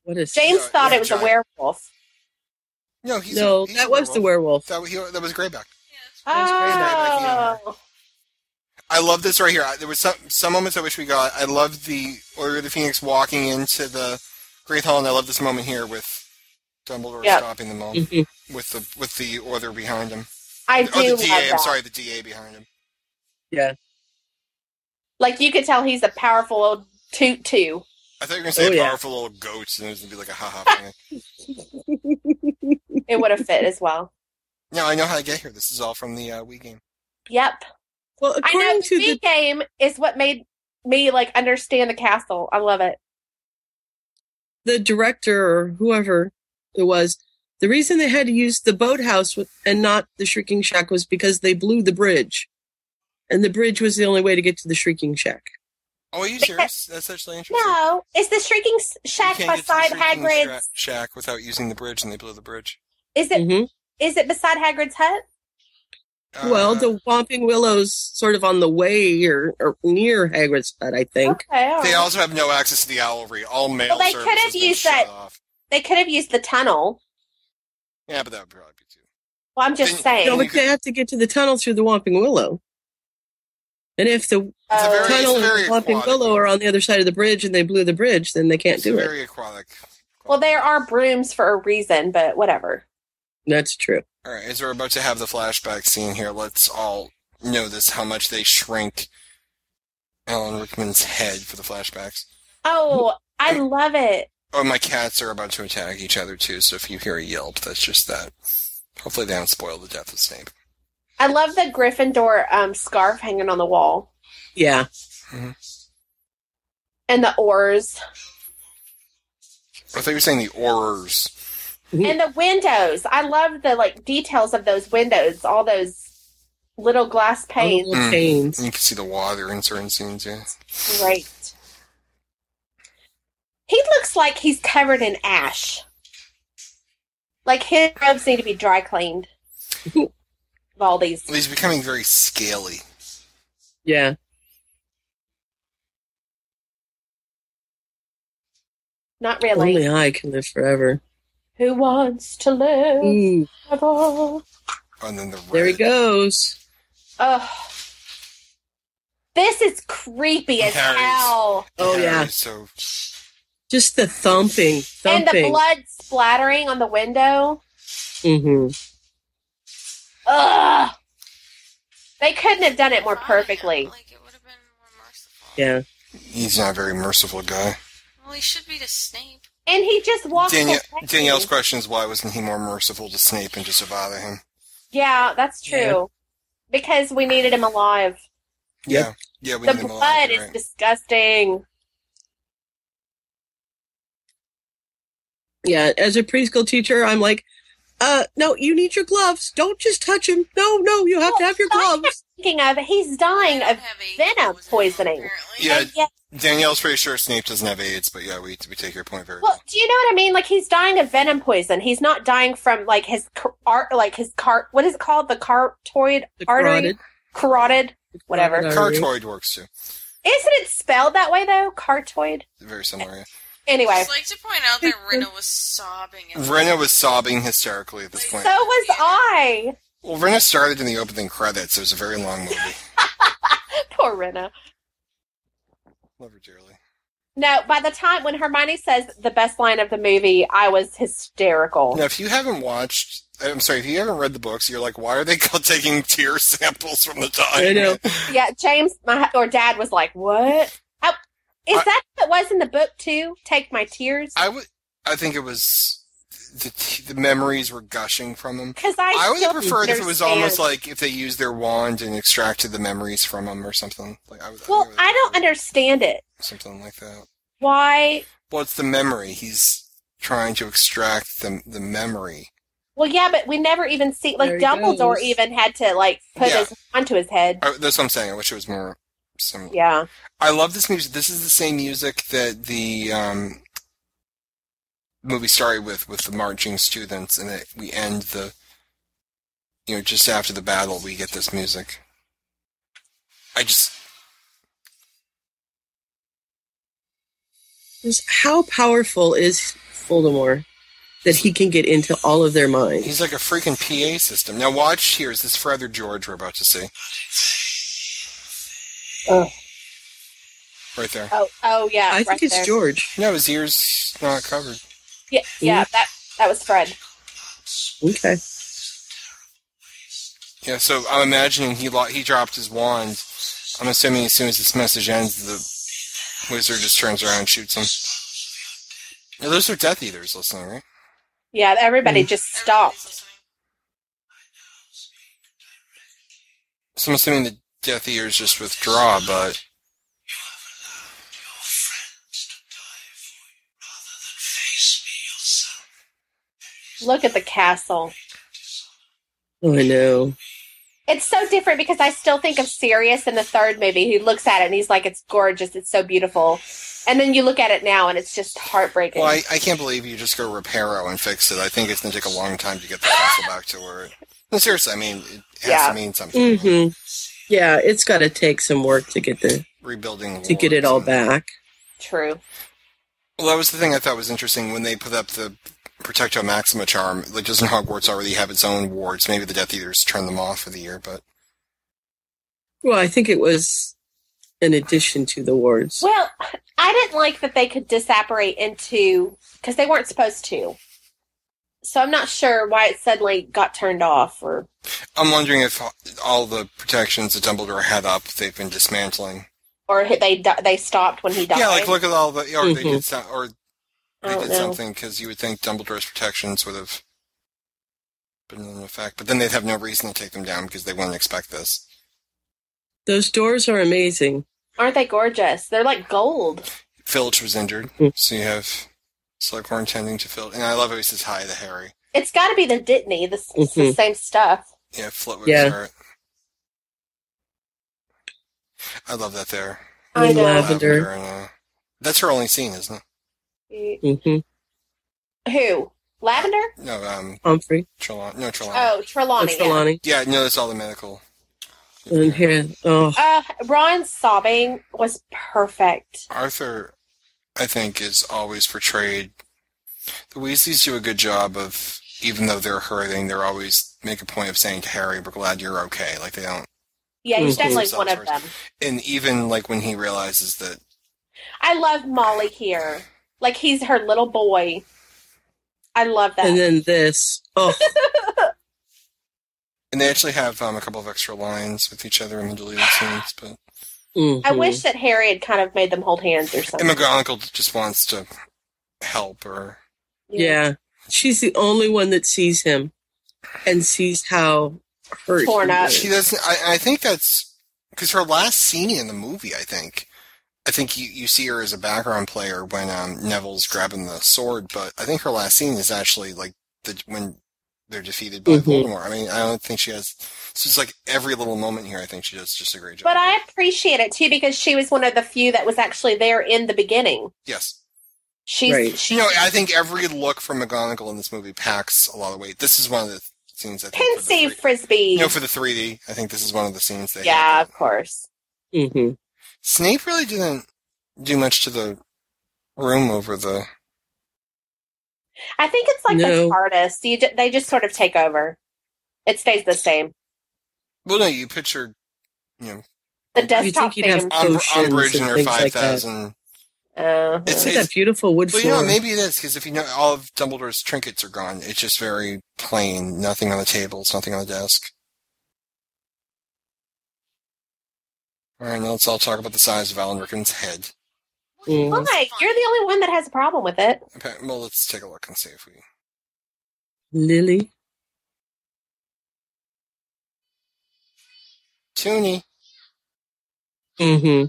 [SPEAKER 3] what is
[SPEAKER 1] James
[SPEAKER 2] Yeah,
[SPEAKER 1] thought
[SPEAKER 2] yeah,
[SPEAKER 1] it was
[SPEAKER 2] giant.
[SPEAKER 1] a werewolf.
[SPEAKER 2] No, he's
[SPEAKER 3] No,
[SPEAKER 2] he's
[SPEAKER 3] that
[SPEAKER 2] a
[SPEAKER 3] was the werewolf.
[SPEAKER 2] That, he, that was Greyback. Greyback,
[SPEAKER 1] Oh,
[SPEAKER 2] I love this right here. I, there was some some moments I wish we got. I love the Order of the Phoenix walking into the Great Hall, and I love this moment here with Dumbledore
[SPEAKER 1] Yeah.
[SPEAKER 2] stopping them all
[SPEAKER 3] Mhm.
[SPEAKER 2] with the with the Order behind him.
[SPEAKER 1] I
[SPEAKER 2] Or
[SPEAKER 1] do
[SPEAKER 2] the
[SPEAKER 1] love
[SPEAKER 2] DA.
[SPEAKER 1] that.
[SPEAKER 2] I'm sorry, the DA behind him.
[SPEAKER 1] Like you could tell he's a powerful old toot too.
[SPEAKER 2] I thought you were going to say
[SPEAKER 3] Oh,
[SPEAKER 2] a
[SPEAKER 3] yeah.
[SPEAKER 2] powerful little goat, and it was going to be like a ha ha. thing.
[SPEAKER 1] It would have fit as well.
[SPEAKER 2] No, I know how to get here. This is all from the uh, Wii game.
[SPEAKER 1] Yep.
[SPEAKER 3] Well,
[SPEAKER 1] I know
[SPEAKER 3] according to
[SPEAKER 1] the
[SPEAKER 3] the
[SPEAKER 1] game is what made me like understand the castle. I love it.
[SPEAKER 3] the director or whoever it was, the reason they had to use the boathouse with- and not the Shrieking Shack was because they blew the bridge. And the bridge was the only way to get to the Shrieking Shack.
[SPEAKER 2] Oh, are you
[SPEAKER 1] Because-
[SPEAKER 2] serious? That's actually interesting.
[SPEAKER 1] No, it's the shrieking s-
[SPEAKER 2] You
[SPEAKER 1] shack
[SPEAKER 2] can't get to the
[SPEAKER 1] beside
[SPEAKER 2] freaking
[SPEAKER 1] Hagrid's.
[SPEAKER 2] sha- shack without using the bridge, and they blew the bridge.
[SPEAKER 1] Is it? Is
[SPEAKER 3] hmm
[SPEAKER 1] it beside Hagrid's hut?
[SPEAKER 2] Uh,
[SPEAKER 3] well, the Whomping Willow's sort of on the way or, or near Hagrid's Hut, I think.
[SPEAKER 1] Okay, all
[SPEAKER 2] Uh, they
[SPEAKER 1] right.
[SPEAKER 2] also have no access to the owlry. All mail
[SPEAKER 1] Oh. Well, they
[SPEAKER 2] service
[SPEAKER 1] could have
[SPEAKER 2] has been
[SPEAKER 1] used
[SPEAKER 2] shut
[SPEAKER 1] that-
[SPEAKER 2] Off.
[SPEAKER 1] they could have used the tunnel.
[SPEAKER 2] Yeah, but that would probably be too.
[SPEAKER 1] Well, I'm just
[SPEAKER 2] Then-
[SPEAKER 1] saying.
[SPEAKER 3] No,
[SPEAKER 2] you
[SPEAKER 3] but
[SPEAKER 2] could-
[SPEAKER 3] they have to get to the tunnel through the Whomping Willow. And if the
[SPEAKER 2] It's a
[SPEAKER 1] Oh.
[SPEAKER 2] very,
[SPEAKER 3] tunnel
[SPEAKER 2] it's
[SPEAKER 3] and
[SPEAKER 2] very
[SPEAKER 3] the Whomping
[SPEAKER 2] aquatic.
[SPEAKER 3] Willow are on the other side of the bridge and they blew the bridge, then they can't
[SPEAKER 2] it's
[SPEAKER 3] do it.
[SPEAKER 2] very aquatic.
[SPEAKER 1] well, there are brooms for a reason, but whatever.
[SPEAKER 3] That's true.
[SPEAKER 2] All right, as we're about to have the flashback scene here, let's all know this: how much they shrink Alan Rickman's head for the flashbacks.
[SPEAKER 1] Oh, I love it.
[SPEAKER 2] Oh, my cats are about to attack each other too. So if you hear a yelp, that's just that. Hopefully, they don't spoil the death of Snape.
[SPEAKER 1] I love the Gryffindor um, scarf hanging on the wall
[SPEAKER 3] Yeah.
[SPEAKER 1] and the oars
[SPEAKER 2] I thought you were saying the Aurors. Mm.
[SPEAKER 1] and the windows. I love the like details of those windows. All those little glass
[SPEAKER 3] All the
[SPEAKER 1] panes.
[SPEAKER 3] little pains.
[SPEAKER 2] You can see the water in certain scenes. Yeah.
[SPEAKER 1] Great. He looks like he's covered in ash. Like his robes need to be dry cleaned. <laughs> of all these.
[SPEAKER 2] Well, he's becoming very scaly.
[SPEAKER 3] Yeah.
[SPEAKER 1] Not really.
[SPEAKER 3] Only I can live forever. Mm,
[SPEAKER 1] Who wants to live
[SPEAKER 3] Ooh,
[SPEAKER 1] forever?
[SPEAKER 2] And then the red.
[SPEAKER 3] there he goes.
[SPEAKER 1] Ugh. creepy as
[SPEAKER 2] Harry's.
[SPEAKER 1] hell.
[SPEAKER 3] Oh yeah,
[SPEAKER 2] So
[SPEAKER 3] just the thumping,
[SPEAKER 1] And the
[SPEAKER 3] thumping.
[SPEAKER 1] blood splattering on the window.
[SPEAKER 3] hmm
[SPEAKER 1] Ugh. They couldn't have done it more perfectly.
[SPEAKER 7] Like it would have been more merciful.
[SPEAKER 3] Yeah.
[SPEAKER 2] he's not a very merciful guy.
[SPEAKER 7] Well, he should be to Snape.
[SPEAKER 1] And he just walked
[SPEAKER 2] Danielle,
[SPEAKER 1] away.
[SPEAKER 2] Danielle's question is why wasn't he more merciful to Snape and just to bother him?
[SPEAKER 1] Yeah, that's true.
[SPEAKER 3] Yeah.
[SPEAKER 1] Because we needed him alive.
[SPEAKER 2] Yeah,
[SPEAKER 3] Yep.
[SPEAKER 2] yeah. We
[SPEAKER 1] the
[SPEAKER 2] need him
[SPEAKER 1] blood
[SPEAKER 2] alive,
[SPEAKER 1] is
[SPEAKER 2] right?
[SPEAKER 1] disgusting.
[SPEAKER 3] Yeah, as a preschool teacher, I'm like, uh, no, you need your gloves. Don't just touch him. No, no, you have to have your
[SPEAKER 1] <laughs>
[SPEAKER 3] gloves.
[SPEAKER 1] Thinking of he's dying
[SPEAKER 7] They don't
[SPEAKER 1] of
[SPEAKER 7] have AIDS,
[SPEAKER 1] venom
[SPEAKER 7] was it?
[SPEAKER 1] poisoning.
[SPEAKER 7] Apparently.
[SPEAKER 2] Yeah.
[SPEAKER 1] and yet-
[SPEAKER 2] Danielle's pretty sure Snape doesn't have AIDS, but yeah, we we take your point very
[SPEAKER 1] well, do you know what I mean? Like he's dying of venom poison. He's not dying from like his car- art, like his car. What is it called? The cartoid
[SPEAKER 3] The
[SPEAKER 1] artery,
[SPEAKER 3] carotid-
[SPEAKER 1] carotid, whatever.
[SPEAKER 3] carotid
[SPEAKER 2] well.
[SPEAKER 3] artery.
[SPEAKER 2] Cartoid works too.
[SPEAKER 1] Isn't it spelled that way though? Cartoid.
[SPEAKER 2] Very similar.
[SPEAKER 1] Anyway,
[SPEAKER 7] I'd like to point out that Rena was sobbing.
[SPEAKER 2] Yeah. Rena was sobbing hysterically at this
[SPEAKER 1] so
[SPEAKER 2] point.
[SPEAKER 1] was I.
[SPEAKER 2] well, Rena started in the opening credits. It was a very long
[SPEAKER 3] <laughs>
[SPEAKER 2] movie.
[SPEAKER 1] Poor Rena.
[SPEAKER 2] Love her dearly.
[SPEAKER 1] No, by the time when Hermione says the best line of the movie, I was hysterical.
[SPEAKER 2] Now, if you haven't watched, uh, I'm sorry, if you haven't read the books, you're like, why are they <laughs> taking tear samples from the dying?
[SPEAKER 3] I know.
[SPEAKER 1] Yeah, James, my or dad was like, "What? I, is
[SPEAKER 2] I-
[SPEAKER 1] that what it was in the book too? Take my tears
[SPEAKER 2] I would. I think it was the t- the memories were gushing from him.
[SPEAKER 1] because I,
[SPEAKER 2] I would
[SPEAKER 1] still
[SPEAKER 2] have preferred if it was
[SPEAKER 1] understand.
[SPEAKER 2] almost like if they used their wand and extracted the memories from him or something. Like I would,
[SPEAKER 1] Well,
[SPEAKER 2] would-
[SPEAKER 1] I don't understand it.
[SPEAKER 2] something like that.
[SPEAKER 1] Why?
[SPEAKER 2] Well, it's the memory. He's trying to extract the the memory.
[SPEAKER 1] Well, yeah, but we never even see like
[SPEAKER 3] There he
[SPEAKER 1] Dumbledore
[SPEAKER 3] goes.
[SPEAKER 1] even had to like put
[SPEAKER 2] Yeah.
[SPEAKER 1] his onto his head.
[SPEAKER 2] I, that's what I'm saying. I wish it was more similar.
[SPEAKER 1] Yeah,
[SPEAKER 2] I love this music. This is the same music that the um, movie started with, with the marching students, and it, we end the, you know, just after the battle, we get this music. I just,
[SPEAKER 3] Just How powerful is Voldemort that he can get into all of their minds?
[SPEAKER 2] he's like a freaking PA system. Now watch here. Is this for other George we're about to see?
[SPEAKER 3] Oh.
[SPEAKER 2] Right there.
[SPEAKER 1] Oh, oh yeah.
[SPEAKER 3] I
[SPEAKER 1] right
[SPEAKER 3] think it's
[SPEAKER 1] there.
[SPEAKER 3] George.
[SPEAKER 2] No, his ear's not covered.
[SPEAKER 1] Yeah, yeah. That that was Fred.
[SPEAKER 3] Okay.
[SPEAKER 2] Yeah, so I'm imagining he lo- he dropped his wand. I'm assuming as soon as this message ends, the wizard just turns around and shoots him. Now, those are Death Eaters listening, right?
[SPEAKER 1] Yeah, everybody
[SPEAKER 2] Mm.
[SPEAKER 1] just
[SPEAKER 7] Everybody's
[SPEAKER 1] stopped.
[SPEAKER 7] listening.
[SPEAKER 2] So I'm assuming the Death Eaters just withdraw, but
[SPEAKER 1] Look at the castle.
[SPEAKER 3] Oh, I know.
[SPEAKER 1] It's so different because I still think of Sirius in the third movie who looks at it and he's like, it's gorgeous, it's so beautiful. And then you look at it now and it's just heartbreaking.
[SPEAKER 2] well, I, I can't believe you just go reparo and fix it. I think it's gonna take a long time to get the castle back to where. It, no, seriously, I mean, it has
[SPEAKER 1] Yeah.
[SPEAKER 2] to mean something.
[SPEAKER 1] Mm-hmm.
[SPEAKER 3] hmm Yeah, it's got to take some work to get the
[SPEAKER 2] Rebuilding
[SPEAKER 3] to get it
[SPEAKER 2] lords
[SPEAKER 3] all
[SPEAKER 2] and-
[SPEAKER 3] back.
[SPEAKER 1] True.
[SPEAKER 2] Well, that was the thing I thought was interesting when they put up the Protecto Maxima charm. Like, doesn't Hogwarts already have its own wards? Maybe the Death Eaters turned them off for the year, but
[SPEAKER 3] Well, I think it was in addition to the wards.
[SPEAKER 1] Well, I didn't like that they could disapparate into because they weren't supposed to. So I'm not sure why it suddenly got turned off or
[SPEAKER 2] I'm wondering if all the protections that Dumbledore had up they've been dismantling.
[SPEAKER 1] or hi- they di- they stopped when he died.
[SPEAKER 2] Yeah, like look at all the or they
[SPEAKER 3] Mhm.
[SPEAKER 2] did some, or
[SPEAKER 1] I
[SPEAKER 2] they
[SPEAKER 1] don't
[SPEAKER 2] did
[SPEAKER 1] know.
[SPEAKER 2] something because you would think Dumbledore's protections would have been in effect, but then they'd have no reason to take them down because they wouldn't expect this.
[SPEAKER 3] Those doors are amazing.
[SPEAKER 1] Aren't they gorgeous? They're like gold.
[SPEAKER 2] Filch was injured,
[SPEAKER 3] Mm.
[SPEAKER 2] so you have Slughorn tending to Filch, and I love how he says hi to Harry.
[SPEAKER 1] It's got to be the Ditney. This it's the
[SPEAKER 3] Mhm.
[SPEAKER 1] same stuff.
[SPEAKER 2] Yeah, Flitwick's
[SPEAKER 3] Yeah.
[SPEAKER 2] art. I love that there.
[SPEAKER 1] I
[SPEAKER 3] And
[SPEAKER 1] know.
[SPEAKER 3] lavender.
[SPEAKER 2] and, uh, that's her only scene, isn't it?
[SPEAKER 3] hmm
[SPEAKER 1] Who? Lavender?
[SPEAKER 2] No, um,
[SPEAKER 3] Humphrey
[SPEAKER 2] Trelawney. No, Trelawney.
[SPEAKER 1] Oh,
[SPEAKER 3] and
[SPEAKER 1] Trelawney. yeah.
[SPEAKER 3] Trelawney.
[SPEAKER 2] Yeah, no, that's all the medical.
[SPEAKER 3] And here, oh,
[SPEAKER 1] Uh, Ron's sobbing was perfect.
[SPEAKER 2] Arthur, I think, is always portrayed. The Weasleys do a good job of, even though they're hurting, they're always make a point of saying to Harry, "We're glad you're okay." Like they don't
[SPEAKER 1] Yeah, he's
[SPEAKER 3] Mhm.
[SPEAKER 1] definitely one of
[SPEAKER 2] Sounds
[SPEAKER 1] them.
[SPEAKER 2] And even like when he realizes that
[SPEAKER 1] I love Molly here. Like he's her little boy. I love that.
[SPEAKER 3] And then this. Oh,
[SPEAKER 2] and they actually have um, a couple of extra lines with each other in the deleted scenes, but
[SPEAKER 1] I
[SPEAKER 3] mhm.
[SPEAKER 1] wish that Harry had kind of made them hold hands or something.
[SPEAKER 2] and McGonagall just wants to help her.
[SPEAKER 3] Yeah. She's the only one that sees him and sees how hurt
[SPEAKER 1] Torn
[SPEAKER 3] he
[SPEAKER 1] up.
[SPEAKER 3] is.
[SPEAKER 2] She doesn't. I, I think that's because her last scene in the movie. I think. I think you, you see her as a background player when um, Neville's grabbing the sword, but I think her last scene is actually like the, when they're defeated by
[SPEAKER 3] Mhm.
[SPEAKER 2] Voldemort. I mean, I don't think she has. So it's like every little moment here. I think she does just a great job.
[SPEAKER 1] But I appreciate it too because she was one of the few that was actually there in the beginning.
[SPEAKER 2] yes,
[SPEAKER 1] She's
[SPEAKER 3] Right.
[SPEAKER 1] she
[SPEAKER 2] you know, I think every look from McGonagall in this movie packs a lot of weight. This is one of the scenes I think. for the
[SPEAKER 1] Pensy
[SPEAKER 2] three-
[SPEAKER 1] Frisbee.
[SPEAKER 2] you know, for the 3D, I think this is one of the scenes they.
[SPEAKER 1] yeah,
[SPEAKER 2] had.
[SPEAKER 1] of course.
[SPEAKER 3] Mhm.
[SPEAKER 2] Snape really didn't do much to the room over the
[SPEAKER 1] I think it's like
[SPEAKER 3] No.
[SPEAKER 1] the TARDIS. You ju- they just sort of take over. It stays the same.
[SPEAKER 2] Well, no, you pictured
[SPEAKER 1] The
[SPEAKER 2] You'd
[SPEAKER 3] You'd
[SPEAKER 1] desktop
[SPEAKER 3] think he'd have
[SPEAKER 1] theme.
[SPEAKER 2] Umbr-
[SPEAKER 3] potions
[SPEAKER 2] Umbridge
[SPEAKER 3] and
[SPEAKER 2] and her
[SPEAKER 3] things
[SPEAKER 2] five
[SPEAKER 3] like that.
[SPEAKER 2] thousand.
[SPEAKER 1] Uh,
[SPEAKER 2] It's-
[SPEAKER 3] Look at that beautiful wood
[SPEAKER 2] Well, you
[SPEAKER 3] floor.
[SPEAKER 2] know, maybe it is because if you know all of Dumbledore's trinkets are gone, it's just very plain. Nothing on the tables, nothing on the desk. All right, now let's all talk about the size of Alan Rickman's head.
[SPEAKER 3] Mm.
[SPEAKER 1] Why? Oh You're the only one that has a problem with it.
[SPEAKER 2] Okay, Well, let's take a look and see if we.
[SPEAKER 3] Lily.
[SPEAKER 2] Toonie.
[SPEAKER 3] hmm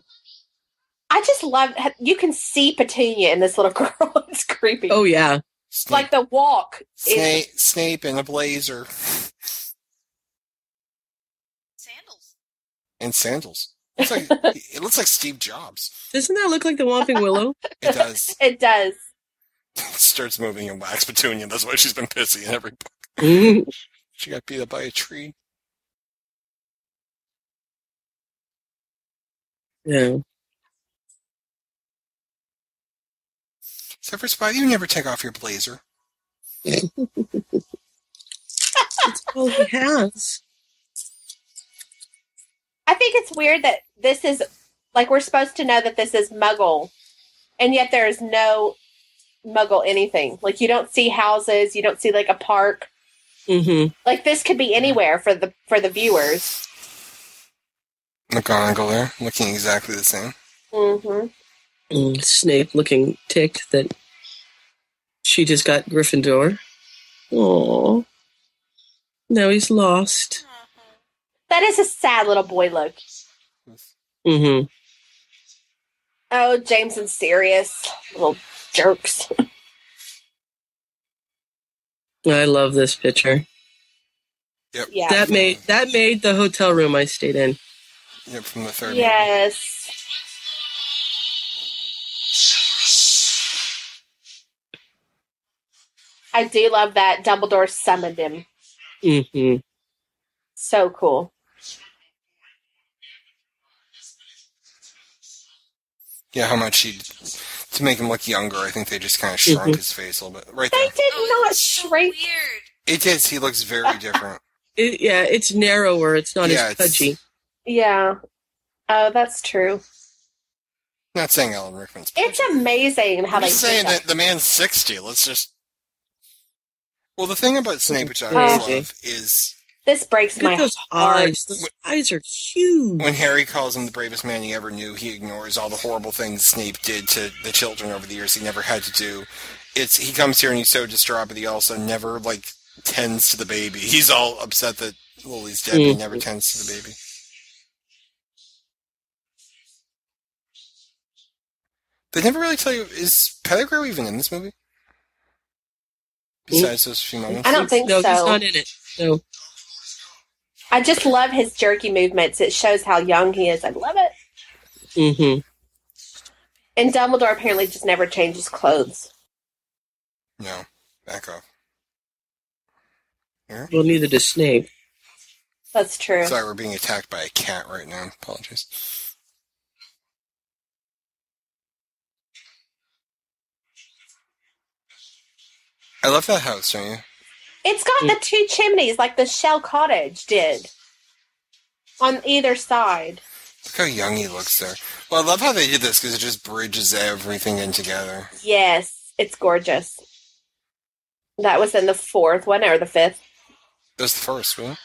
[SPEAKER 1] I just love you can see Petunia in this little <laughs> girl. It's creepy.
[SPEAKER 3] Oh, yeah.
[SPEAKER 2] Snape,
[SPEAKER 1] like the walk. Is,
[SPEAKER 2] Snape, Snape in a blazer
[SPEAKER 7] Sandals.
[SPEAKER 2] and sandals. It's like, it looks like Steve Jobs.
[SPEAKER 3] Doesn't that look like the
[SPEAKER 1] <laughs>
[SPEAKER 3] Whomping Willow?
[SPEAKER 2] It does.
[SPEAKER 1] it does.
[SPEAKER 2] <laughs> starts moving in wax petunia. That's why she's been pissy in every
[SPEAKER 3] Mhm.
[SPEAKER 2] She got beat up by a tree.
[SPEAKER 3] yeah.
[SPEAKER 2] Severus Spy, you never take off your blazer.
[SPEAKER 3] Oh, he has.
[SPEAKER 1] I think it's weird that this is like we're supposed to know that this is Muggle, and yet there is no Muggle anything. Like you don't see houses, you don't see like a park.
[SPEAKER 3] hmm
[SPEAKER 1] Like this could be anywhere for the for the viewers.
[SPEAKER 2] McGonagall there, looking exactly the same.
[SPEAKER 1] hmm
[SPEAKER 3] Mm, Snape looking ticked that she just got Gryffindor. Oh. Now he's lost.
[SPEAKER 1] That is a sad little boy look.
[SPEAKER 3] hmm
[SPEAKER 1] Oh, James and Sirius, little jerks.
[SPEAKER 3] I love this picture.
[SPEAKER 2] Yep.
[SPEAKER 1] Yeah.
[SPEAKER 3] That made that made the hotel room I stayed in.
[SPEAKER 2] Yep, from the third. movie.
[SPEAKER 1] Yes. I do love that Dumbledore summoned him.
[SPEAKER 3] hmm
[SPEAKER 1] So cool.
[SPEAKER 2] Yeah, how much he to make him look younger. I think they just kind of shrunk
[SPEAKER 3] Mhm.
[SPEAKER 2] his face a little bit. Right
[SPEAKER 1] They
[SPEAKER 2] there,
[SPEAKER 1] did
[SPEAKER 7] Oh,
[SPEAKER 1] not
[SPEAKER 7] it's so
[SPEAKER 1] shrink.
[SPEAKER 7] Weird.
[SPEAKER 2] it is. He
[SPEAKER 1] <laughs>
[SPEAKER 2] looks very different.
[SPEAKER 3] It, yeah, it's narrower. It's not
[SPEAKER 2] Yeah,
[SPEAKER 3] as
[SPEAKER 2] it's-
[SPEAKER 3] pudgy.
[SPEAKER 1] Yeah. Oh, that's true.
[SPEAKER 2] Not saying Alan Rickman's.
[SPEAKER 1] It's amazing how
[SPEAKER 2] I'm
[SPEAKER 1] they
[SPEAKER 2] just saying
[SPEAKER 1] did
[SPEAKER 2] that the man's sixty. Let's just. Well, the thing about Snape, which I
[SPEAKER 3] Oh.
[SPEAKER 2] always love, is
[SPEAKER 1] This breaks
[SPEAKER 3] Look
[SPEAKER 1] my
[SPEAKER 3] at those
[SPEAKER 1] heart.
[SPEAKER 3] eyes. Those eyes are huge.
[SPEAKER 2] when Harry calls him the bravest man he ever knew, he ignores all the horrible things Snape did to the children over the years he never had to do. It's he comes here and he's so distraught, but he also never like tends to the baby. He's all upset that Lily's dead, but he never tends to the baby. They never really tell you is Pettigrew even in this movie? Besides those few moments.
[SPEAKER 1] I don't think
[SPEAKER 3] no,
[SPEAKER 1] so.
[SPEAKER 3] he's not in it. No.
[SPEAKER 1] I just love his jerky movements. It shows how young he is. I love it.
[SPEAKER 3] hmm
[SPEAKER 1] And Dumbledore apparently just never changes clothes.
[SPEAKER 2] No. Back off.
[SPEAKER 3] Well, neither does Snape.
[SPEAKER 1] That's true.
[SPEAKER 2] Sorry, we're being attacked by a cat right now. Apologies. I love that house, don't you?
[SPEAKER 1] It's got the two chimneys like the shell cottage did. on either side.
[SPEAKER 2] Look how young he looks there. Well, I love how they did this because it just bridges everything in together.
[SPEAKER 1] Yes, it's gorgeous. That was in the fourth one or the fifth,
[SPEAKER 2] That's the first one.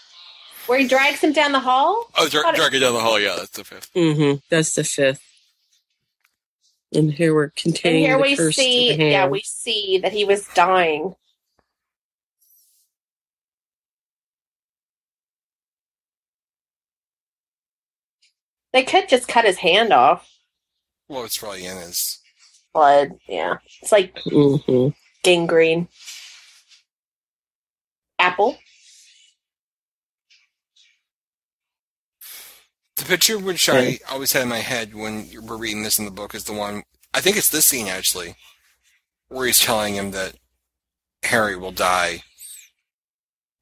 [SPEAKER 1] where he drags him down the hall.
[SPEAKER 2] Oh, dra-
[SPEAKER 1] Got it.
[SPEAKER 2] Dragon down the hall. Yeah, that's the fifth.
[SPEAKER 3] Mm-hmm. That's the fifth. And here we're
[SPEAKER 1] And
[SPEAKER 3] containing
[SPEAKER 1] here
[SPEAKER 3] the
[SPEAKER 1] we
[SPEAKER 3] curse to
[SPEAKER 1] see,
[SPEAKER 3] the hand.
[SPEAKER 1] yeah, we see that he was dying. They could just cut his hand off.
[SPEAKER 2] Well, it's probably in his.
[SPEAKER 1] Blood, yeah. It's like
[SPEAKER 3] Mhm.
[SPEAKER 1] gangrene. Apple.
[SPEAKER 2] The picture which I always had in my head when you we're reading this in the book is the one. I think it's this scene actually, where he's telling him that Harry will die.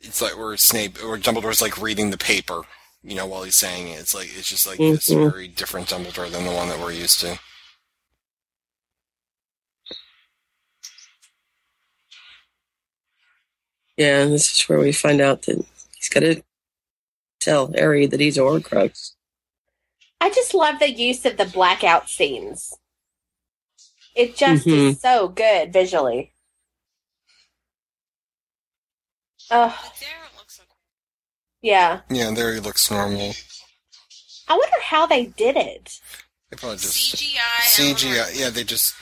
[SPEAKER 2] It's like where Snape or Dumbledore's like reading the paper, you know, while he's saying it. It's like it's just like this
[SPEAKER 3] Mhm.
[SPEAKER 2] very different Dumbledore than the one that we're used to.
[SPEAKER 3] Yeah, and this is where we find out that he's got to tell Harry that he's a Horcrux.
[SPEAKER 1] I just love the use of the blackout scenes. It just is so good visually. Oh,
[SPEAKER 7] There it looks like.
[SPEAKER 1] yeah.
[SPEAKER 2] Yeah, there he looks normal.
[SPEAKER 1] I wonder how they did it.
[SPEAKER 2] They probably just
[SPEAKER 7] CGI.
[SPEAKER 2] CGI. Yeah, they just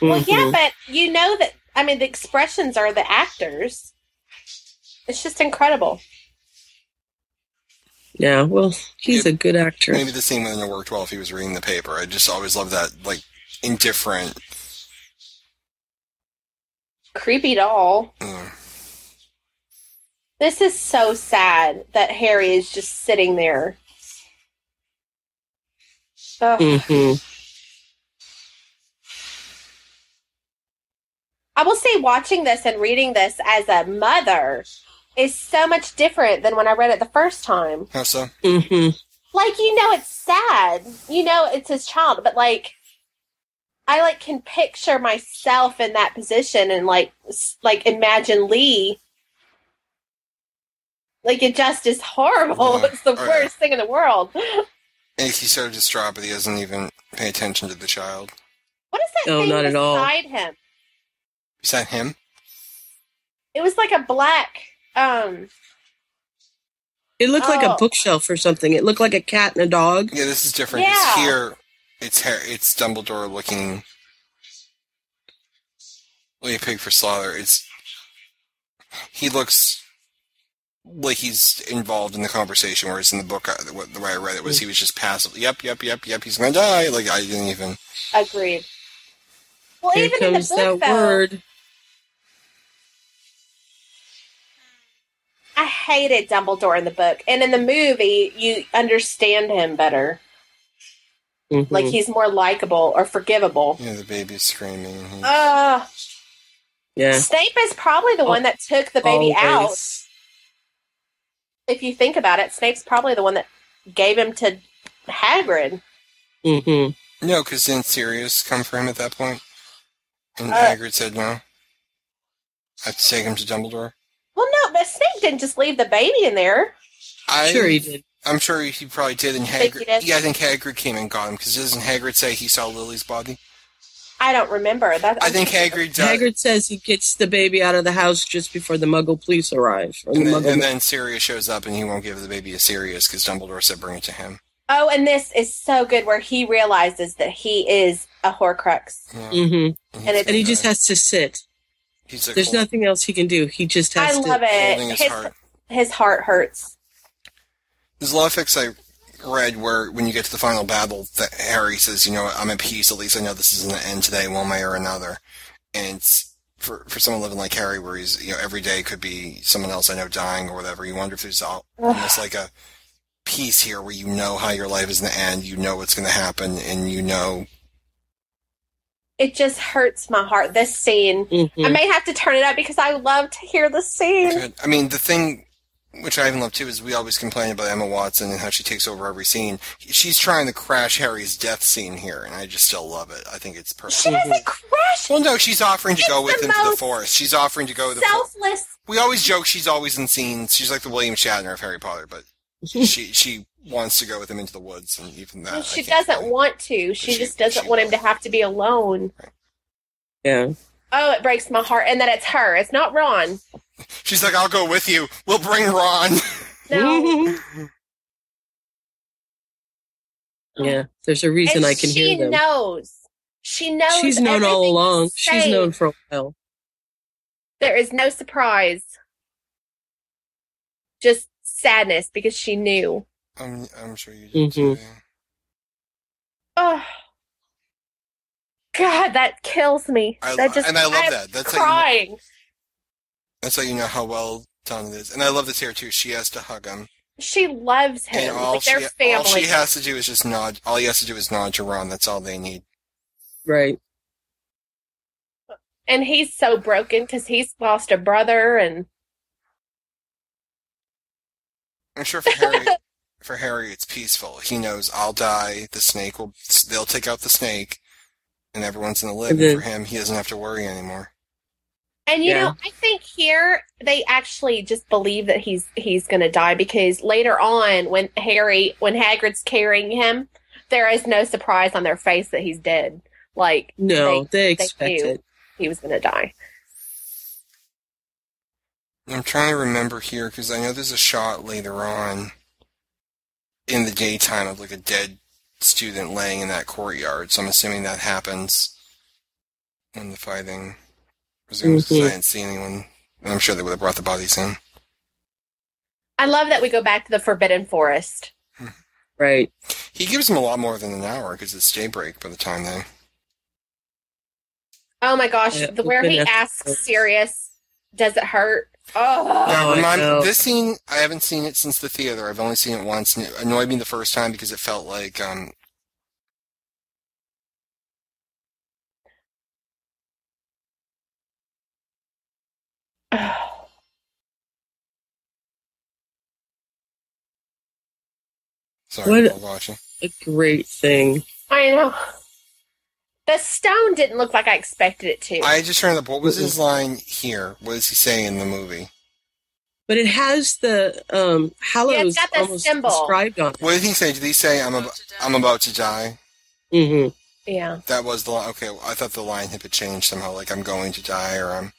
[SPEAKER 1] Well, yeah,
[SPEAKER 3] Mhm.
[SPEAKER 1] but you know that, I mean, the expressions are the actors. It's just incredible.
[SPEAKER 3] Yeah, well, he's a good actor.
[SPEAKER 2] maybe the scene wouldn't have worked well if he was reading the paper. I just always love that like indifferent.
[SPEAKER 1] Creepy doll.
[SPEAKER 2] Mm.
[SPEAKER 1] This is so sad that Harry is just sitting there. Ugh.
[SPEAKER 3] hmm
[SPEAKER 1] I will say watching this and reading this as a mother is so much different than when I read it the first time.
[SPEAKER 2] How so?
[SPEAKER 3] hmm
[SPEAKER 1] Like, you know, it's sad. You know, it's his child, but like, I like can picture myself in that position and like, s- like imagine Lee. Like, it just is horrible.
[SPEAKER 2] Yeah.
[SPEAKER 1] It's the
[SPEAKER 2] Oh, yeah.
[SPEAKER 1] worst thing in the world.
[SPEAKER 2] And he's so distraught, but he doesn't even pay attention to the child.
[SPEAKER 1] What is that
[SPEAKER 3] No,
[SPEAKER 1] thing
[SPEAKER 3] not at all.
[SPEAKER 1] beside him?
[SPEAKER 2] Is that him?
[SPEAKER 1] It was like a black, um,
[SPEAKER 3] It looked like a
[SPEAKER 1] Oh.
[SPEAKER 3] bookshelf or something. It looked like a cat and a dog.
[SPEAKER 2] Yeah, this is different. 'cause
[SPEAKER 1] Yeah.
[SPEAKER 2] here, it's Har- it's Dumbledore looking. Like a pig for slaughter. It's he looks like he's involved in the conversation, whereas in the book, I, the way- the way I read it was he was just passive. Yep, yep, yep, yep. He's gonna die. Like I didn't even.
[SPEAKER 1] Agreed. Well,
[SPEAKER 3] Here
[SPEAKER 1] even
[SPEAKER 3] comes
[SPEAKER 1] in the book,
[SPEAKER 3] that
[SPEAKER 1] though,
[SPEAKER 3] word.
[SPEAKER 1] I hated Dumbledore in the book, and in the movie, you understand him better.
[SPEAKER 3] Mhm.
[SPEAKER 1] Like he's more likable or forgivable.
[SPEAKER 2] You know, the baby's screaming. And he,
[SPEAKER 1] Ugh.
[SPEAKER 3] yeah,
[SPEAKER 1] Uh,
[SPEAKER 3] oh,
[SPEAKER 1] Snape is probably the one that took the baby out.
[SPEAKER 3] Always.
[SPEAKER 1] If you think about it, Snape's probably the one that gave him to Hagrid.
[SPEAKER 3] Mhm.
[SPEAKER 2] no, because didn't Sirius come for him at that point? And
[SPEAKER 1] Uh,
[SPEAKER 2] Hagrid said no. I have to take him to Dumbledore.
[SPEAKER 1] Well, no, but Snape didn't just leave the baby in there.
[SPEAKER 2] I
[SPEAKER 3] Sure, he did.
[SPEAKER 2] I'm sure he probably did. And
[SPEAKER 1] Think
[SPEAKER 2] Hagrid,
[SPEAKER 1] he did?
[SPEAKER 2] yeah, I think Hagrid came and got him because doesn't Hagrid say he saw Lily's body?
[SPEAKER 1] I don't remember. That
[SPEAKER 2] I think Hagrid died,
[SPEAKER 3] Haggard says he gets the baby out of the house just before the Muggle police arrive. Or the
[SPEAKER 2] and, then,
[SPEAKER 3] Muggle
[SPEAKER 2] and then Sirius shows up, and he won't give the baby to Sirius because Dumbledore said bring it to him.
[SPEAKER 1] Oh, and this is so good where he realizes that he is a Horcrux.
[SPEAKER 2] Yeah.
[SPEAKER 3] Mhm.
[SPEAKER 2] he's
[SPEAKER 1] And it-
[SPEAKER 3] And he
[SPEAKER 2] like,
[SPEAKER 3] just
[SPEAKER 2] uh,
[SPEAKER 3] has to sit.
[SPEAKER 2] he's like,
[SPEAKER 3] There's
[SPEAKER 2] hol-
[SPEAKER 3] nothing else he can do. He just has
[SPEAKER 1] I
[SPEAKER 3] to.
[SPEAKER 1] love it.
[SPEAKER 2] holding his
[SPEAKER 1] His,
[SPEAKER 2] heart.
[SPEAKER 1] his heart hurts.
[SPEAKER 2] There's a lot of fix I read where when you get to the final battle, that Harry says, "You know, what, I'm at peace. At least I know this isn't the end today, one way or another." And it's for for someone living like Harry, where he's you know every day could be someone else I know dying or whatever. You wonder if there's all almost like a piece here where you know how your life is going to end, you know what's going to happen, and you know.
[SPEAKER 1] It just hurts my heart. This scene.
[SPEAKER 3] Mhm.
[SPEAKER 1] I may have to turn it up because I love to hear the scene.
[SPEAKER 2] I mean, the thing which I even love too is we always complain about Emma Watson and how she takes over every scene. She's trying to crash Harry's death scene here, and I just still love it. I think it's perfect.
[SPEAKER 1] She doesn't crash.
[SPEAKER 2] Well, no, she's offering to go
[SPEAKER 1] It's
[SPEAKER 2] with
[SPEAKER 1] the
[SPEAKER 2] him to the
[SPEAKER 1] most
[SPEAKER 2] forest. She's offering to go with the forest.
[SPEAKER 1] Selfless. <laughs>
[SPEAKER 2] We always joke she's always in scenes. She's like the William Shatner of Harry Potter, but she she wants to go with him into the woods, and even that.
[SPEAKER 1] Well,
[SPEAKER 2] I
[SPEAKER 1] she
[SPEAKER 2] think-
[SPEAKER 1] doesn't want to. She
[SPEAKER 2] she-
[SPEAKER 1] just doesn't
[SPEAKER 2] she
[SPEAKER 1] want him to
[SPEAKER 2] will.
[SPEAKER 1] have to be alone.
[SPEAKER 3] Yeah.
[SPEAKER 1] Oh, it breaks my heart. And that it's her. It's not Ron.
[SPEAKER 2] She's like, "I'll go with you. We'll
[SPEAKER 1] <laughs>
[SPEAKER 2] bring Ron."
[SPEAKER 1] No.
[SPEAKER 3] yeah. There's a <laughs> reason
[SPEAKER 1] And
[SPEAKER 3] I can
[SPEAKER 1] she
[SPEAKER 3] hear them.
[SPEAKER 1] knows. She knows.
[SPEAKER 3] She's known all
[SPEAKER 1] everything
[SPEAKER 3] along.
[SPEAKER 1] he's
[SPEAKER 3] She's
[SPEAKER 1] saying.
[SPEAKER 3] known for a while.
[SPEAKER 1] There is no surprise. Just sadness because she knew.
[SPEAKER 2] I'm I'm sure you
[SPEAKER 1] Mm-hmm.
[SPEAKER 2] did too.
[SPEAKER 1] Oh. God, that kills me.
[SPEAKER 2] I,
[SPEAKER 1] that just
[SPEAKER 2] and I love
[SPEAKER 1] I'm
[SPEAKER 2] that. That's how, you,
[SPEAKER 1] crying.
[SPEAKER 2] that's how you know how well done it is. And I love this here too. She has to hug him,
[SPEAKER 1] She loves
[SPEAKER 2] and
[SPEAKER 1] him.
[SPEAKER 2] all
[SPEAKER 1] Like,
[SPEAKER 2] she
[SPEAKER 1] they're family.
[SPEAKER 2] all she has to do is just nod. All he has to do is nod to Ron. That's all they need.
[SPEAKER 3] Right.
[SPEAKER 1] and he's so broken because he's lost a brother and
[SPEAKER 2] I'm sure for Harry, for Harry, it's peaceful. He knows I'll die. The snake will. They'll take out the snake, and everyone's gonna live.
[SPEAKER 3] And
[SPEAKER 2] And
[SPEAKER 3] then-
[SPEAKER 2] for him, he doesn't have to worry anymore.
[SPEAKER 1] and you
[SPEAKER 3] Yeah.
[SPEAKER 1] know i think here they actually just believe that he's he's gonna die because later on when harry when hagrid's carrying him there is no surprise on their face that he's dead like
[SPEAKER 3] No,
[SPEAKER 1] They-
[SPEAKER 3] they, expect
[SPEAKER 1] do.
[SPEAKER 3] it.
[SPEAKER 1] he was gonna die
[SPEAKER 2] I'm trying to remember here because I know there's a shot later on in the daytime of like a dead student laying in that courtyard. So I'm assuming that happens in the fighting. Presumes 'cause
[SPEAKER 3] Mhm.
[SPEAKER 2] I didn't see anyone. And I'm sure they would have brought the bodies in.
[SPEAKER 1] i love that we go back to the forbidden forest
[SPEAKER 3] Right.
[SPEAKER 2] He gives them a lot more than an hour because it's daybreak by the time they.
[SPEAKER 1] oh my gosh
[SPEAKER 3] Yeah,
[SPEAKER 1] the where he
[SPEAKER 3] forbidden
[SPEAKER 1] asks
[SPEAKER 3] forest.
[SPEAKER 1] serious does it hurt oh
[SPEAKER 2] Now,
[SPEAKER 3] Oh, I
[SPEAKER 2] remind-
[SPEAKER 3] know.
[SPEAKER 2] this scene, I haven't seen it since the theater. I've only seen it once, and it annoyed me the first time because it felt like um, <sighs> sorry,
[SPEAKER 3] What-
[SPEAKER 2] Paul Bachi.
[SPEAKER 3] A great thing.
[SPEAKER 1] i know the stone didn't look like i expected it to
[SPEAKER 2] I just remember what was his line here? What does he say in the movie?
[SPEAKER 3] But it has the um hallows
[SPEAKER 1] Yeah, it's got that
[SPEAKER 3] almost
[SPEAKER 1] symbol.
[SPEAKER 3] described on it.
[SPEAKER 2] What did he say? Did he say I'm ab- I'm about to die?
[SPEAKER 3] hmm
[SPEAKER 1] yeah
[SPEAKER 2] That was the line. Okay, I thought the line had been changed somehow. Like I'm going to die, or I'm.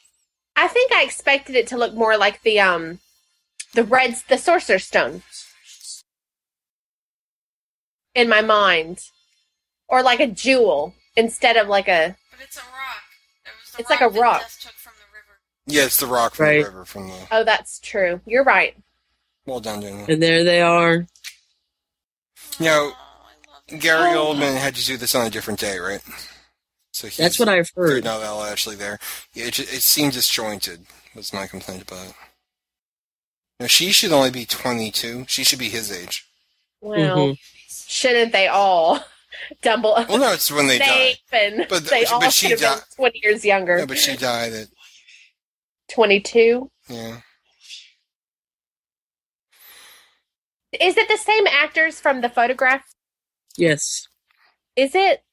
[SPEAKER 1] I think I expected it to look more like the um the red the sorcerer's stone in my mind or like a jewel instead of like a
[SPEAKER 7] But it's a rock. There was the
[SPEAKER 1] It's like a
[SPEAKER 7] that
[SPEAKER 1] rock.
[SPEAKER 7] Death took from the river.
[SPEAKER 2] Yeah, it's the rock from
[SPEAKER 3] Right.
[SPEAKER 2] the river from the.
[SPEAKER 1] oh that's true. You're right.
[SPEAKER 2] Well done, Daniel.
[SPEAKER 3] And there they are.
[SPEAKER 2] You know,
[SPEAKER 7] Oh, I love that.
[SPEAKER 2] Gary
[SPEAKER 3] Oh.
[SPEAKER 2] Oldman had to do this on a different day, right? So he's,
[SPEAKER 3] That's what I've heard.
[SPEAKER 2] No, Al Ashley there. Yeah, It, ju- it seemed disjointed. Was my complaint about it. No, she should only be 22. She should be his age.
[SPEAKER 1] Well,
[SPEAKER 3] Mhm.
[SPEAKER 1] shouldn't they all <laughs> Dumble
[SPEAKER 2] Well, no, it's when they die.
[SPEAKER 1] Snape and
[SPEAKER 2] But-
[SPEAKER 1] they
[SPEAKER 2] but
[SPEAKER 1] all
[SPEAKER 2] she
[SPEAKER 1] should have
[SPEAKER 2] di-
[SPEAKER 1] been twenty years younger.
[SPEAKER 2] No, but she died at
[SPEAKER 1] twenty two.
[SPEAKER 2] yeah.
[SPEAKER 1] Is it the same actors from the photograph?
[SPEAKER 3] Yes.
[SPEAKER 1] Is it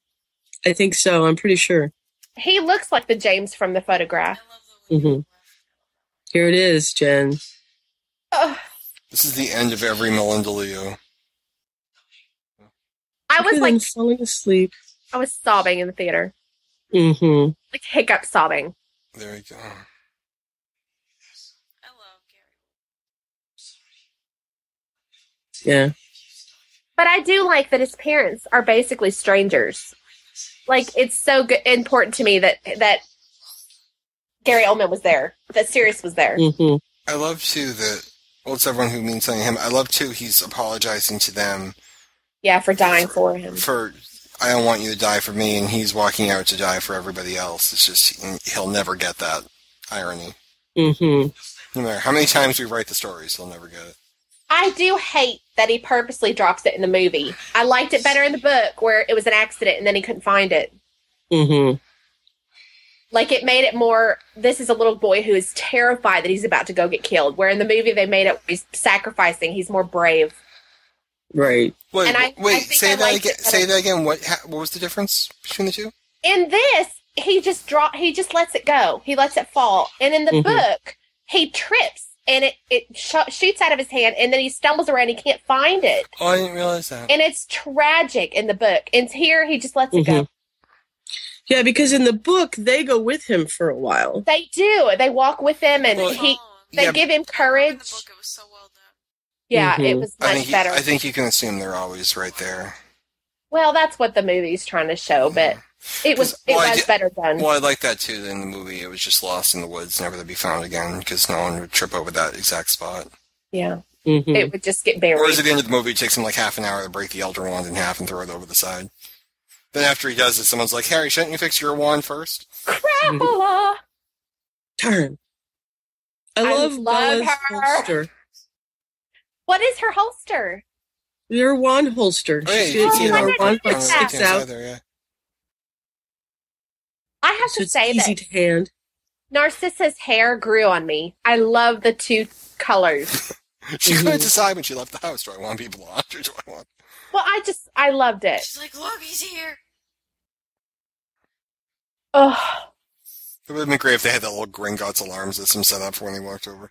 [SPEAKER 3] I think so. I'm pretty sure.
[SPEAKER 1] he looks like the James from the photograph.
[SPEAKER 2] Mm-hmm.
[SPEAKER 3] hmm Here it is, Jen.
[SPEAKER 1] Ugh.
[SPEAKER 2] This is the end of every Melinda Leo.
[SPEAKER 1] I was
[SPEAKER 3] Look at
[SPEAKER 1] like
[SPEAKER 3] them falling asleep.
[SPEAKER 1] I was sobbing in the theater,
[SPEAKER 3] hmm
[SPEAKER 1] like hiccup sobbing.
[SPEAKER 2] There you go.
[SPEAKER 7] I love Gary.
[SPEAKER 3] Yeah.
[SPEAKER 1] But I do like that his parents are basically strangers. Like it's so good, important to me that that Gary Oldman was there, that Sirius was there.
[SPEAKER 3] hmm
[SPEAKER 2] I love too that well, it's everyone who means something to him. I love too he's apologizing to them
[SPEAKER 1] Yeah, for dying for him.
[SPEAKER 2] for I don't want you to die for me, and he's walking out to die for everybody else. It's just he'll never get that irony.
[SPEAKER 3] hmm
[SPEAKER 2] No matter how many times we write the stories, he'll never get it.
[SPEAKER 1] I do hate that he purposely drops it in the movie. I liked it better in the book where it was an accident and then he couldn't find it.
[SPEAKER 3] hmm
[SPEAKER 1] Like it made it more. This is a little boy who is terrified that he's about to go get killed. Where in the movie they made it he's sacrificing. He's more brave.
[SPEAKER 3] Right.
[SPEAKER 2] Wait,
[SPEAKER 1] And I-
[SPEAKER 2] wait,
[SPEAKER 1] I think
[SPEAKER 2] say
[SPEAKER 1] I
[SPEAKER 2] that
[SPEAKER 1] liked
[SPEAKER 2] again.
[SPEAKER 1] it
[SPEAKER 2] Say
[SPEAKER 1] better.
[SPEAKER 2] that again. What ha- what was the difference between the two?
[SPEAKER 1] in this he just draw he just lets it go he lets it fall and in the
[SPEAKER 3] Mhm.
[SPEAKER 1] book he trips and it it sh- shoots out of his hand, and then he stumbles around. He can't find it,
[SPEAKER 2] Oh, I didn't realize that.
[SPEAKER 1] and it's tragic in the book. And here he just lets it go.
[SPEAKER 3] Mm-hmm. Yeah, because in the book they go with him for a while.
[SPEAKER 1] They do. They walk with him, and
[SPEAKER 2] Well,
[SPEAKER 1] he
[SPEAKER 7] Oh,
[SPEAKER 1] they
[SPEAKER 2] yeah.
[SPEAKER 1] give him
[SPEAKER 7] in the
[SPEAKER 1] courage.
[SPEAKER 7] book, it was so well done.
[SPEAKER 1] Yeah,
[SPEAKER 3] Mhm.
[SPEAKER 1] it was
[SPEAKER 2] I
[SPEAKER 1] much
[SPEAKER 2] think, you,
[SPEAKER 1] better.
[SPEAKER 2] I think you can assume they're always right there.
[SPEAKER 1] well, that's what the movie's trying to show, but it was it
[SPEAKER 2] Mm-hmm. Well, I
[SPEAKER 1] was
[SPEAKER 2] did-
[SPEAKER 1] better done.
[SPEAKER 2] Well, I like that too. In the movie, it was just lost in the woods, never to be found again, because no one would trip over that exact spot.
[SPEAKER 1] yeah,
[SPEAKER 3] Mhm.
[SPEAKER 1] it would just get
[SPEAKER 2] Or is
[SPEAKER 1] buried.
[SPEAKER 2] it the end of the movie? It takes him like half an hour to break the elder wand in half and throw it over the side. Then after he does it, someone's like, "Harry, shouldn't you fix your wand first?
[SPEAKER 1] Crapola!
[SPEAKER 3] Turn. I
[SPEAKER 1] I
[SPEAKER 3] love,
[SPEAKER 1] love
[SPEAKER 3] Bella's
[SPEAKER 1] her.
[SPEAKER 3] holster.
[SPEAKER 1] What is her holster?
[SPEAKER 3] Your wand holster.
[SPEAKER 2] Oh, yeah, you
[SPEAKER 3] she did,
[SPEAKER 2] can
[SPEAKER 3] you
[SPEAKER 2] see
[SPEAKER 3] know,
[SPEAKER 2] it.
[SPEAKER 3] her wand
[SPEAKER 1] Oh,
[SPEAKER 3] like
[SPEAKER 1] yeah.
[SPEAKER 3] sticks
[SPEAKER 2] Can't
[SPEAKER 3] out.
[SPEAKER 2] say there, yeah. <laughs>
[SPEAKER 1] I have
[SPEAKER 3] So
[SPEAKER 1] to
[SPEAKER 3] it's
[SPEAKER 1] say
[SPEAKER 3] easy
[SPEAKER 1] that
[SPEAKER 3] to hand.
[SPEAKER 1] Narcissa's hair grew on me. I love the two colors.
[SPEAKER 2] She couldn't
[SPEAKER 3] Mhm.
[SPEAKER 2] decide when she left the house. Do I want to be blonde or do I want?
[SPEAKER 1] well, I just I loved it.
[SPEAKER 7] She's like, look, he's here.
[SPEAKER 1] Oh,
[SPEAKER 2] It would have been great if they had that little Gringotts alarm system set up for when they walked over.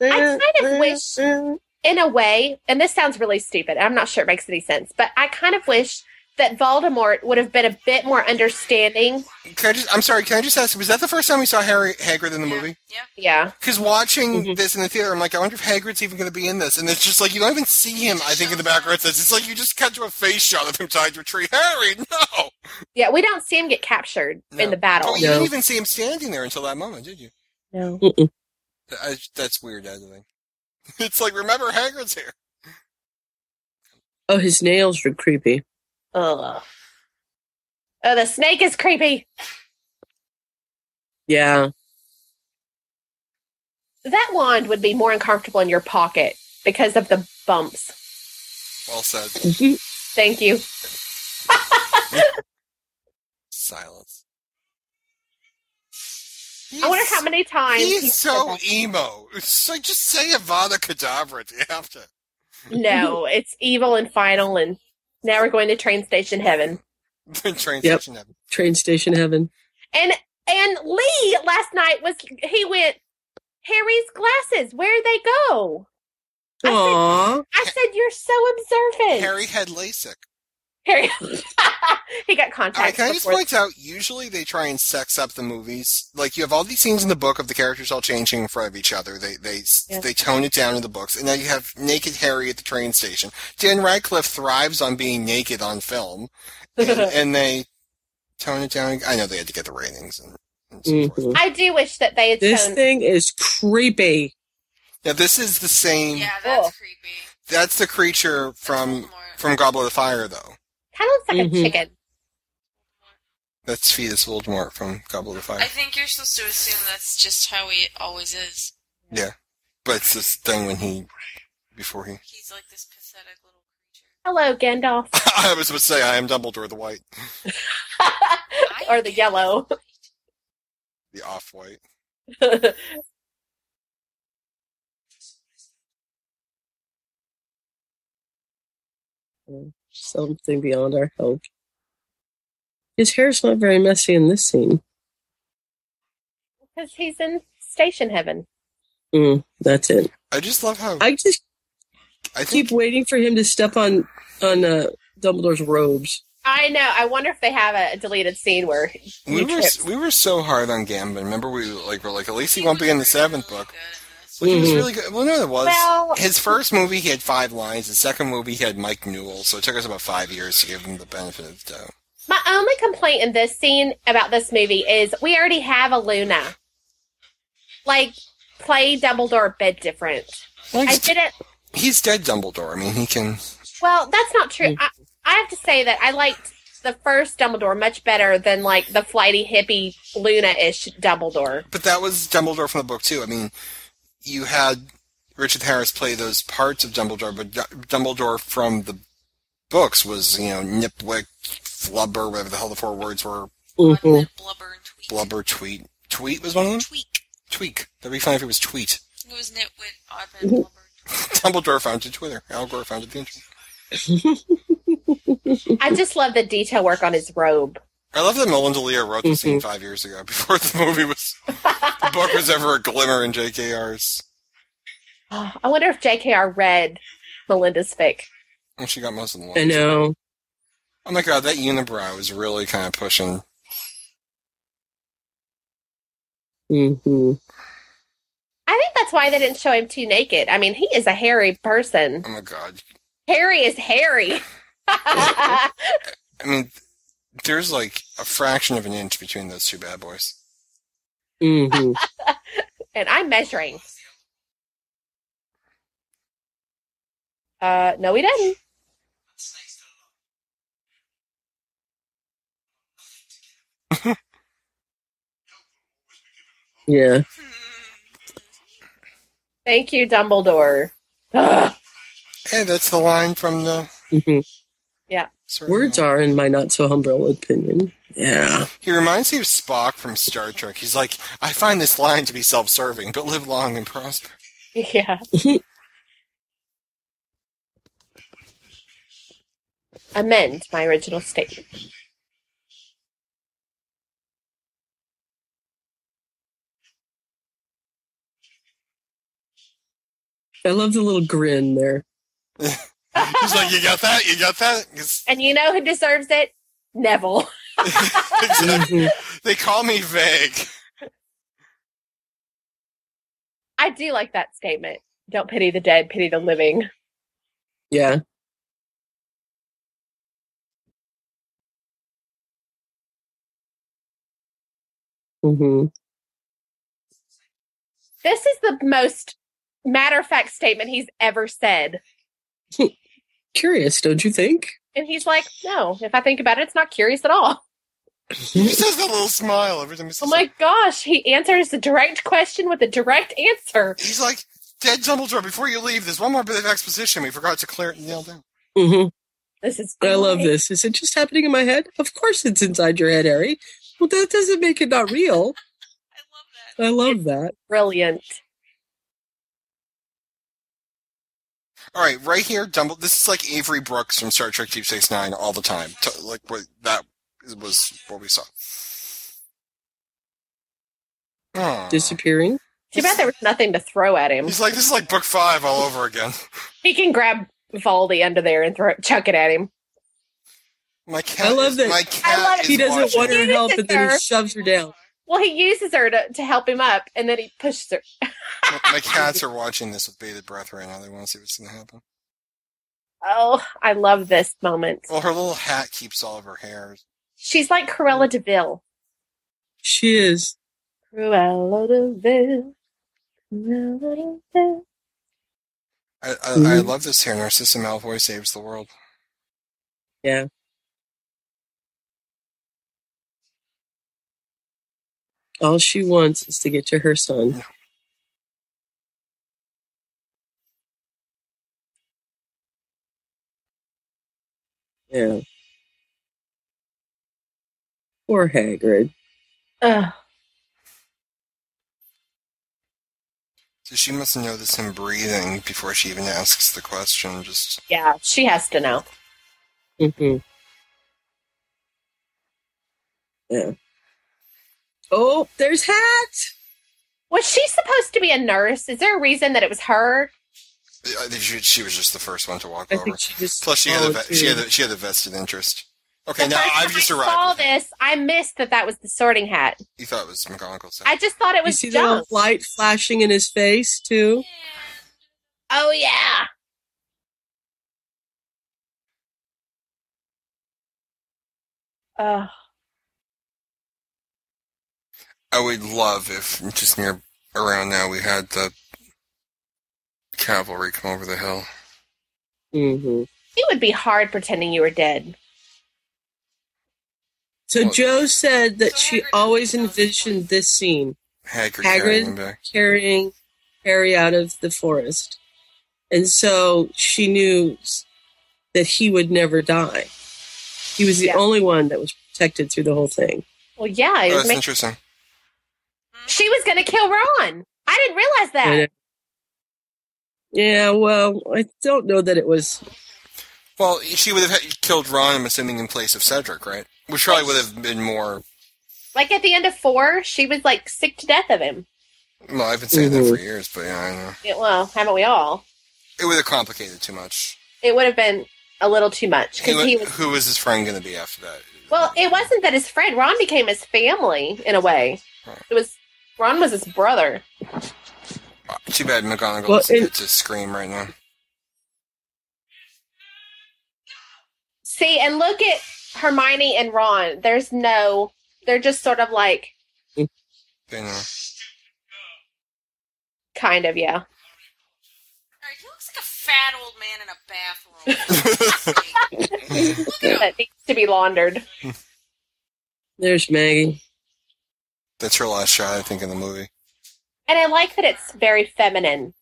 [SPEAKER 1] kind
[SPEAKER 3] <laughs>
[SPEAKER 1] of wish- in a way, and this sounds really stupid. I'm not sure it makes any sense, but I kind of wish that Voldemort would have been a bit more understanding.
[SPEAKER 2] Can I just, I'm sorry. Can I just ask? Was that the first time we saw Harry Hagrid in the
[SPEAKER 7] yeah,
[SPEAKER 2] movie?
[SPEAKER 7] Yeah.
[SPEAKER 1] Yeah,
[SPEAKER 2] Because watching
[SPEAKER 3] Mhm.
[SPEAKER 2] this in the theater, I'm like, I wonder if Hagrid's even going to be in this. And it's just like you don't even see him. I think in the background, it's it's like you just cut to a face shot of him tied to a tree. Harry, no!
[SPEAKER 1] yeah. We don't see him get captured
[SPEAKER 2] No.
[SPEAKER 1] in the battle.
[SPEAKER 2] Oh, you didn't even see him standing there until that moment, did you?
[SPEAKER 1] No.
[SPEAKER 3] Mm-mm.
[SPEAKER 2] Th- I, that's weird. I think <laughs> it's like remember Hagrid's here.
[SPEAKER 3] Oh, his nails were creepy.
[SPEAKER 1] Ugh. Oh, the snake is creepy. <laughs>
[SPEAKER 3] Yeah.
[SPEAKER 1] That wand would be more uncomfortable in your pocket because of the bumps.
[SPEAKER 2] Well said.
[SPEAKER 1] Thank you.
[SPEAKER 2] Silence.
[SPEAKER 1] I wonder how many times he
[SPEAKER 2] He's
[SPEAKER 1] said
[SPEAKER 2] so
[SPEAKER 1] that.
[SPEAKER 2] emo. It's like just say Avada Kedavra if you have to. <laughs>
[SPEAKER 1] No, it's evil and final, and now we're going to train station heaven.
[SPEAKER 2] Train
[SPEAKER 3] Yep.
[SPEAKER 2] station heaven.
[SPEAKER 3] Train station heaven.
[SPEAKER 1] And and Lee last night was he went Harry's glasses. Where would they go? I said-
[SPEAKER 3] Aww.
[SPEAKER 1] I said you're so observant.
[SPEAKER 2] Harry had LASIK.
[SPEAKER 1] Harry <laughs> he got
[SPEAKER 2] All right,
[SPEAKER 1] contacts.
[SPEAKER 2] can I just
[SPEAKER 1] before-
[SPEAKER 2] point out? Usually they try and sex up the movies. Like you have all these scenes in the book of the characters all changing in front of each other. They they s
[SPEAKER 1] Yeah.
[SPEAKER 2] they tone it down in the books, and now you have naked Harry at the train station. Dan Radcliffe thrives on being naked on film, and, and they tone it down. I know they had to get the ratings and. and so forth.
[SPEAKER 3] Mhm.
[SPEAKER 1] I do wish that they had
[SPEAKER 3] This
[SPEAKER 1] shown
[SPEAKER 3] thing is creepy.
[SPEAKER 2] Now this is the same.
[SPEAKER 7] Yeah, that's
[SPEAKER 1] Oh.
[SPEAKER 7] creepy.
[SPEAKER 2] That's the creature
[SPEAKER 7] Voldemort.
[SPEAKER 2] from from Goblet of Fire, though.
[SPEAKER 1] kind of looks like
[SPEAKER 3] Mhm.
[SPEAKER 1] a chicken.
[SPEAKER 2] That's Fetus Voldemort from Goblet of Fire.
[SPEAKER 7] I think you're supposed to assume that's just how he always is.
[SPEAKER 2] But it's this thing when he, before he.
[SPEAKER 7] He's like this pathetic little creature.
[SPEAKER 1] Hello, Gandalf.
[SPEAKER 2] <laughs> I was about to say I am Dumbledore the White,
[SPEAKER 1] <laughs> or the
[SPEAKER 7] <laughs>
[SPEAKER 1] yellow. <laughs>
[SPEAKER 2] the off-white.
[SPEAKER 3] Something beyond our help. His hair's not very messy in this scene.
[SPEAKER 1] Because he's in station heaven.
[SPEAKER 3] Mm, that's it.
[SPEAKER 2] I just love how I,
[SPEAKER 3] I just
[SPEAKER 2] think
[SPEAKER 3] keep waiting for him to step on on uh, Dumbledore's robes.
[SPEAKER 1] I know. I wonder if they have a deleted scene where
[SPEAKER 2] we
[SPEAKER 1] he
[SPEAKER 2] were
[SPEAKER 1] trips.
[SPEAKER 2] we were so hard on Gambit. Remember we like were like at least he won't be in the seventh book.
[SPEAKER 7] Well,
[SPEAKER 2] Like, He was
[SPEAKER 3] Mhm.
[SPEAKER 2] really good. Well, no, it was
[SPEAKER 1] Well-
[SPEAKER 2] his first movie. He had five lines. His second movie, he had Mike Newell. So it took us about five years to give him the benefit of the doubt.
[SPEAKER 1] My only complaint in this scene about this movie is we already have a Luna. Like, play Dumbledore a bit different.
[SPEAKER 2] Well,
[SPEAKER 1] I
[SPEAKER 2] he's,
[SPEAKER 1] didn't.
[SPEAKER 2] he's dead, Dumbledore. I mean, he can.
[SPEAKER 1] Well, that's not true. I, I have to say that I liked the first Dumbledore much better than like the flighty hippie Luna ish Dumbledore.
[SPEAKER 2] But that was Dumbledore from the book too. I mean, you had Richard Harris play those parts of Dumbledore, but Du- Dumbledore from the books was you know nipwick, flubber, whatever the hell the four words were,
[SPEAKER 3] Mhm.
[SPEAKER 7] Blubber and tweak.
[SPEAKER 2] blubber, tweet, tweet was one of them.
[SPEAKER 7] Tweak.
[SPEAKER 2] Tweak. That'd be fine if it was tweet. <laughs>
[SPEAKER 7] It was nitwit, oddman, blubber. and tweak.
[SPEAKER 2] Dumbledore founded Twitter. Al Gore founded the internet.
[SPEAKER 1] I just love the detail work on his robe. <sighs>
[SPEAKER 2] I love that Melinda Leo wrote <laughs>
[SPEAKER 3] Mm-hmm.
[SPEAKER 2] the scene five years ago, before the movie was, the book was ever a glimmer in J.K.R.'s
[SPEAKER 1] I wonder if JKR read Melinda's fic.
[SPEAKER 2] And she got most of the ones.
[SPEAKER 3] I know.
[SPEAKER 2] Oh my god, that unibrow is really kind of pushing.
[SPEAKER 3] hmm
[SPEAKER 1] I think that's why they didn't show him too naked. I mean, he is a hairy person.
[SPEAKER 2] Oh my god.
[SPEAKER 1] Harry is hairy. <laughs>
[SPEAKER 2] I mean, there's like a fraction of an inch between those two bad boys.
[SPEAKER 3] hmm
[SPEAKER 1] and I'm measuring. Uh, no, he doesn't.
[SPEAKER 3] yeah.
[SPEAKER 1] Thank you, Dumbledore. <gasps> Ugh.
[SPEAKER 2] Hey, that's the line from the.
[SPEAKER 3] hmm
[SPEAKER 2] Sort of-
[SPEAKER 3] Words are, in my not so humble opinion. Yeah.
[SPEAKER 2] He reminds me of Spock from Star Trek. He's like, I find this line to be self serving, but live long and prosper.
[SPEAKER 1] yeah. Amend my original statement.
[SPEAKER 3] I love the little grin there.
[SPEAKER 2] He's like, You got that? You got that? <laughs> It's-
[SPEAKER 1] And you know who deserves it? Neville. <laughs>
[SPEAKER 3] Mhm.
[SPEAKER 1] Mm-hmm.
[SPEAKER 2] they call me vague.
[SPEAKER 1] I do like that statement. Don't pity the dead, pity the living.
[SPEAKER 3] Yeah. hmm
[SPEAKER 1] This is the most matter of fact statement he's ever said.
[SPEAKER 3] Curious, don't you think?
[SPEAKER 1] And he's like, no, if I think about it, it's not curious at all.
[SPEAKER 2] He just has that little smile every time he
[SPEAKER 1] Oh
[SPEAKER 2] says
[SPEAKER 1] my gosh, he answers the direct question with a direct answer.
[SPEAKER 2] He's like, Dead Dumbledore, before you leave, there's one more bit of exposition we forgot to clear nail down.
[SPEAKER 3] hmm
[SPEAKER 1] This is
[SPEAKER 3] I love
[SPEAKER 1] great.
[SPEAKER 3] this. Is it just happening in my head? Of course it's inside your head, Harry. Well, that doesn't make it not real.
[SPEAKER 7] I love that.
[SPEAKER 3] I love that.
[SPEAKER 1] Brilliant.
[SPEAKER 2] All right, right here, Dumbledore. This is like Avery Brooks from Star Trek Deep Space Nine all the time. T- like what, that is- was what we saw. Aw.
[SPEAKER 3] Disappearing.
[SPEAKER 1] Too bad there was nothing to throw at him.
[SPEAKER 2] Hmm. He's like, this is like book five all over again.
[SPEAKER 1] He can grab Valdi under there and throw chuck it at him.
[SPEAKER 2] My cat.
[SPEAKER 3] I love
[SPEAKER 2] is,
[SPEAKER 3] that-
[SPEAKER 2] My cat
[SPEAKER 1] love
[SPEAKER 2] is
[SPEAKER 1] it.
[SPEAKER 3] He doesn't
[SPEAKER 2] watching.
[SPEAKER 3] want <laughs> her
[SPEAKER 1] Give it
[SPEAKER 3] help,
[SPEAKER 1] to
[SPEAKER 3] and then
[SPEAKER 1] her.
[SPEAKER 3] he shoves her down.
[SPEAKER 1] Well, he uses her to, to help him up, and then he pushes her.
[SPEAKER 2] My- My cats are watching this with bated breath right now. They want to see what's going to happen.
[SPEAKER 1] Oh, I love this moment.
[SPEAKER 2] Well, her little hat keeps all of her hair.
[SPEAKER 1] She's like Cruella de Vil.
[SPEAKER 3] She is.
[SPEAKER 1] Cruella de Vil. Cruella de Vil.
[SPEAKER 2] I, I, I
[SPEAKER 3] Mhm.
[SPEAKER 2] love this hair. Narcissa Malfoy saves the world.
[SPEAKER 3] Yeah. All she wants is to get to her son. Yeah. Poor Hagrid.
[SPEAKER 1] Ugh.
[SPEAKER 2] So she must know this him breathing before she even asks the question. Just
[SPEAKER 1] Yeah, she has to know.
[SPEAKER 3] Mm-hmm. Yeah. Oh, there's Hat.
[SPEAKER 1] Was she supposed to be a nurse? Is there a reason that it was her?
[SPEAKER 2] I think she, she was just the first one to walk
[SPEAKER 3] I
[SPEAKER 2] over.
[SPEAKER 3] think she just.
[SPEAKER 2] Plus, she had, a, ve- she, had
[SPEAKER 3] volunteered.
[SPEAKER 2] a, she had a vested interest.
[SPEAKER 1] The
[SPEAKER 2] Okay, now
[SPEAKER 1] first
[SPEAKER 2] I've
[SPEAKER 1] time
[SPEAKER 2] just
[SPEAKER 1] I saw
[SPEAKER 2] arrived.
[SPEAKER 1] this. I missed that that was the Sorting Hat.
[SPEAKER 2] You thought it was McGonagall's
[SPEAKER 1] I
[SPEAKER 2] hat.
[SPEAKER 1] just thought it
[SPEAKER 3] You
[SPEAKER 1] was
[SPEAKER 3] see the little
[SPEAKER 1] junk.
[SPEAKER 3] light flashing in his face too.
[SPEAKER 1] Oh yeah. Uh,
[SPEAKER 2] I would love if just near around now we had the cavalry come over the hill.
[SPEAKER 3] Mm-hmm.
[SPEAKER 1] it would be hard pretending you were dead.
[SPEAKER 3] So
[SPEAKER 2] Well-
[SPEAKER 3] Joe said that
[SPEAKER 7] So
[SPEAKER 3] she
[SPEAKER 7] Hagrid
[SPEAKER 3] always
[SPEAKER 7] knows those
[SPEAKER 3] envisioned
[SPEAKER 7] points.
[SPEAKER 3] this scene
[SPEAKER 2] Hagrid,
[SPEAKER 3] Hagrid?
[SPEAKER 2] carrying him back.
[SPEAKER 3] carrying Harry out of the forest, and so she knew s- that he would never die. He was the
[SPEAKER 1] Yeah.
[SPEAKER 3] only one that was protected through the whole thing.
[SPEAKER 1] Well, yeah. It
[SPEAKER 2] Oh,
[SPEAKER 1] was
[SPEAKER 2] that's
[SPEAKER 1] make-
[SPEAKER 2] interesting.
[SPEAKER 1] she was gonna kill Ron. I didn't realize that.
[SPEAKER 3] Yeah. Yeah, well, I don't know that it was.
[SPEAKER 2] Well, she would have had- killed Ron, I'm assuming, in place of Cedric, right? Which probably would have been more.
[SPEAKER 1] Like at the end of four, she was like sick to death of him.
[SPEAKER 2] Well, I've been saying that
[SPEAKER 1] Mm-hmm.
[SPEAKER 3] Mhm.
[SPEAKER 2] for years, but yeah, I know.
[SPEAKER 1] It, well, haven't we all?
[SPEAKER 2] It would have complicated too much.
[SPEAKER 1] It would have been a little too much
[SPEAKER 2] Who,
[SPEAKER 1] because he was.
[SPEAKER 2] who was his friend going to be after that?
[SPEAKER 1] Well, it wasn't that his friend Ron became his family in a way. It was Ron was his brother.
[SPEAKER 2] Too bad McGonagall
[SPEAKER 3] Well,
[SPEAKER 2] doesn't
[SPEAKER 3] it-
[SPEAKER 2] get to scream right now.
[SPEAKER 1] See, and look at Hermione and Ron. There's no. They're just sort of like
[SPEAKER 2] You know.
[SPEAKER 1] kind of yeah.
[SPEAKER 7] All right, he looks like a fat old man in a
[SPEAKER 2] <laughs>
[SPEAKER 7] bathrobe. Look at him.
[SPEAKER 1] That needs to be laundered.
[SPEAKER 3] There's Maggie.
[SPEAKER 2] That's her last shot, I think, in the movie.
[SPEAKER 1] And I like that it's very feminine.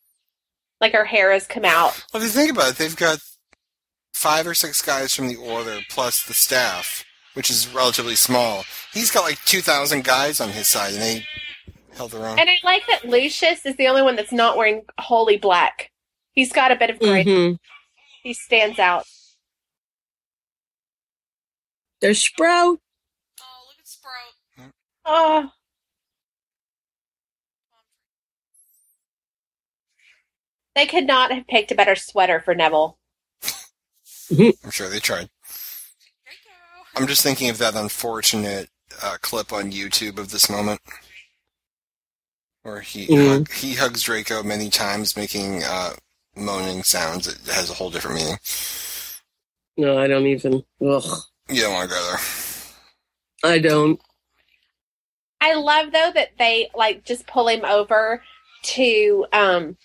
[SPEAKER 1] Like her hair has come out.
[SPEAKER 2] Well, if you think about it, they've got five or six guys from the Order plus the staff, which is relatively small. He's got like 2,000 guys on his side, and they held their own.
[SPEAKER 1] And I like that Lucius is the only one that's not wearing wholly black. He's got a bit of gray.
[SPEAKER 3] hmm
[SPEAKER 1] He stands out.
[SPEAKER 3] There's Sprout.
[SPEAKER 7] Oh, look at Sprout.
[SPEAKER 1] Oh, they could not have picked a better sweater for Neville.
[SPEAKER 2] I'm sure they tried.
[SPEAKER 7] There you go.
[SPEAKER 2] I'm just thinking of that unfortunate uh, clip on YouTube of this moment. Where he
[SPEAKER 3] Mhm.
[SPEAKER 2] hug, he hugs Draco many times, making uh, moaning sounds. It has a whole different meaning.
[SPEAKER 3] No, I don't even. Ugh,
[SPEAKER 2] You don't want to go there.
[SPEAKER 3] I don't.
[SPEAKER 1] I love though that they like just pull him over to um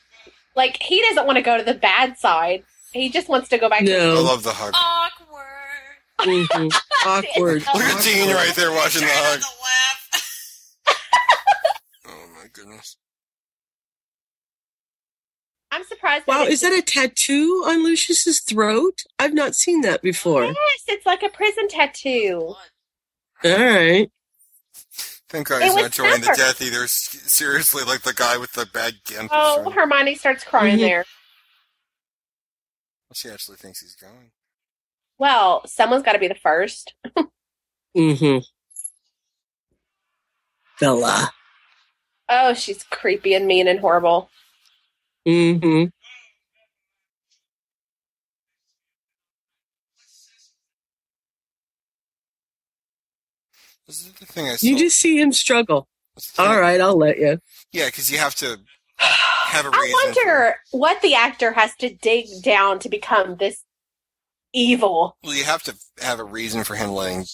[SPEAKER 1] like he doesn't want to go to the bad side. He just wants to go back to
[SPEAKER 2] I
[SPEAKER 3] No.
[SPEAKER 2] love the hug.
[SPEAKER 7] Awkward.
[SPEAKER 2] <laughs>
[SPEAKER 3] Mhm. Awkward.
[SPEAKER 1] Look
[SPEAKER 2] Look at Dean right there watching the
[SPEAKER 7] Turn on
[SPEAKER 2] hug.
[SPEAKER 7] the left. <laughs>
[SPEAKER 2] Oh my goodness.
[SPEAKER 1] I'm surprised
[SPEAKER 3] Wow,
[SPEAKER 1] that
[SPEAKER 3] is that a tattoo on Lucius's throat? I've not seen that before. All
[SPEAKER 1] Yes, it's like a prison tattoo.
[SPEAKER 3] right.
[SPEAKER 2] Thank God
[SPEAKER 1] It
[SPEAKER 2] he's
[SPEAKER 1] was
[SPEAKER 2] not joining the
[SPEAKER 1] Pepper.
[SPEAKER 2] Death Eater. S- Seriously, like the guy with the bad gimp. is
[SPEAKER 1] Oh,
[SPEAKER 2] joining-
[SPEAKER 1] Hermione starts crying
[SPEAKER 3] Mhm.
[SPEAKER 1] there.
[SPEAKER 2] She actually thinks he's going.
[SPEAKER 1] Well, someone's got to be the first.
[SPEAKER 3] Mm-hmm. Bella.
[SPEAKER 1] Oh, she's creepy and mean and horrible.
[SPEAKER 3] Mm-hmm.
[SPEAKER 2] This is the thing I saw.
[SPEAKER 3] You just see him struggle.
[SPEAKER 2] This is the thing-
[SPEAKER 3] All right, I'll let you.
[SPEAKER 2] Yeah, because you have to have a reason.
[SPEAKER 1] I
[SPEAKER 2] for-
[SPEAKER 1] wonder what the actor has to dig down to become this evil.
[SPEAKER 2] well, you have to have a reason for him letting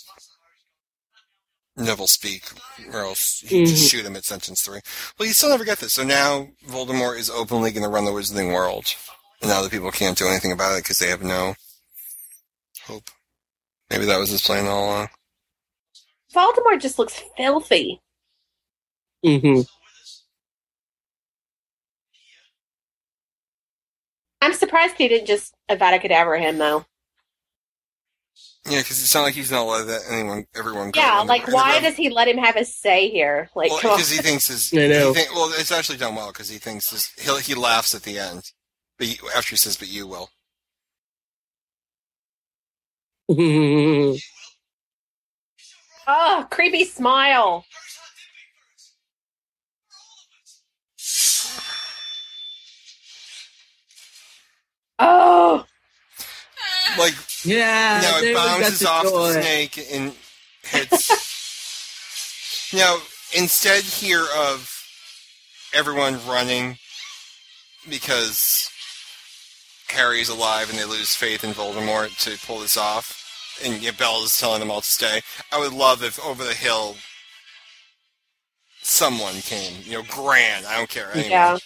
[SPEAKER 2] Neville speak, or else he would
[SPEAKER 3] Mm-hmm.
[SPEAKER 2] just shoot him at sentence three. Well, you still never get this. So now Voldemort is openly going to run the Wizarding World. And now the people can't do anything about it because they have no hope. Maybe that was his plan all along.
[SPEAKER 1] Voldemort just looks filthy.
[SPEAKER 3] Mm-hmm. <laughs>
[SPEAKER 1] I'm surprised he didn't just Avada Kedavra him though.
[SPEAKER 2] Yeah, because it's not like he's not letting that anyone, everyone. Go
[SPEAKER 1] Yeah,
[SPEAKER 2] in the-
[SPEAKER 1] like
[SPEAKER 2] in the
[SPEAKER 1] why
[SPEAKER 2] Rev-
[SPEAKER 1] does he let him have his say here? Like,
[SPEAKER 2] Well,
[SPEAKER 1] come on.
[SPEAKER 2] because he thinks this.
[SPEAKER 3] <laughs> I know.
[SPEAKER 2] he think- well, it's actually done well because he thinks this. He he laughs at the end, but you, after he says, "But you will."
[SPEAKER 3] Mm-hmm.
[SPEAKER 1] Oh, creepy smile. Oh,
[SPEAKER 2] Like
[SPEAKER 3] Yeah.
[SPEAKER 2] now,
[SPEAKER 3] there
[SPEAKER 2] it
[SPEAKER 3] we Uh, got
[SPEAKER 2] bounces
[SPEAKER 3] the
[SPEAKER 2] off the
[SPEAKER 3] joy.
[SPEAKER 2] snake and hits.
[SPEAKER 3] <laughs>
[SPEAKER 2] now, instead here of everyone running because Harry's alive and they lose faith in Voldemort to pull this off, and yeah, Bella's telling them all to stay. I would love if over the hill. Someone came, you know, grand. I don't care. Anyone.
[SPEAKER 1] yeah.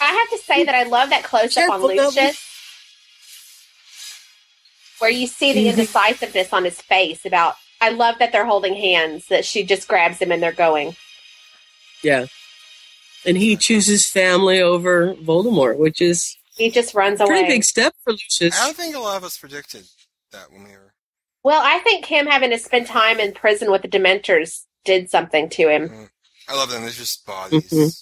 [SPEAKER 1] I have to say that I love that close up on
[SPEAKER 3] Careful, Neville.
[SPEAKER 1] Lucius, where you see the indecisiveness on his face. About, I love that they're holding hands. That she just grabs him and they're going.
[SPEAKER 3] Yeah. And he chooses family over Voldemort, which is
[SPEAKER 1] He just runs
[SPEAKER 3] a
[SPEAKER 1] away.
[SPEAKER 3] pretty big step for Lucius.
[SPEAKER 2] I don't think a lot of us predicted that when we were.
[SPEAKER 1] Well, I think him having to spend time in prison with the Dementors did something to him.
[SPEAKER 2] I love them. There's just bodies
[SPEAKER 3] Mhm.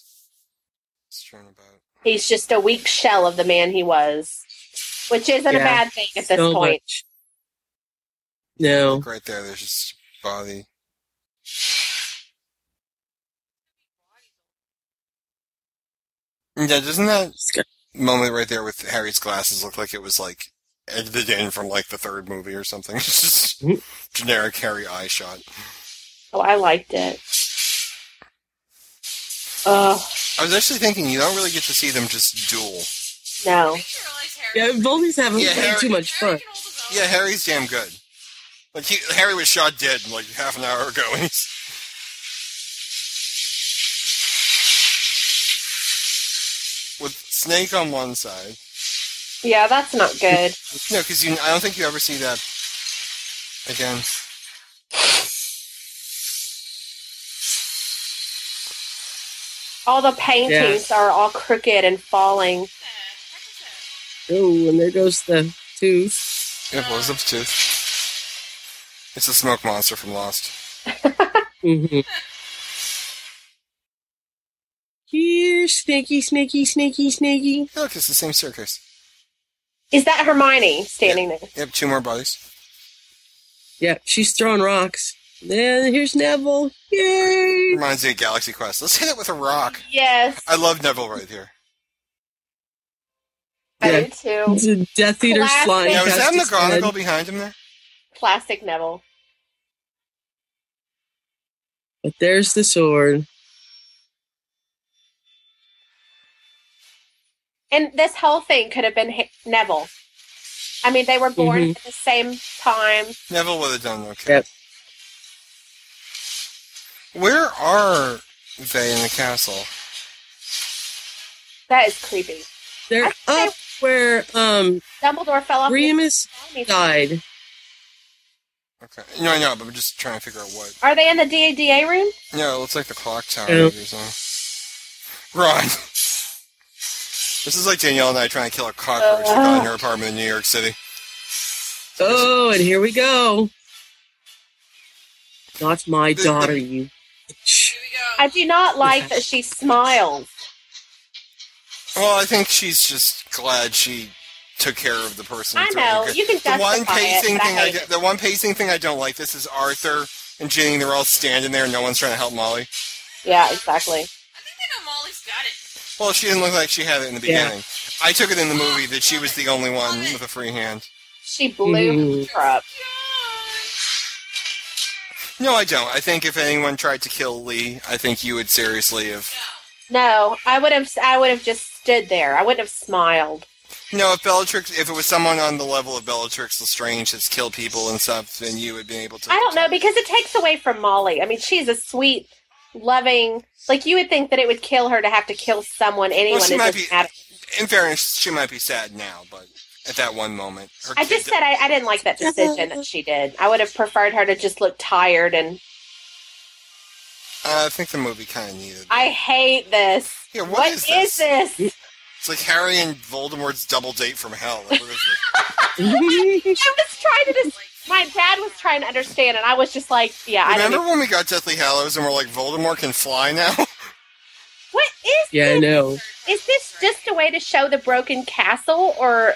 [SPEAKER 2] strewn about.
[SPEAKER 1] He's just a weak shell of the man he was, which isn't a
[SPEAKER 3] Yeah.
[SPEAKER 1] bad thing at this
[SPEAKER 3] so
[SPEAKER 1] point.
[SPEAKER 3] much. No.
[SPEAKER 2] Like right there, there's just body. Yeah, doesn't that moment right there with Harry's glasses look like it was like edited in from like the third movie or something? <laughs> It's just generic Harry eye shot.
[SPEAKER 1] Oh, I liked it. Oh
[SPEAKER 2] I was actually thinking you don't really get to see them just duel.
[SPEAKER 1] no!
[SPEAKER 3] Yeah, Voldy's having
[SPEAKER 2] Yeah,
[SPEAKER 3] way
[SPEAKER 2] Harry-
[SPEAKER 3] too much fun.
[SPEAKER 2] Yeah, Harry's damn good. Like he, Harry was shot dead like half an hour ago, <laughs> and he's with Snake on one side.
[SPEAKER 1] Yeah, that's not good.
[SPEAKER 2] No, because you. I don't think you ever see that again.
[SPEAKER 1] All the paintings are all crooked and falling.
[SPEAKER 3] Oh, and there goes the tooth.
[SPEAKER 2] It blows up the tooth. It's a smoke monster from Lost.
[SPEAKER 3] hmm Here, snaky, snaky, snaky, snaky.
[SPEAKER 2] Look, it's the same staircase.
[SPEAKER 1] Is that Hermione standing there?
[SPEAKER 2] Yep, two more bodies.
[SPEAKER 3] Yeah, she's throwing rocks. Then here's Neville. Yay!
[SPEAKER 2] Reminds me of Galaxy Quest. Let's hit it with a rock.
[SPEAKER 1] Yes,
[SPEAKER 2] I love Neville right here.
[SPEAKER 1] I
[SPEAKER 3] Yeah.
[SPEAKER 1] do too.
[SPEAKER 3] It's a Death Eater
[SPEAKER 1] Classic.
[SPEAKER 3] flying
[SPEAKER 2] Now, is
[SPEAKER 3] past
[SPEAKER 2] that
[SPEAKER 3] his head.
[SPEAKER 2] McGonagall behind him there?
[SPEAKER 1] Plastic Neville.
[SPEAKER 3] But there's the sword.
[SPEAKER 1] And this whole thing could have been H- Neville. I mean, they were born
[SPEAKER 3] Mhm.
[SPEAKER 1] at the same time.
[SPEAKER 2] Neville would have done okay.
[SPEAKER 3] Yep.
[SPEAKER 2] Where are they in the castle?
[SPEAKER 1] That is creepy.
[SPEAKER 3] They're
[SPEAKER 1] I
[SPEAKER 3] up where um
[SPEAKER 1] Dumbledore fell off. the-
[SPEAKER 3] Remus died.
[SPEAKER 2] Okay. No, I know, but I'm just trying to figure out what.
[SPEAKER 1] Are they in the DADA room?
[SPEAKER 2] No, it looks like the clock tower
[SPEAKER 3] Yeah.
[SPEAKER 2] or something. Ron. <laughs> This is like Danielle and I trying to kill a cockroach that got in her apartment in New York City.
[SPEAKER 3] Oh, and here we go. Not my
[SPEAKER 2] The-
[SPEAKER 3] daughter, you <laughs> bitch.
[SPEAKER 7] Here we go.
[SPEAKER 1] I do not like that she smiles.
[SPEAKER 2] Well, I think she's just glad she took care of the person.
[SPEAKER 1] I know
[SPEAKER 2] who threatened her.
[SPEAKER 1] you can
[SPEAKER 2] The
[SPEAKER 1] justify
[SPEAKER 2] one pacing
[SPEAKER 1] it. but I
[SPEAKER 2] thing I,
[SPEAKER 1] hate
[SPEAKER 2] don't- the one pacing thing I don't like this is Arthur and Ginny. They're all standing there, and no one's trying to help Molly.
[SPEAKER 1] it. Yeah, exactly.
[SPEAKER 7] I think they know Molly's got it.
[SPEAKER 2] Well, she didn't look like she had it in the
[SPEAKER 3] Yeah.
[SPEAKER 2] beginning. I took it in the movie that she was the only one with a free hand.
[SPEAKER 1] She blew
[SPEAKER 3] Mhm.
[SPEAKER 1] her up.
[SPEAKER 2] No, I don't. I think if anyone tried to kill Lee, I think you would seriously have.
[SPEAKER 1] No, I would have. I would have just stood there. I wouldn't have smiled.
[SPEAKER 2] No, if Bellatrix, if it was someone on the level of Bellatrix Lestrange that's killed people and stuff, then you would be able to.
[SPEAKER 1] I don't know because it takes away from Molly. I mean, she's a sweet, loving. Like you would think that it would kill her to have to kill someone, anyone.
[SPEAKER 2] she
[SPEAKER 1] it
[SPEAKER 2] might
[SPEAKER 1] doesn't
[SPEAKER 2] be-
[SPEAKER 1] matter.
[SPEAKER 2] In fairness, she might be sad now, but at that one moment, her
[SPEAKER 1] I
[SPEAKER 2] kid
[SPEAKER 1] just
[SPEAKER 2] di-
[SPEAKER 1] said I, I didn't like that decision that she did. I would have preferred her to just look tired, and
[SPEAKER 2] Uh, I think the movie kind of needed.
[SPEAKER 1] I hate this.
[SPEAKER 2] Yeah, what
[SPEAKER 1] what
[SPEAKER 2] is
[SPEAKER 1] is,
[SPEAKER 2] this?
[SPEAKER 1] this?
[SPEAKER 2] It's like Harry and Voldemort's double date from hell. Like, what is this?
[SPEAKER 1] I was trying to. Dis- my dad was trying to understand, and I was just like, "Yeah, <laughs> I don't."
[SPEAKER 2] Remember
[SPEAKER 1] Know.
[SPEAKER 2] when we got Deathly Hallows and we're like, Voldemort can fly now?
[SPEAKER 1] What is
[SPEAKER 3] Yeah, I
[SPEAKER 1] this?
[SPEAKER 2] Oh.
[SPEAKER 3] know.
[SPEAKER 1] Is this just a way to show the broken castle, or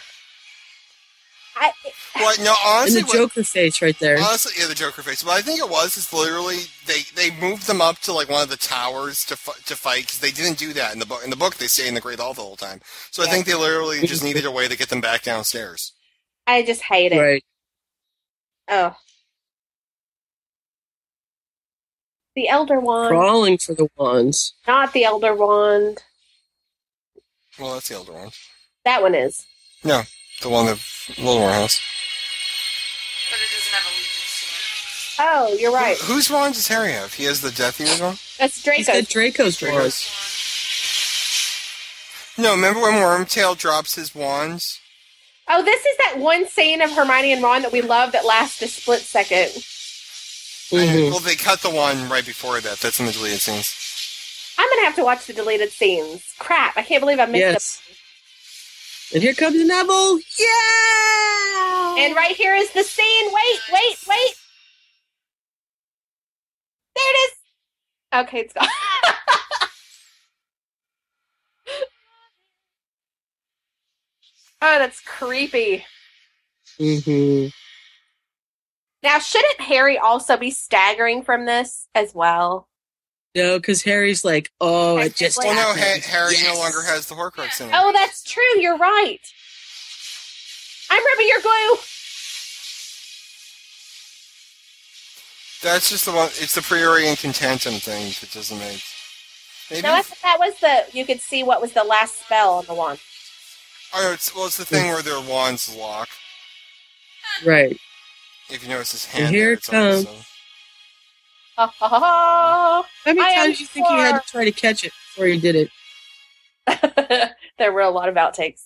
[SPEAKER 1] I,
[SPEAKER 2] what? No,
[SPEAKER 3] And
[SPEAKER 2] honestly,
[SPEAKER 3] the
[SPEAKER 2] what,
[SPEAKER 3] Joker face right there.
[SPEAKER 2] honestly, yeah, the Joker face. What I think it was is literally they they moved them up to like one of the towers to f- to fight because they didn't do that in the book. In the book, they stay in the Great Hall the whole time. So I think they literally just needed a way to get them back downstairs.
[SPEAKER 1] I just hate it?
[SPEAKER 3] Right.
[SPEAKER 1] Oh, the Elder Wand,
[SPEAKER 3] Crawling for the wands.
[SPEAKER 1] not the Elder Wand.
[SPEAKER 2] Well, that's the older one,
[SPEAKER 1] That one is.
[SPEAKER 2] the one that Voldemort has.
[SPEAKER 7] But it doesn't have a legion sword.
[SPEAKER 1] Oh, you're right.
[SPEAKER 2] Who, whose wand does Harry have? He has the Death Eaters one.
[SPEAKER 1] That's
[SPEAKER 3] He's
[SPEAKER 1] Draco.
[SPEAKER 3] got Draco's wand.
[SPEAKER 2] Draco's. No, remember when Wormtail drops his wands?
[SPEAKER 1] Oh, this is that one scene of Hermione and Ron that we love that lasts a split second.
[SPEAKER 3] Mhm.
[SPEAKER 2] Well, they cut the one right before that. That's in the deleted scenes.
[SPEAKER 1] I'm gonna have to watch the deleted scenes. Crap! I can't believe I missed
[SPEAKER 3] Yes. And here comes Neville. Yeah.
[SPEAKER 1] them. And right here is the scene. Wait, wait, wait. There it is. Okay, it's gone. <laughs> oh, that's creepy.
[SPEAKER 3] hmm
[SPEAKER 1] Now, shouldn't Harry also be staggering from this as well?
[SPEAKER 3] No, because Harry's like, oh, it just.
[SPEAKER 1] What
[SPEAKER 2] Well, no,
[SPEAKER 3] happened.
[SPEAKER 2] ha- Harry no
[SPEAKER 3] Yes.
[SPEAKER 2] longer has the Horcrux in him.
[SPEAKER 1] Oh, that's true. You're right. I'm rubbing your glue.
[SPEAKER 2] That's just the one. It's the priori and contentum thing that doesn't make. Maybe.
[SPEAKER 1] No, I thought that was the. You could see what was the last spell on the wand.
[SPEAKER 2] oh, no, it's, well, it's the thing where their wands lock.
[SPEAKER 3] Right.
[SPEAKER 2] If you notice his
[SPEAKER 3] And
[SPEAKER 2] hand,
[SPEAKER 3] here
[SPEAKER 2] there,
[SPEAKER 3] it
[SPEAKER 2] it's always,
[SPEAKER 3] comes.
[SPEAKER 2] uh,
[SPEAKER 1] Ha, ha, ha,
[SPEAKER 3] How many
[SPEAKER 1] I am
[SPEAKER 3] times do you think you had to try to catch it before you did it?
[SPEAKER 1] ha. <laughs> there were a lot of outtakes.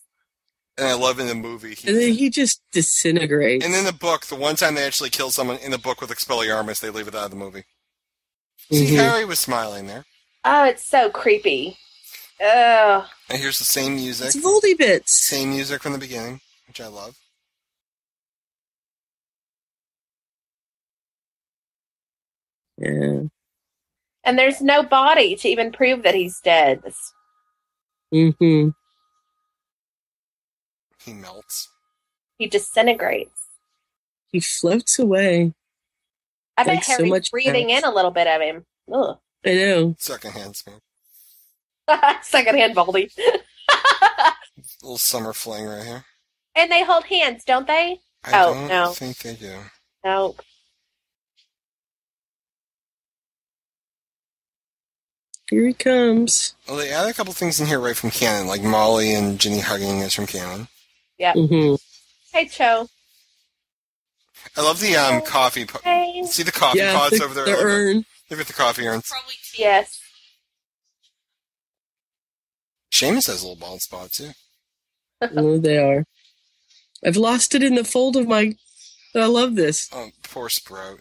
[SPEAKER 2] And I love in the movie. He,
[SPEAKER 3] And then he just disintegrates.
[SPEAKER 2] and in the book, the one time they actually kill someone in the book with Expelliarmus, they leave it out of the movie. See,
[SPEAKER 3] Mhm.
[SPEAKER 2] Harry was smiling there.
[SPEAKER 1] Oh, it's so creepy. Ugh.
[SPEAKER 2] And here's the same music,
[SPEAKER 3] It's Voldy bits.
[SPEAKER 2] same music from the beginning, which I love.
[SPEAKER 3] Yeah.
[SPEAKER 1] And there's no body to even prove that he's dead. It's-
[SPEAKER 3] hmm
[SPEAKER 2] He melts.
[SPEAKER 1] He disintegrates.
[SPEAKER 3] He floats away.
[SPEAKER 1] I bet
[SPEAKER 3] Thanks so
[SPEAKER 1] Harry's
[SPEAKER 3] much,
[SPEAKER 1] breathing
[SPEAKER 3] Alex.
[SPEAKER 1] in a little bit of him. Ugh. <laughs>
[SPEAKER 3] I know.
[SPEAKER 2] Secondhand smoke.
[SPEAKER 1] Secondhand Baldy.
[SPEAKER 2] Little summer fling right here.
[SPEAKER 1] and they hold hands, don't they?
[SPEAKER 2] I
[SPEAKER 1] Oh,
[SPEAKER 2] don't
[SPEAKER 1] no.
[SPEAKER 2] think they do.
[SPEAKER 1] Nope.
[SPEAKER 3] Here he comes.
[SPEAKER 2] Well, they add a couple things in here right from canon, like Molly and Ginny hugging is from canon.
[SPEAKER 3] hmm
[SPEAKER 1] Hey, Cho.
[SPEAKER 2] I love the um coffee. Po-
[SPEAKER 1] Hey.
[SPEAKER 2] See the coffee
[SPEAKER 3] Yeah,
[SPEAKER 2] pots
[SPEAKER 3] the,
[SPEAKER 2] over there.
[SPEAKER 3] the
[SPEAKER 2] Look at-
[SPEAKER 3] urn.
[SPEAKER 2] Look at the coffee urns.
[SPEAKER 7] Probably tea.
[SPEAKER 1] Yes.
[SPEAKER 2] Seamus has a little bald spot too. <laughs>
[SPEAKER 3] oh, they are. I've lost it in the fold of my. I love this.
[SPEAKER 2] Oh, poor Sprout.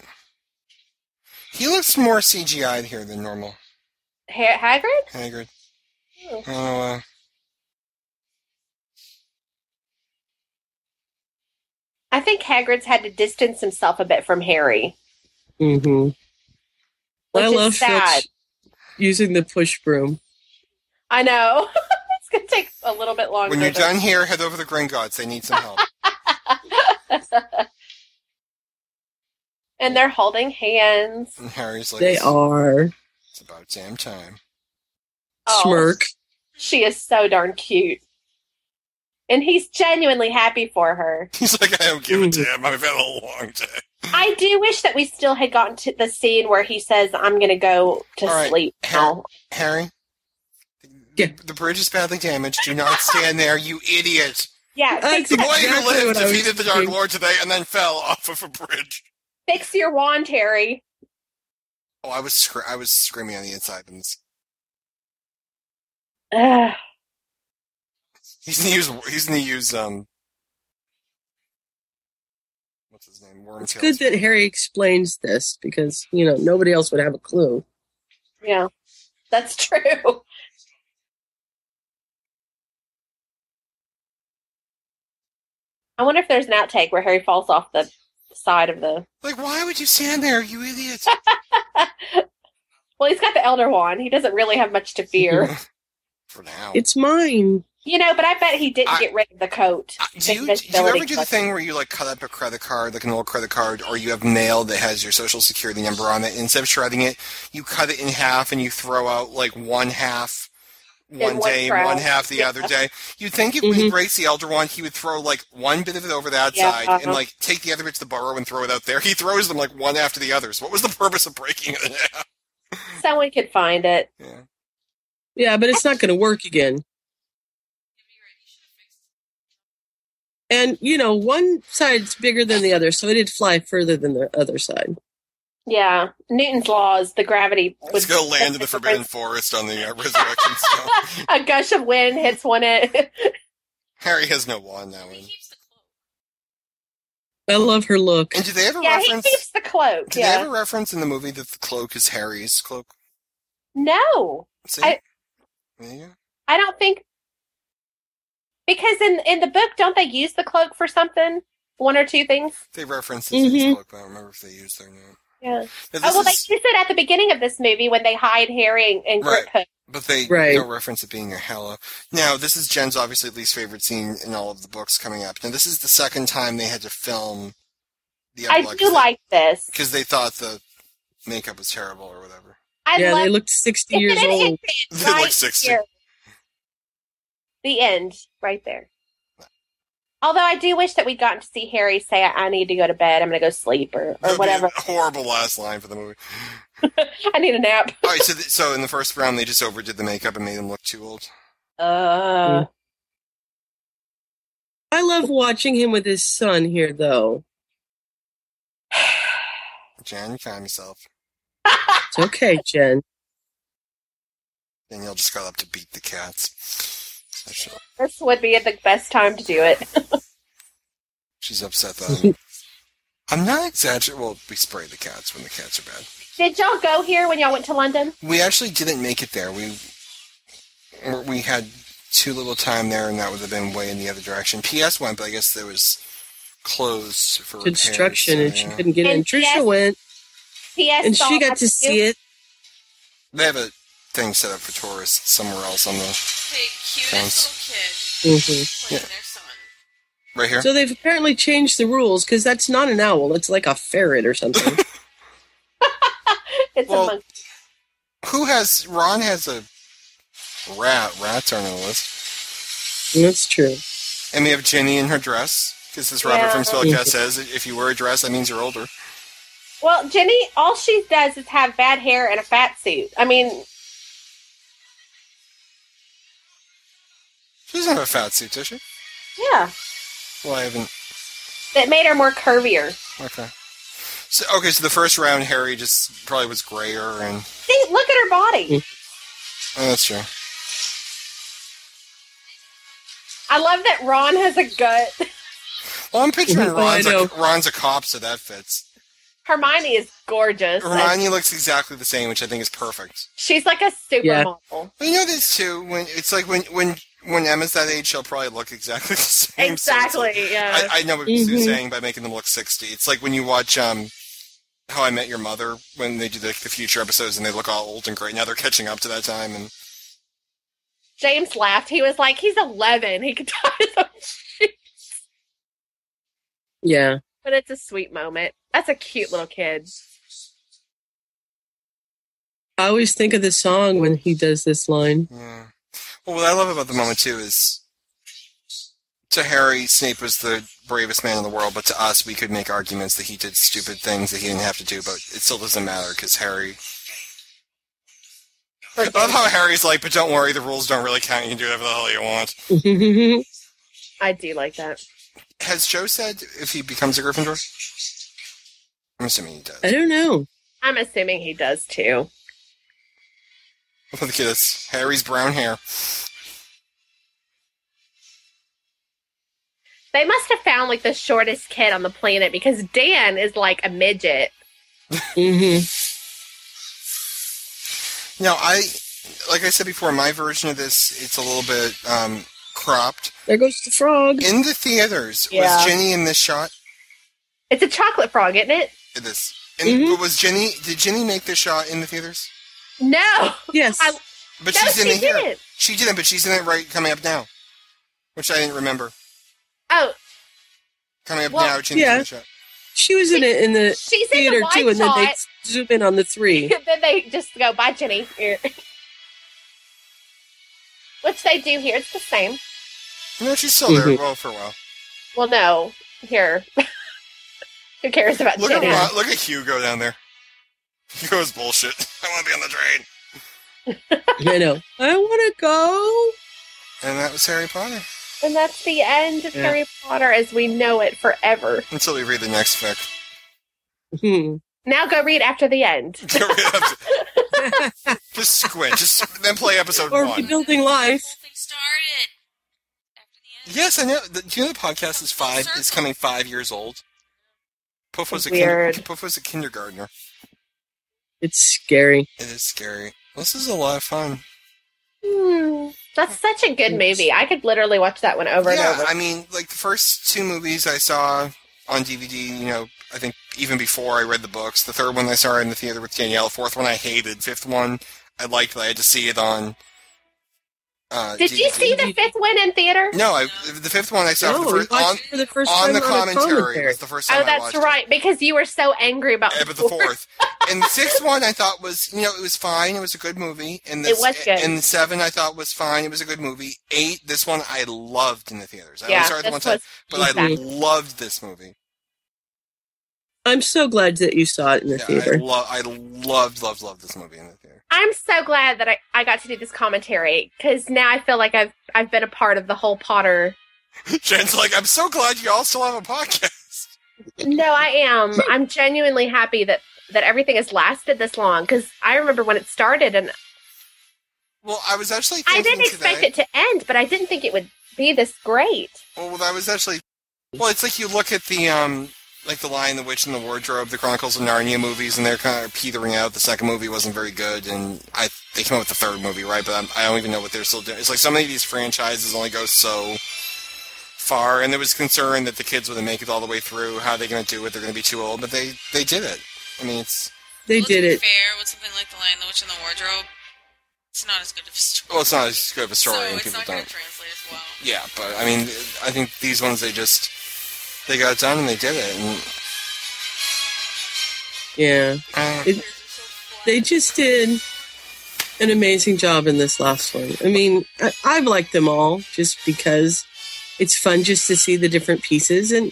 [SPEAKER 2] He looks more CGI'd here than normal.
[SPEAKER 1] Ha- Hagrid?
[SPEAKER 2] Hagrid.
[SPEAKER 1] Oh.
[SPEAKER 2] Oh, uh,
[SPEAKER 1] I think Hagrid's had to distance himself a bit from Harry.
[SPEAKER 3] Mm-hmm.
[SPEAKER 1] Which
[SPEAKER 3] I
[SPEAKER 1] is
[SPEAKER 3] love
[SPEAKER 1] sad.
[SPEAKER 3] Filch using the push broom.
[SPEAKER 1] I know. <laughs> it's going to take a little bit longer.
[SPEAKER 2] when you're
[SPEAKER 1] to-
[SPEAKER 2] done here, head over to Gringotts. They need some help.
[SPEAKER 1] And they're holding hands.
[SPEAKER 2] and Harry's like,
[SPEAKER 3] They
[SPEAKER 2] "It's-
[SPEAKER 3] are
[SPEAKER 2] It's about damn time. <laughs>
[SPEAKER 1] Oh,
[SPEAKER 3] smirk.
[SPEAKER 1] She is so darn cute. And he's genuinely happy for her.
[SPEAKER 2] He's like, I don't give
[SPEAKER 3] Mm-hmm.
[SPEAKER 2] a damn. I've had a long day.
[SPEAKER 1] I do wish that we still had gotten to the scene where he says, I'm going to go to
[SPEAKER 2] All right.
[SPEAKER 1] sleep now.
[SPEAKER 2] Harry.
[SPEAKER 3] Yeah.
[SPEAKER 2] The bridge is badly damaged. Do not stand there, you idiot.
[SPEAKER 1] Yeah, fix,
[SPEAKER 3] That's
[SPEAKER 2] The boy
[SPEAKER 3] exactly
[SPEAKER 2] who
[SPEAKER 3] what
[SPEAKER 2] lived
[SPEAKER 3] I was
[SPEAKER 2] defeated the Dark
[SPEAKER 3] thinking.
[SPEAKER 2] Lord today and then fell off of a bridge.
[SPEAKER 1] <laughs> fix your wand, Harry.
[SPEAKER 2] Oh, I was scr- I was screaming on the inside. And this-
[SPEAKER 1] Ugh.
[SPEAKER 2] he's gonna use he's gonna use um. What's his name? Wormtail.
[SPEAKER 3] It's good that Harry explains this because you know nobody else would have a clue.
[SPEAKER 1] Yeah, that's <laughs> true. I wonder if there's an outtake where Harry falls off the side of the.
[SPEAKER 2] Like, why would you stand there, you
[SPEAKER 3] <laughs>
[SPEAKER 2] idiot?
[SPEAKER 1] Well, he's got the Elder Wand. He doesn't really have much to fear,
[SPEAKER 2] For now.
[SPEAKER 3] It's mine.
[SPEAKER 1] you know. But I bet he didn't
[SPEAKER 2] I-
[SPEAKER 1] get rid of the coat.
[SPEAKER 2] Uh, do, you, do you
[SPEAKER 1] Invisibility
[SPEAKER 2] ever do the
[SPEAKER 1] cloak.
[SPEAKER 2] thing where you like cut up a credit card, like an old credit card, or you have mail that has your social security number on it? And instead of shredding it, you cut it in half and you throw out like one half one
[SPEAKER 1] one
[SPEAKER 2] day,
[SPEAKER 1] crowd.
[SPEAKER 2] one half the
[SPEAKER 1] Yeah. Mm-hmm.
[SPEAKER 2] other day. You'd think if he breaks the elder one, he would throw like one bit of it over that
[SPEAKER 1] Yeah,
[SPEAKER 2] side and
[SPEAKER 1] uh-huh.
[SPEAKER 2] like take the other bit to the burrow and throw it out there. He throws them like one after the others. What was the purpose of breaking it? in half?
[SPEAKER 1] Someone could find it.
[SPEAKER 2] yeah.
[SPEAKER 3] Yeah, but it's not going to work again. And you know, one side's bigger than the other, so it did fly further than the other side.
[SPEAKER 1] Yeah, Newton's laws, the gravity.
[SPEAKER 2] Let's
[SPEAKER 1] would-
[SPEAKER 2] go land in
[SPEAKER 1] <laughs>
[SPEAKER 2] the Forbidden Forest on the uh, Resurrection Stone.
[SPEAKER 1] A gush of wind hits one end. <laughs>
[SPEAKER 2] Harry has no wand now.
[SPEAKER 7] He keeps the cloak.
[SPEAKER 3] I love her look.
[SPEAKER 2] And do they ever
[SPEAKER 1] yeah, he
[SPEAKER 2] reference?
[SPEAKER 1] keeps the cloak.
[SPEAKER 2] Do they
[SPEAKER 1] Yeah.
[SPEAKER 2] have a reference in the movie that the cloak is Harry's cloak?
[SPEAKER 1] No.
[SPEAKER 2] See?
[SPEAKER 1] I-
[SPEAKER 2] There you go.
[SPEAKER 1] I don't think because in in the book don't they use the cloak for something? One or two things.
[SPEAKER 2] They reference
[SPEAKER 3] Mhm.
[SPEAKER 2] his cloak, but I don't remember if they used it or not.
[SPEAKER 1] Mm-hmm. Yeah.
[SPEAKER 2] But
[SPEAKER 1] oh well,
[SPEAKER 2] this is-
[SPEAKER 1] they use it at the beginning of this movie when they hide Harry and, and
[SPEAKER 2] Right.
[SPEAKER 1] Grip Hook.
[SPEAKER 2] but they
[SPEAKER 3] Right.
[SPEAKER 2] don't reference it being a Hella. Now, this is Jen's obviously least favorite scene in all of the books coming up. Now, this is the second time they had to film the
[SPEAKER 1] I
[SPEAKER 2] epilogue
[SPEAKER 1] do like this.
[SPEAKER 2] because they thought the makeup was terrible or whatever. <laughs>
[SPEAKER 1] I
[SPEAKER 3] yeah,
[SPEAKER 1] love
[SPEAKER 3] they looked
[SPEAKER 1] <laughs>
[SPEAKER 3] 60 years
[SPEAKER 1] it
[SPEAKER 3] old.
[SPEAKER 1] Is
[SPEAKER 2] They
[SPEAKER 1] right
[SPEAKER 2] look 60. <laughs>
[SPEAKER 1] here. The end, right there. Although I do wish that we'd gotten to see Harry say, "I need to go to bed. I'm going to go sleep," or, or
[SPEAKER 2] That'd
[SPEAKER 3] Oh,
[SPEAKER 2] be a
[SPEAKER 1] whatever. <laughs>
[SPEAKER 2] horrible last line for the movie.
[SPEAKER 1] I need a nap.
[SPEAKER 2] All right, so th- so in the first round, they just overdid the makeup and made him look too old.
[SPEAKER 1] Uh,
[SPEAKER 3] I love watching him with his son here, though.
[SPEAKER 2] Jan, you found yourself.
[SPEAKER 3] It's okay, Jen.
[SPEAKER 2] Danielle just got up to beat the cats. That's-
[SPEAKER 1] this would be the best time to do it.
[SPEAKER 2] She's upset that
[SPEAKER 3] <laughs>
[SPEAKER 2] I'm, I'm not exaggerating. Well, we spray the cats when the cats are bad.
[SPEAKER 1] Did y'all go here when y'all went to London?
[SPEAKER 2] We actually didn't make it there. We we had too little time there, and that would have been way in the other direction. PS went, but I guess there was closed for repairs,
[SPEAKER 3] Construction, and she
[SPEAKER 2] yeah.
[SPEAKER 3] couldn't get in.
[SPEAKER 1] And yes,
[SPEAKER 3] Trisha went,
[SPEAKER 1] P.S.
[SPEAKER 3] and she
[SPEAKER 1] saw
[SPEAKER 3] got to
[SPEAKER 1] you.
[SPEAKER 3] see it.
[SPEAKER 2] They have a thing set up for tourists somewhere else on the
[SPEAKER 7] The cutest
[SPEAKER 2] Sounds-
[SPEAKER 7] little kid
[SPEAKER 3] Mhm.
[SPEAKER 7] playing their son.
[SPEAKER 2] right here.
[SPEAKER 3] So they've apparently changed the rules because that's not an owl; it's like a ferret or something.
[SPEAKER 1] It's
[SPEAKER 2] Well-
[SPEAKER 1] a monkey.
[SPEAKER 2] Who has Ron has a rat? Rats are on the list,
[SPEAKER 3] that's true.
[SPEAKER 2] and we have Jenny in her dress. Because as Robert
[SPEAKER 1] Yeah.
[SPEAKER 2] from Spellcast says, if you wear a dress, that means you're older.
[SPEAKER 1] Well, Jenny, all she does is have bad hair and a fat suit. I mean,
[SPEAKER 2] She doesn't have a fat suit, does she?
[SPEAKER 1] yeah,
[SPEAKER 2] Well, I haven't.
[SPEAKER 1] that made her more curvier.
[SPEAKER 2] Okay. So okay, so the first round, Harry just probably was grayer, and
[SPEAKER 1] See, look at her body.
[SPEAKER 3] Mm.
[SPEAKER 2] oh, that's true.
[SPEAKER 1] I love that Ron has a gut. <laughs>
[SPEAKER 2] Well, I'm picturing
[SPEAKER 3] Oh, <laughs> I
[SPEAKER 2] Ron's a,
[SPEAKER 3] know.
[SPEAKER 2] Ron's a cop, so that
[SPEAKER 3] <laughs>
[SPEAKER 2] fits.
[SPEAKER 1] Hermione is gorgeous.
[SPEAKER 2] Hermione looks exactly the same, which I think is perfect.
[SPEAKER 1] She's like a
[SPEAKER 3] Yeah.
[SPEAKER 1] supermodel.
[SPEAKER 2] Well, you know this too. When it's like when when when Emma's that age, she'll probably look exactly <laughs> the same. so it's like-
[SPEAKER 1] Exactly. Yeah.
[SPEAKER 2] I, I know what
[SPEAKER 3] Mhm.
[SPEAKER 2] Sue's saying by making them look 60. It's like when you watch um, How I Met Your Mother when they do the, the future episodes and they look all old and great. Now they're catching up to that time. And
[SPEAKER 1] James laughed. He was like, "He's 11. He could tie his own shoe."
[SPEAKER 3] Yeah,
[SPEAKER 1] <laughs> But it's a sweet moment. That's a cute little kid.
[SPEAKER 3] I always think of the song when he does this line.
[SPEAKER 2] yeah. Well, what I love about the moment too is to Harry, Snape was the bravest man in the world, but to us, we could make arguments that he did stupid things that he didn't have to do, but it still doesn't matter because Harry. I love how Harry's like, but don't worry, the rules don't really count. You can do whatever the hell you want.
[SPEAKER 1] Mm-hmm. I do like that.
[SPEAKER 2] Has Joe said if he becomes a Gryffindor? I'm assuming he does.
[SPEAKER 3] I don't know.
[SPEAKER 1] I'm assuming he does too.
[SPEAKER 2] Look at this. Harry's brown hair.
[SPEAKER 1] They must have found like the shortest kid on the planet because Dan is like a midget.
[SPEAKER 3] hmm
[SPEAKER 1] Mm-hmm.
[SPEAKER 2] Now, I, like I said before, my version of this, it's a little bit um, cropped.
[SPEAKER 3] There goes the frog.
[SPEAKER 2] In the theaters, was
[SPEAKER 1] Yeah.
[SPEAKER 2] Jenny in this shot?
[SPEAKER 1] It's a chocolate frog, isn't it?
[SPEAKER 2] This. And
[SPEAKER 3] Mhm.
[SPEAKER 1] Mm-hmm.
[SPEAKER 2] but was Jenny, did Jenny make this shot in the theaters?
[SPEAKER 1] No,
[SPEAKER 3] Yes,
[SPEAKER 1] I-
[SPEAKER 2] But
[SPEAKER 1] no,
[SPEAKER 2] she's in
[SPEAKER 1] she
[SPEAKER 2] it here.
[SPEAKER 1] didn't.
[SPEAKER 2] She didn't, but she's in it right coming up now. Which I didn't remember.
[SPEAKER 1] Oh,
[SPEAKER 2] Coming up
[SPEAKER 1] Well,
[SPEAKER 2] now, Jenny's in
[SPEAKER 3] yeah.
[SPEAKER 2] the shot.
[SPEAKER 3] she was in it in the
[SPEAKER 1] she's in
[SPEAKER 3] theater
[SPEAKER 1] the wide
[SPEAKER 3] too, and then
[SPEAKER 1] shot.
[SPEAKER 3] they zoom in on the three.
[SPEAKER 1] <laughs> then they just go, bye, Jenny. <laughs> Which they do here. It's the same.
[SPEAKER 2] No, she's still there.
[SPEAKER 3] Mhm.
[SPEAKER 2] Well, for a while.
[SPEAKER 1] Well, no. Here. <laughs> Who cares about
[SPEAKER 2] Look at
[SPEAKER 1] Jenny?
[SPEAKER 2] Ron, look at Hugo down there. <laughs> Hugo's bullshit. <laughs> I want to be on the train.
[SPEAKER 3] I know. I want to go.
[SPEAKER 2] And that was Harry Potter.
[SPEAKER 1] And that's the end of
[SPEAKER 3] Yeah.
[SPEAKER 1] Harry Potter as we know it forever.
[SPEAKER 2] Until we read the next fic. <laughs>
[SPEAKER 3] Hmm.
[SPEAKER 1] Now go read after the end.
[SPEAKER 2] Get rid of- <laughs> just squint. Just then play episode
[SPEAKER 3] Or
[SPEAKER 2] one.
[SPEAKER 3] rebuilding life.
[SPEAKER 7] The whole thing started after the end.
[SPEAKER 2] Yes, I know. The, do you know the podcast is five? Is coming five years old. Puff was a
[SPEAKER 1] Weird.
[SPEAKER 2] Kin- Puff was a kindergartner.
[SPEAKER 3] It's scary.
[SPEAKER 2] It is scary. This is a lot of fun.
[SPEAKER 1] Hmm. That's such a good movie. I could literally watch that one over and
[SPEAKER 2] yeah,
[SPEAKER 1] over.
[SPEAKER 2] I mean, like the first two movies I saw on DVD, you know, I think even before I read the books. The third one I saw in the theater with Danielle. Fourth one I hated. Fifth one I liked, but I had to see it on Uh,
[SPEAKER 1] Did you see the fifth one in theater?
[SPEAKER 2] No, I, the fifth one I saw for
[SPEAKER 3] no,
[SPEAKER 2] the
[SPEAKER 3] we
[SPEAKER 2] first, on,
[SPEAKER 3] watched it for the first
[SPEAKER 2] on
[SPEAKER 3] time
[SPEAKER 2] the commentary.
[SPEAKER 3] commentary.
[SPEAKER 2] was the first time
[SPEAKER 1] Oh,
[SPEAKER 2] I
[SPEAKER 1] that's
[SPEAKER 2] watched
[SPEAKER 1] right, because you were so angry about
[SPEAKER 2] It. Eh, but the
[SPEAKER 1] <laughs>
[SPEAKER 2] fourth and the sixth one I thought was you know it was fine. It was a good movie. And this,
[SPEAKER 1] It was good.
[SPEAKER 2] And seven I thought was fine. It was a good movie. Eight, this one I loved in the theaters. I
[SPEAKER 1] Yeah,
[SPEAKER 2] only saw it the
[SPEAKER 1] this
[SPEAKER 2] one time,
[SPEAKER 1] was
[SPEAKER 2] but I
[SPEAKER 1] exactly-
[SPEAKER 2] loved this movie.
[SPEAKER 3] I'm so glad that you saw it in the
[SPEAKER 2] Yeah, I
[SPEAKER 3] theater.
[SPEAKER 2] love, I loved, loved, loved this movie in the theater. <laughs>
[SPEAKER 1] I'm so glad that I, I got to do this commentary because now I feel like I've I've been a part of the whole Potter.
[SPEAKER 2] Jen's like, I'm so glad you all still have a podcast.
[SPEAKER 1] No, I am. I'm genuinely happy that that everything has lasted this long because I remember when it started and
[SPEAKER 2] Well, I was actually
[SPEAKER 1] I
[SPEAKER 2] thinking
[SPEAKER 1] didn't expect
[SPEAKER 2] today,
[SPEAKER 1] it to end, but I didn't think it would be this great.
[SPEAKER 2] Well, I was actually. Well, it's like you look at the um, like the Lion, the Witch, and the Wardrobe, the Chronicles of Narnia movies, and they're kind of petering out. The second movie wasn't very good, and I they came out with the third movie, right? But I'm, I don't even know what they're still doing. It's like some of these franchises only go so far, and there was concern that the kids wouldn't make it all the way through. How are they going to do it? They're going to be too old, but they they did it. I mean, it's
[SPEAKER 3] They
[SPEAKER 7] Well, to
[SPEAKER 3] did
[SPEAKER 7] be
[SPEAKER 3] it.
[SPEAKER 7] Fair with something like The Lion, the Witch, and the Wardrobe. It's not as good of a story.
[SPEAKER 2] well, it's not as good of a story,
[SPEAKER 7] so
[SPEAKER 2] and
[SPEAKER 7] it's
[SPEAKER 2] people
[SPEAKER 7] not
[SPEAKER 2] don't.
[SPEAKER 7] going to translate as well.
[SPEAKER 2] Yeah, but I mean, I think these ones they just they got it done and they did it, and
[SPEAKER 3] Yeah.
[SPEAKER 2] uh,
[SPEAKER 3] They just did an amazing job in this last one. I mean, I, I've liked them all just because it's fun just to see the different pieces. And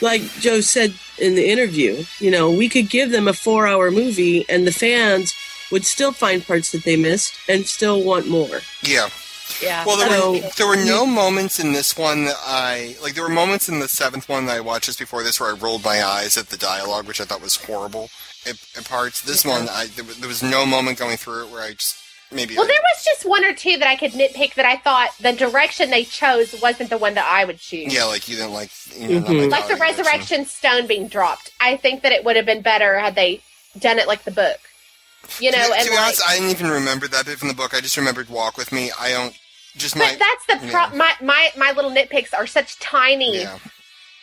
[SPEAKER 3] like Joe said in the interview, you know, we could give them a four hour movie and the fans would still find parts that they missed and still want more.
[SPEAKER 2] yeah.
[SPEAKER 1] Yeah.
[SPEAKER 2] Well, there were,
[SPEAKER 3] So-
[SPEAKER 2] there were no moments in this one that I like. There were moments in the seventh one that I watched just before this where I rolled my eyes at the dialogue, which I thought was horrible at, at parts. This one, I there, was- there was no moment going through it where I just maybe.
[SPEAKER 1] Well,
[SPEAKER 2] I-
[SPEAKER 1] there was just one or two that I could nitpick that I thought the direction they chose wasn't the one that I would choose.
[SPEAKER 2] yeah, like you didn't like you know, not
[SPEAKER 3] Mhm.
[SPEAKER 2] my
[SPEAKER 1] Like the
[SPEAKER 2] daughter, that's-
[SPEAKER 1] resurrection stone being dropped. I think that it would have been better had they done it like the book. You know,
[SPEAKER 2] To be-
[SPEAKER 1] and
[SPEAKER 2] to be
[SPEAKER 1] like,
[SPEAKER 2] honest, I didn't even remember that bit from the book. I just remembered "Walk with Me." I don't just my
[SPEAKER 1] but that's the pro-
[SPEAKER 2] yeah.
[SPEAKER 1] my, my my little nitpicks are such tiny.
[SPEAKER 2] yeah.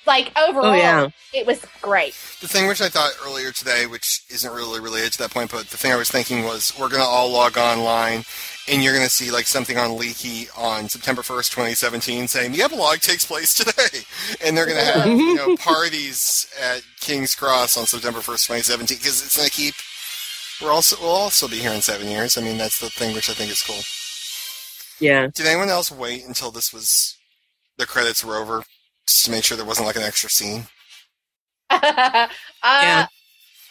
[SPEAKER 1] Like overall,
[SPEAKER 3] Oh, yeah.
[SPEAKER 1] it was great.
[SPEAKER 2] The thing which I thought earlier today, which isn't really related to that point, but the thing I was thinking was we're going to all log online and you're going to see like something on Leaky on September 1st, 2017 saying the epilogue takes place today. <laughs> And they're going to have, you know, parties at King's Cross on September 1st, 2017 because it's going to keep we're also we'll also be here in 7 years. I mean, that's the thing which I think is cool.
[SPEAKER 3] Yeah.
[SPEAKER 2] Did anyone else wait until this was the credits were over just to make sure there wasn't like an extra scene?
[SPEAKER 1] uh,
[SPEAKER 3] Yeah.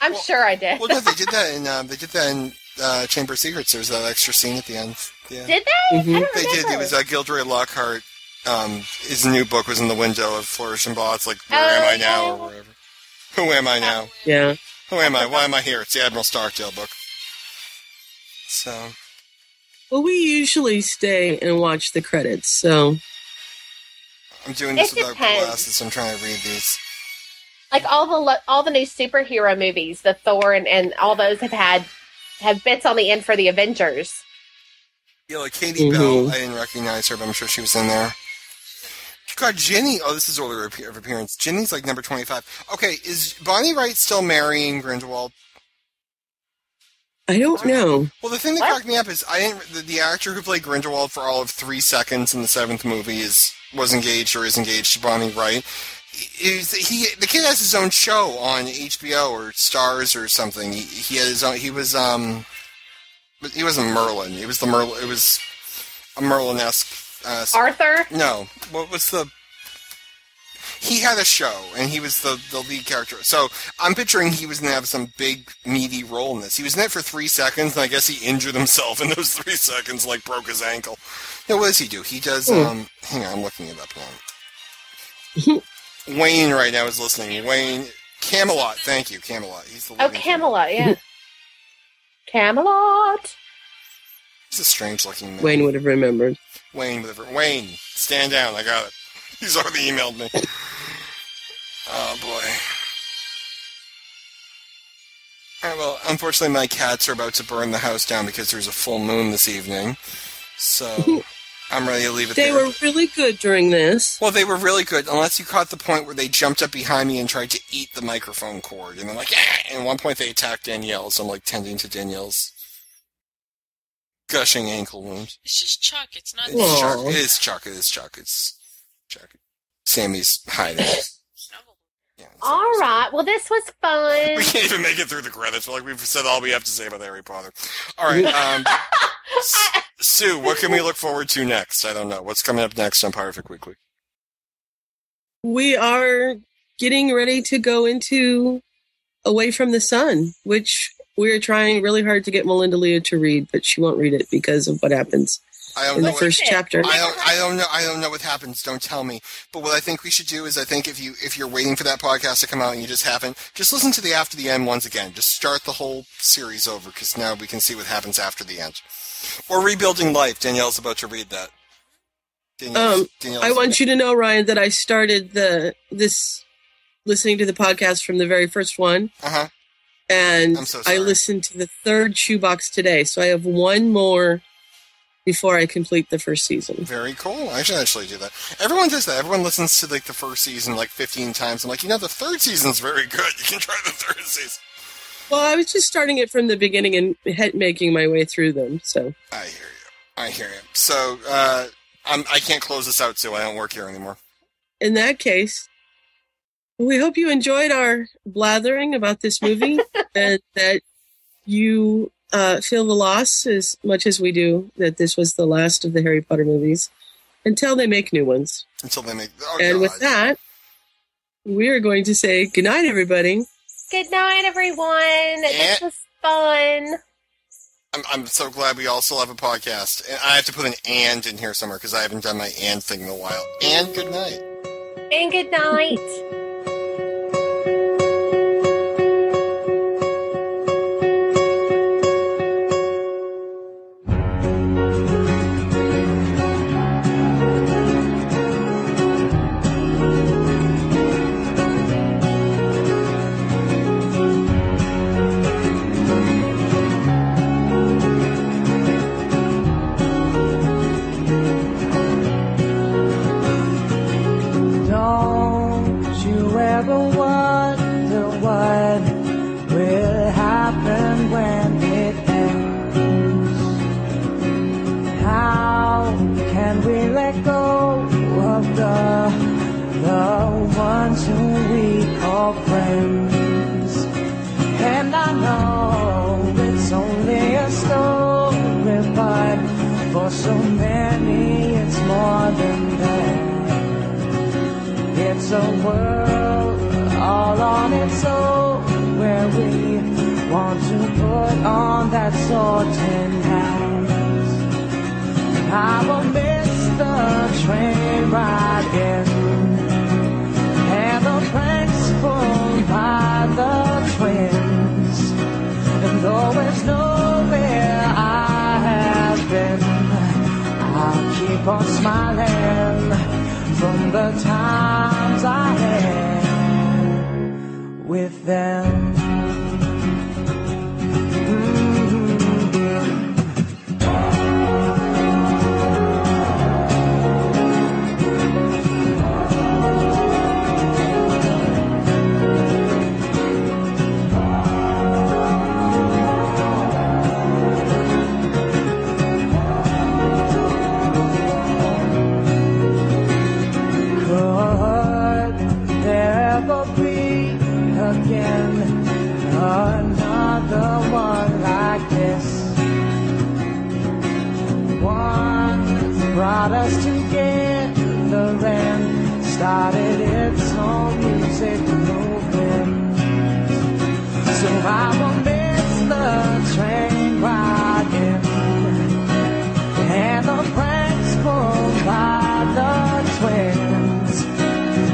[SPEAKER 1] I'm
[SPEAKER 2] Well-
[SPEAKER 1] sure I did.
[SPEAKER 2] well, no, they did that in um, they did that in uh, Chamber of Secrets. There was that extra scene at the end. Yeah,
[SPEAKER 1] Did they?
[SPEAKER 3] Mhm.
[SPEAKER 1] I don't
[SPEAKER 2] they did.
[SPEAKER 1] remember.
[SPEAKER 2] It was uh, Gilderoy Lockhart. Um, his new book was in the window of Flourish and Ball. It's like, where
[SPEAKER 1] Oh,
[SPEAKER 2] am I now,
[SPEAKER 1] yeah.
[SPEAKER 2] or wherever. Who am I now?
[SPEAKER 3] Yeah.
[SPEAKER 2] Who am I? Why am I here? It's the Admiral Starkdale book. So
[SPEAKER 3] Well, we usually stay and watch the credits. So,
[SPEAKER 2] I'm doing this
[SPEAKER 1] It
[SPEAKER 2] without
[SPEAKER 1] depends.
[SPEAKER 2] glasses. I'm trying to read these.
[SPEAKER 1] like all the lo- all the new superhero movies, the Thor and, and all those have had have bits on the end for the Avengers.
[SPEAKER 2] Yeah, like Katie Bell. I didn't recognize her, but I'm sure she was in there. God, Jenny. Oh, this is order of of appearance. Jenny's like number 25. Okay, is Bonnie Wright still marrying Grindelwald?
[SPEAKER 3] I don't know.
[SPEAKER 2] Well, the thing that
[SPEAKER 1] What?
[SPEAKER 2] cracked me up is I didn't. The, the actor who played Grindelwald for all of three seconds in the seventh movie is was engaged or is engaged to Bonnie Wright. Is he the kid has his own show on HBO or Stars or something? He, he had his own. He was um, but he wasn't Merlin. It was the Merlin. It was a Merlin-esque. Uh, s-
[SPEAKER 1] Arthur,
[SPEAKER 2] no, what was the? He had a show, and he was the, the lead character. So I'm picturing he was going to have some big, meaty role in this. He was in it for three seconds, and I guess he injured himself in those <laughs> three seconds, like broke his ankle. Now, what does he do? He does. Um, hang on, I'm looking it up now. Wayne right now is listening. Wayne Camelot, thank you, Camelot. He's the
[SPEAKER 1] oh
[SPEAKER 2] leading-
[SPEAKER 1] Camelot,
[SPEAKER 2] <laughs>
[SPEAKER 1] yeah, Camelot.
[SPEAKER 2] He's a strange looking man.
[SPEAKER 3] Wayne would have remembered.
[SPEAKER 2] Wayne, whatever. Wayne, stand down. I got it. <laughs> He's already emailed
[SPEAKER 3] <laughs>
[SPEAKER 2] me. Oh boy. All right, well, unfortunately, my cats are about to burn the house down because there's a full moon this evening.
[SPEAKER 3] <laughs>
[SPEAKER 2] So I'm ready to leave it
[SPEAKER 3] They
[SPEAKER 2] there.
[SPEAKER 3] were really good during this.
[SPEAKER 2] well, they were really good, unless you caught the point where they jumped up behind me and tried to eat the microphone cord. And then, like, ah! and at one point they attacked Danielle, so I'm like tending to Danielle's gushing ankle wound.
[SPEAKER 7] It's just Chuck. It's not.
[SPEAKER 2] It's Chuck.
[SPEAKER 3] Aw.
[SPEAKER 2] It is Chuck. It is Chuck. It's Chuck. Sammy's
[SPEAKER 1] <laughs>
[SPEAKER 2] hiding.
[SPEAKER 7] Snuggle.
[SPEAKER 2] Yeah, it's-
[SPEAKER 1] All right. Well, this was
[SPEAKER 2] We <laughs>
[SPEAKER 1] fun.
[SPEAKER 2] can't even make it through the credits. We're Like we've said all we have to say about Harry Potter.
[SPEAKER 1] <laughs>
[SPEAKER 2] All right, um, S- Sue, what can we look forward to next? I don't know. What's coming up next on Pirate Weekly?
[SPEAKER 3] we are getting ready to go into Away from the Sun, which we are trying really hard to get Melinda Leo to read, but she won't read it because of what happens
[SPEAKER 2] I don't
[SPEAKER 3] in
[SPEAKER 2] know.
[SPEAKER 3] the
[SPEAKER 2] What,
[SPEAKER 3] first chapter.
[SPEAKER 2] Oh, I don't. I don't know. I don't know what happens. Don't tell me. But what I think we should do is, I think if you if you're waiting for that podcast to come out and you just haven't, just listen to the after the end once again. Just start the whole series over because now we can see what happens after the end. Or rebuilding life. Danielle's about to read that. Danielle's,
[SPEAKER 3] Um,
[SPEAKER 2] Danielle's
[SPEAKER 3] I want you to know, Ryan, that I started the this listening to the podcast from the very first one,
[SPEAKER 2] Uh huh.
[SPEAKER 3] and
[SPEAKER 2] I'm so
[SPEAKER 3] I
[SPEAKER 2] sorry.
[SPEAKER 3] listened to the third shoebox today, so I have one more before I complete the first season.
[SPEAKER 2] Very cool. I should actually do that. Everyone does that. Everyone listens to like the first season like 15 times. I'm like, you know, the third season's very good. <laughs> You can try the third season.
[SPEAKER 3] Well, I was just starting it from the beginning and he- making my way through them, so.
[SPEAKER 2] I hear you. I hear you. So uh, I'm, I can't close this out, so I don't work here anymore.
[SPEAKER 3] in that case, we hope you enjoyed our blathering about this movie
[SPEAKER 2] <laughs>
[SPEAKER 3] and that you uh, feel the loss as much as we do that this was the last of the Harry Potter movies until they make new ones.
[SPEAKER 2] Until they make. Oh,
[SPEAKER 3] and
[SPEAKER 2] God.
[SPEAKER 3] with that, we are going to say goodnight, everybody.
[SPEAKER 1] Good night, everyone. This was fun.
[SPEAKER 2] I'm, I'm so glad we all still have a podcast. And I have to put an and in here somewhere because I haven't done my and thing in a while. And good night.
[SPEAKER 1] And good night.
[SPEAKER 9] Don't you ever wonder what will happen when it ends? How can we let go of the the ones who we call friends? And I know it's only a story, but for so many it's more than that. It's a world all on its own where we want to put on that sorting hat. I will miss the train ride in and the pranks pulled by the twins. And though it's nowhere I have been, I'll keep on smiling from the times I had with them. Mm. Could there ever be again another one like this? One brought us together and started its own music movement. So I will miss the train ride in and the pranks pulled by the twins.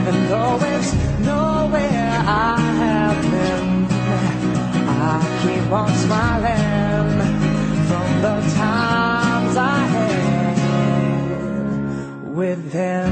[SPEAKER 9] And though it's nowhere I have been, I keep on smiling from the times I had with them.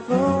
[SPEAKER 9] Oh, travel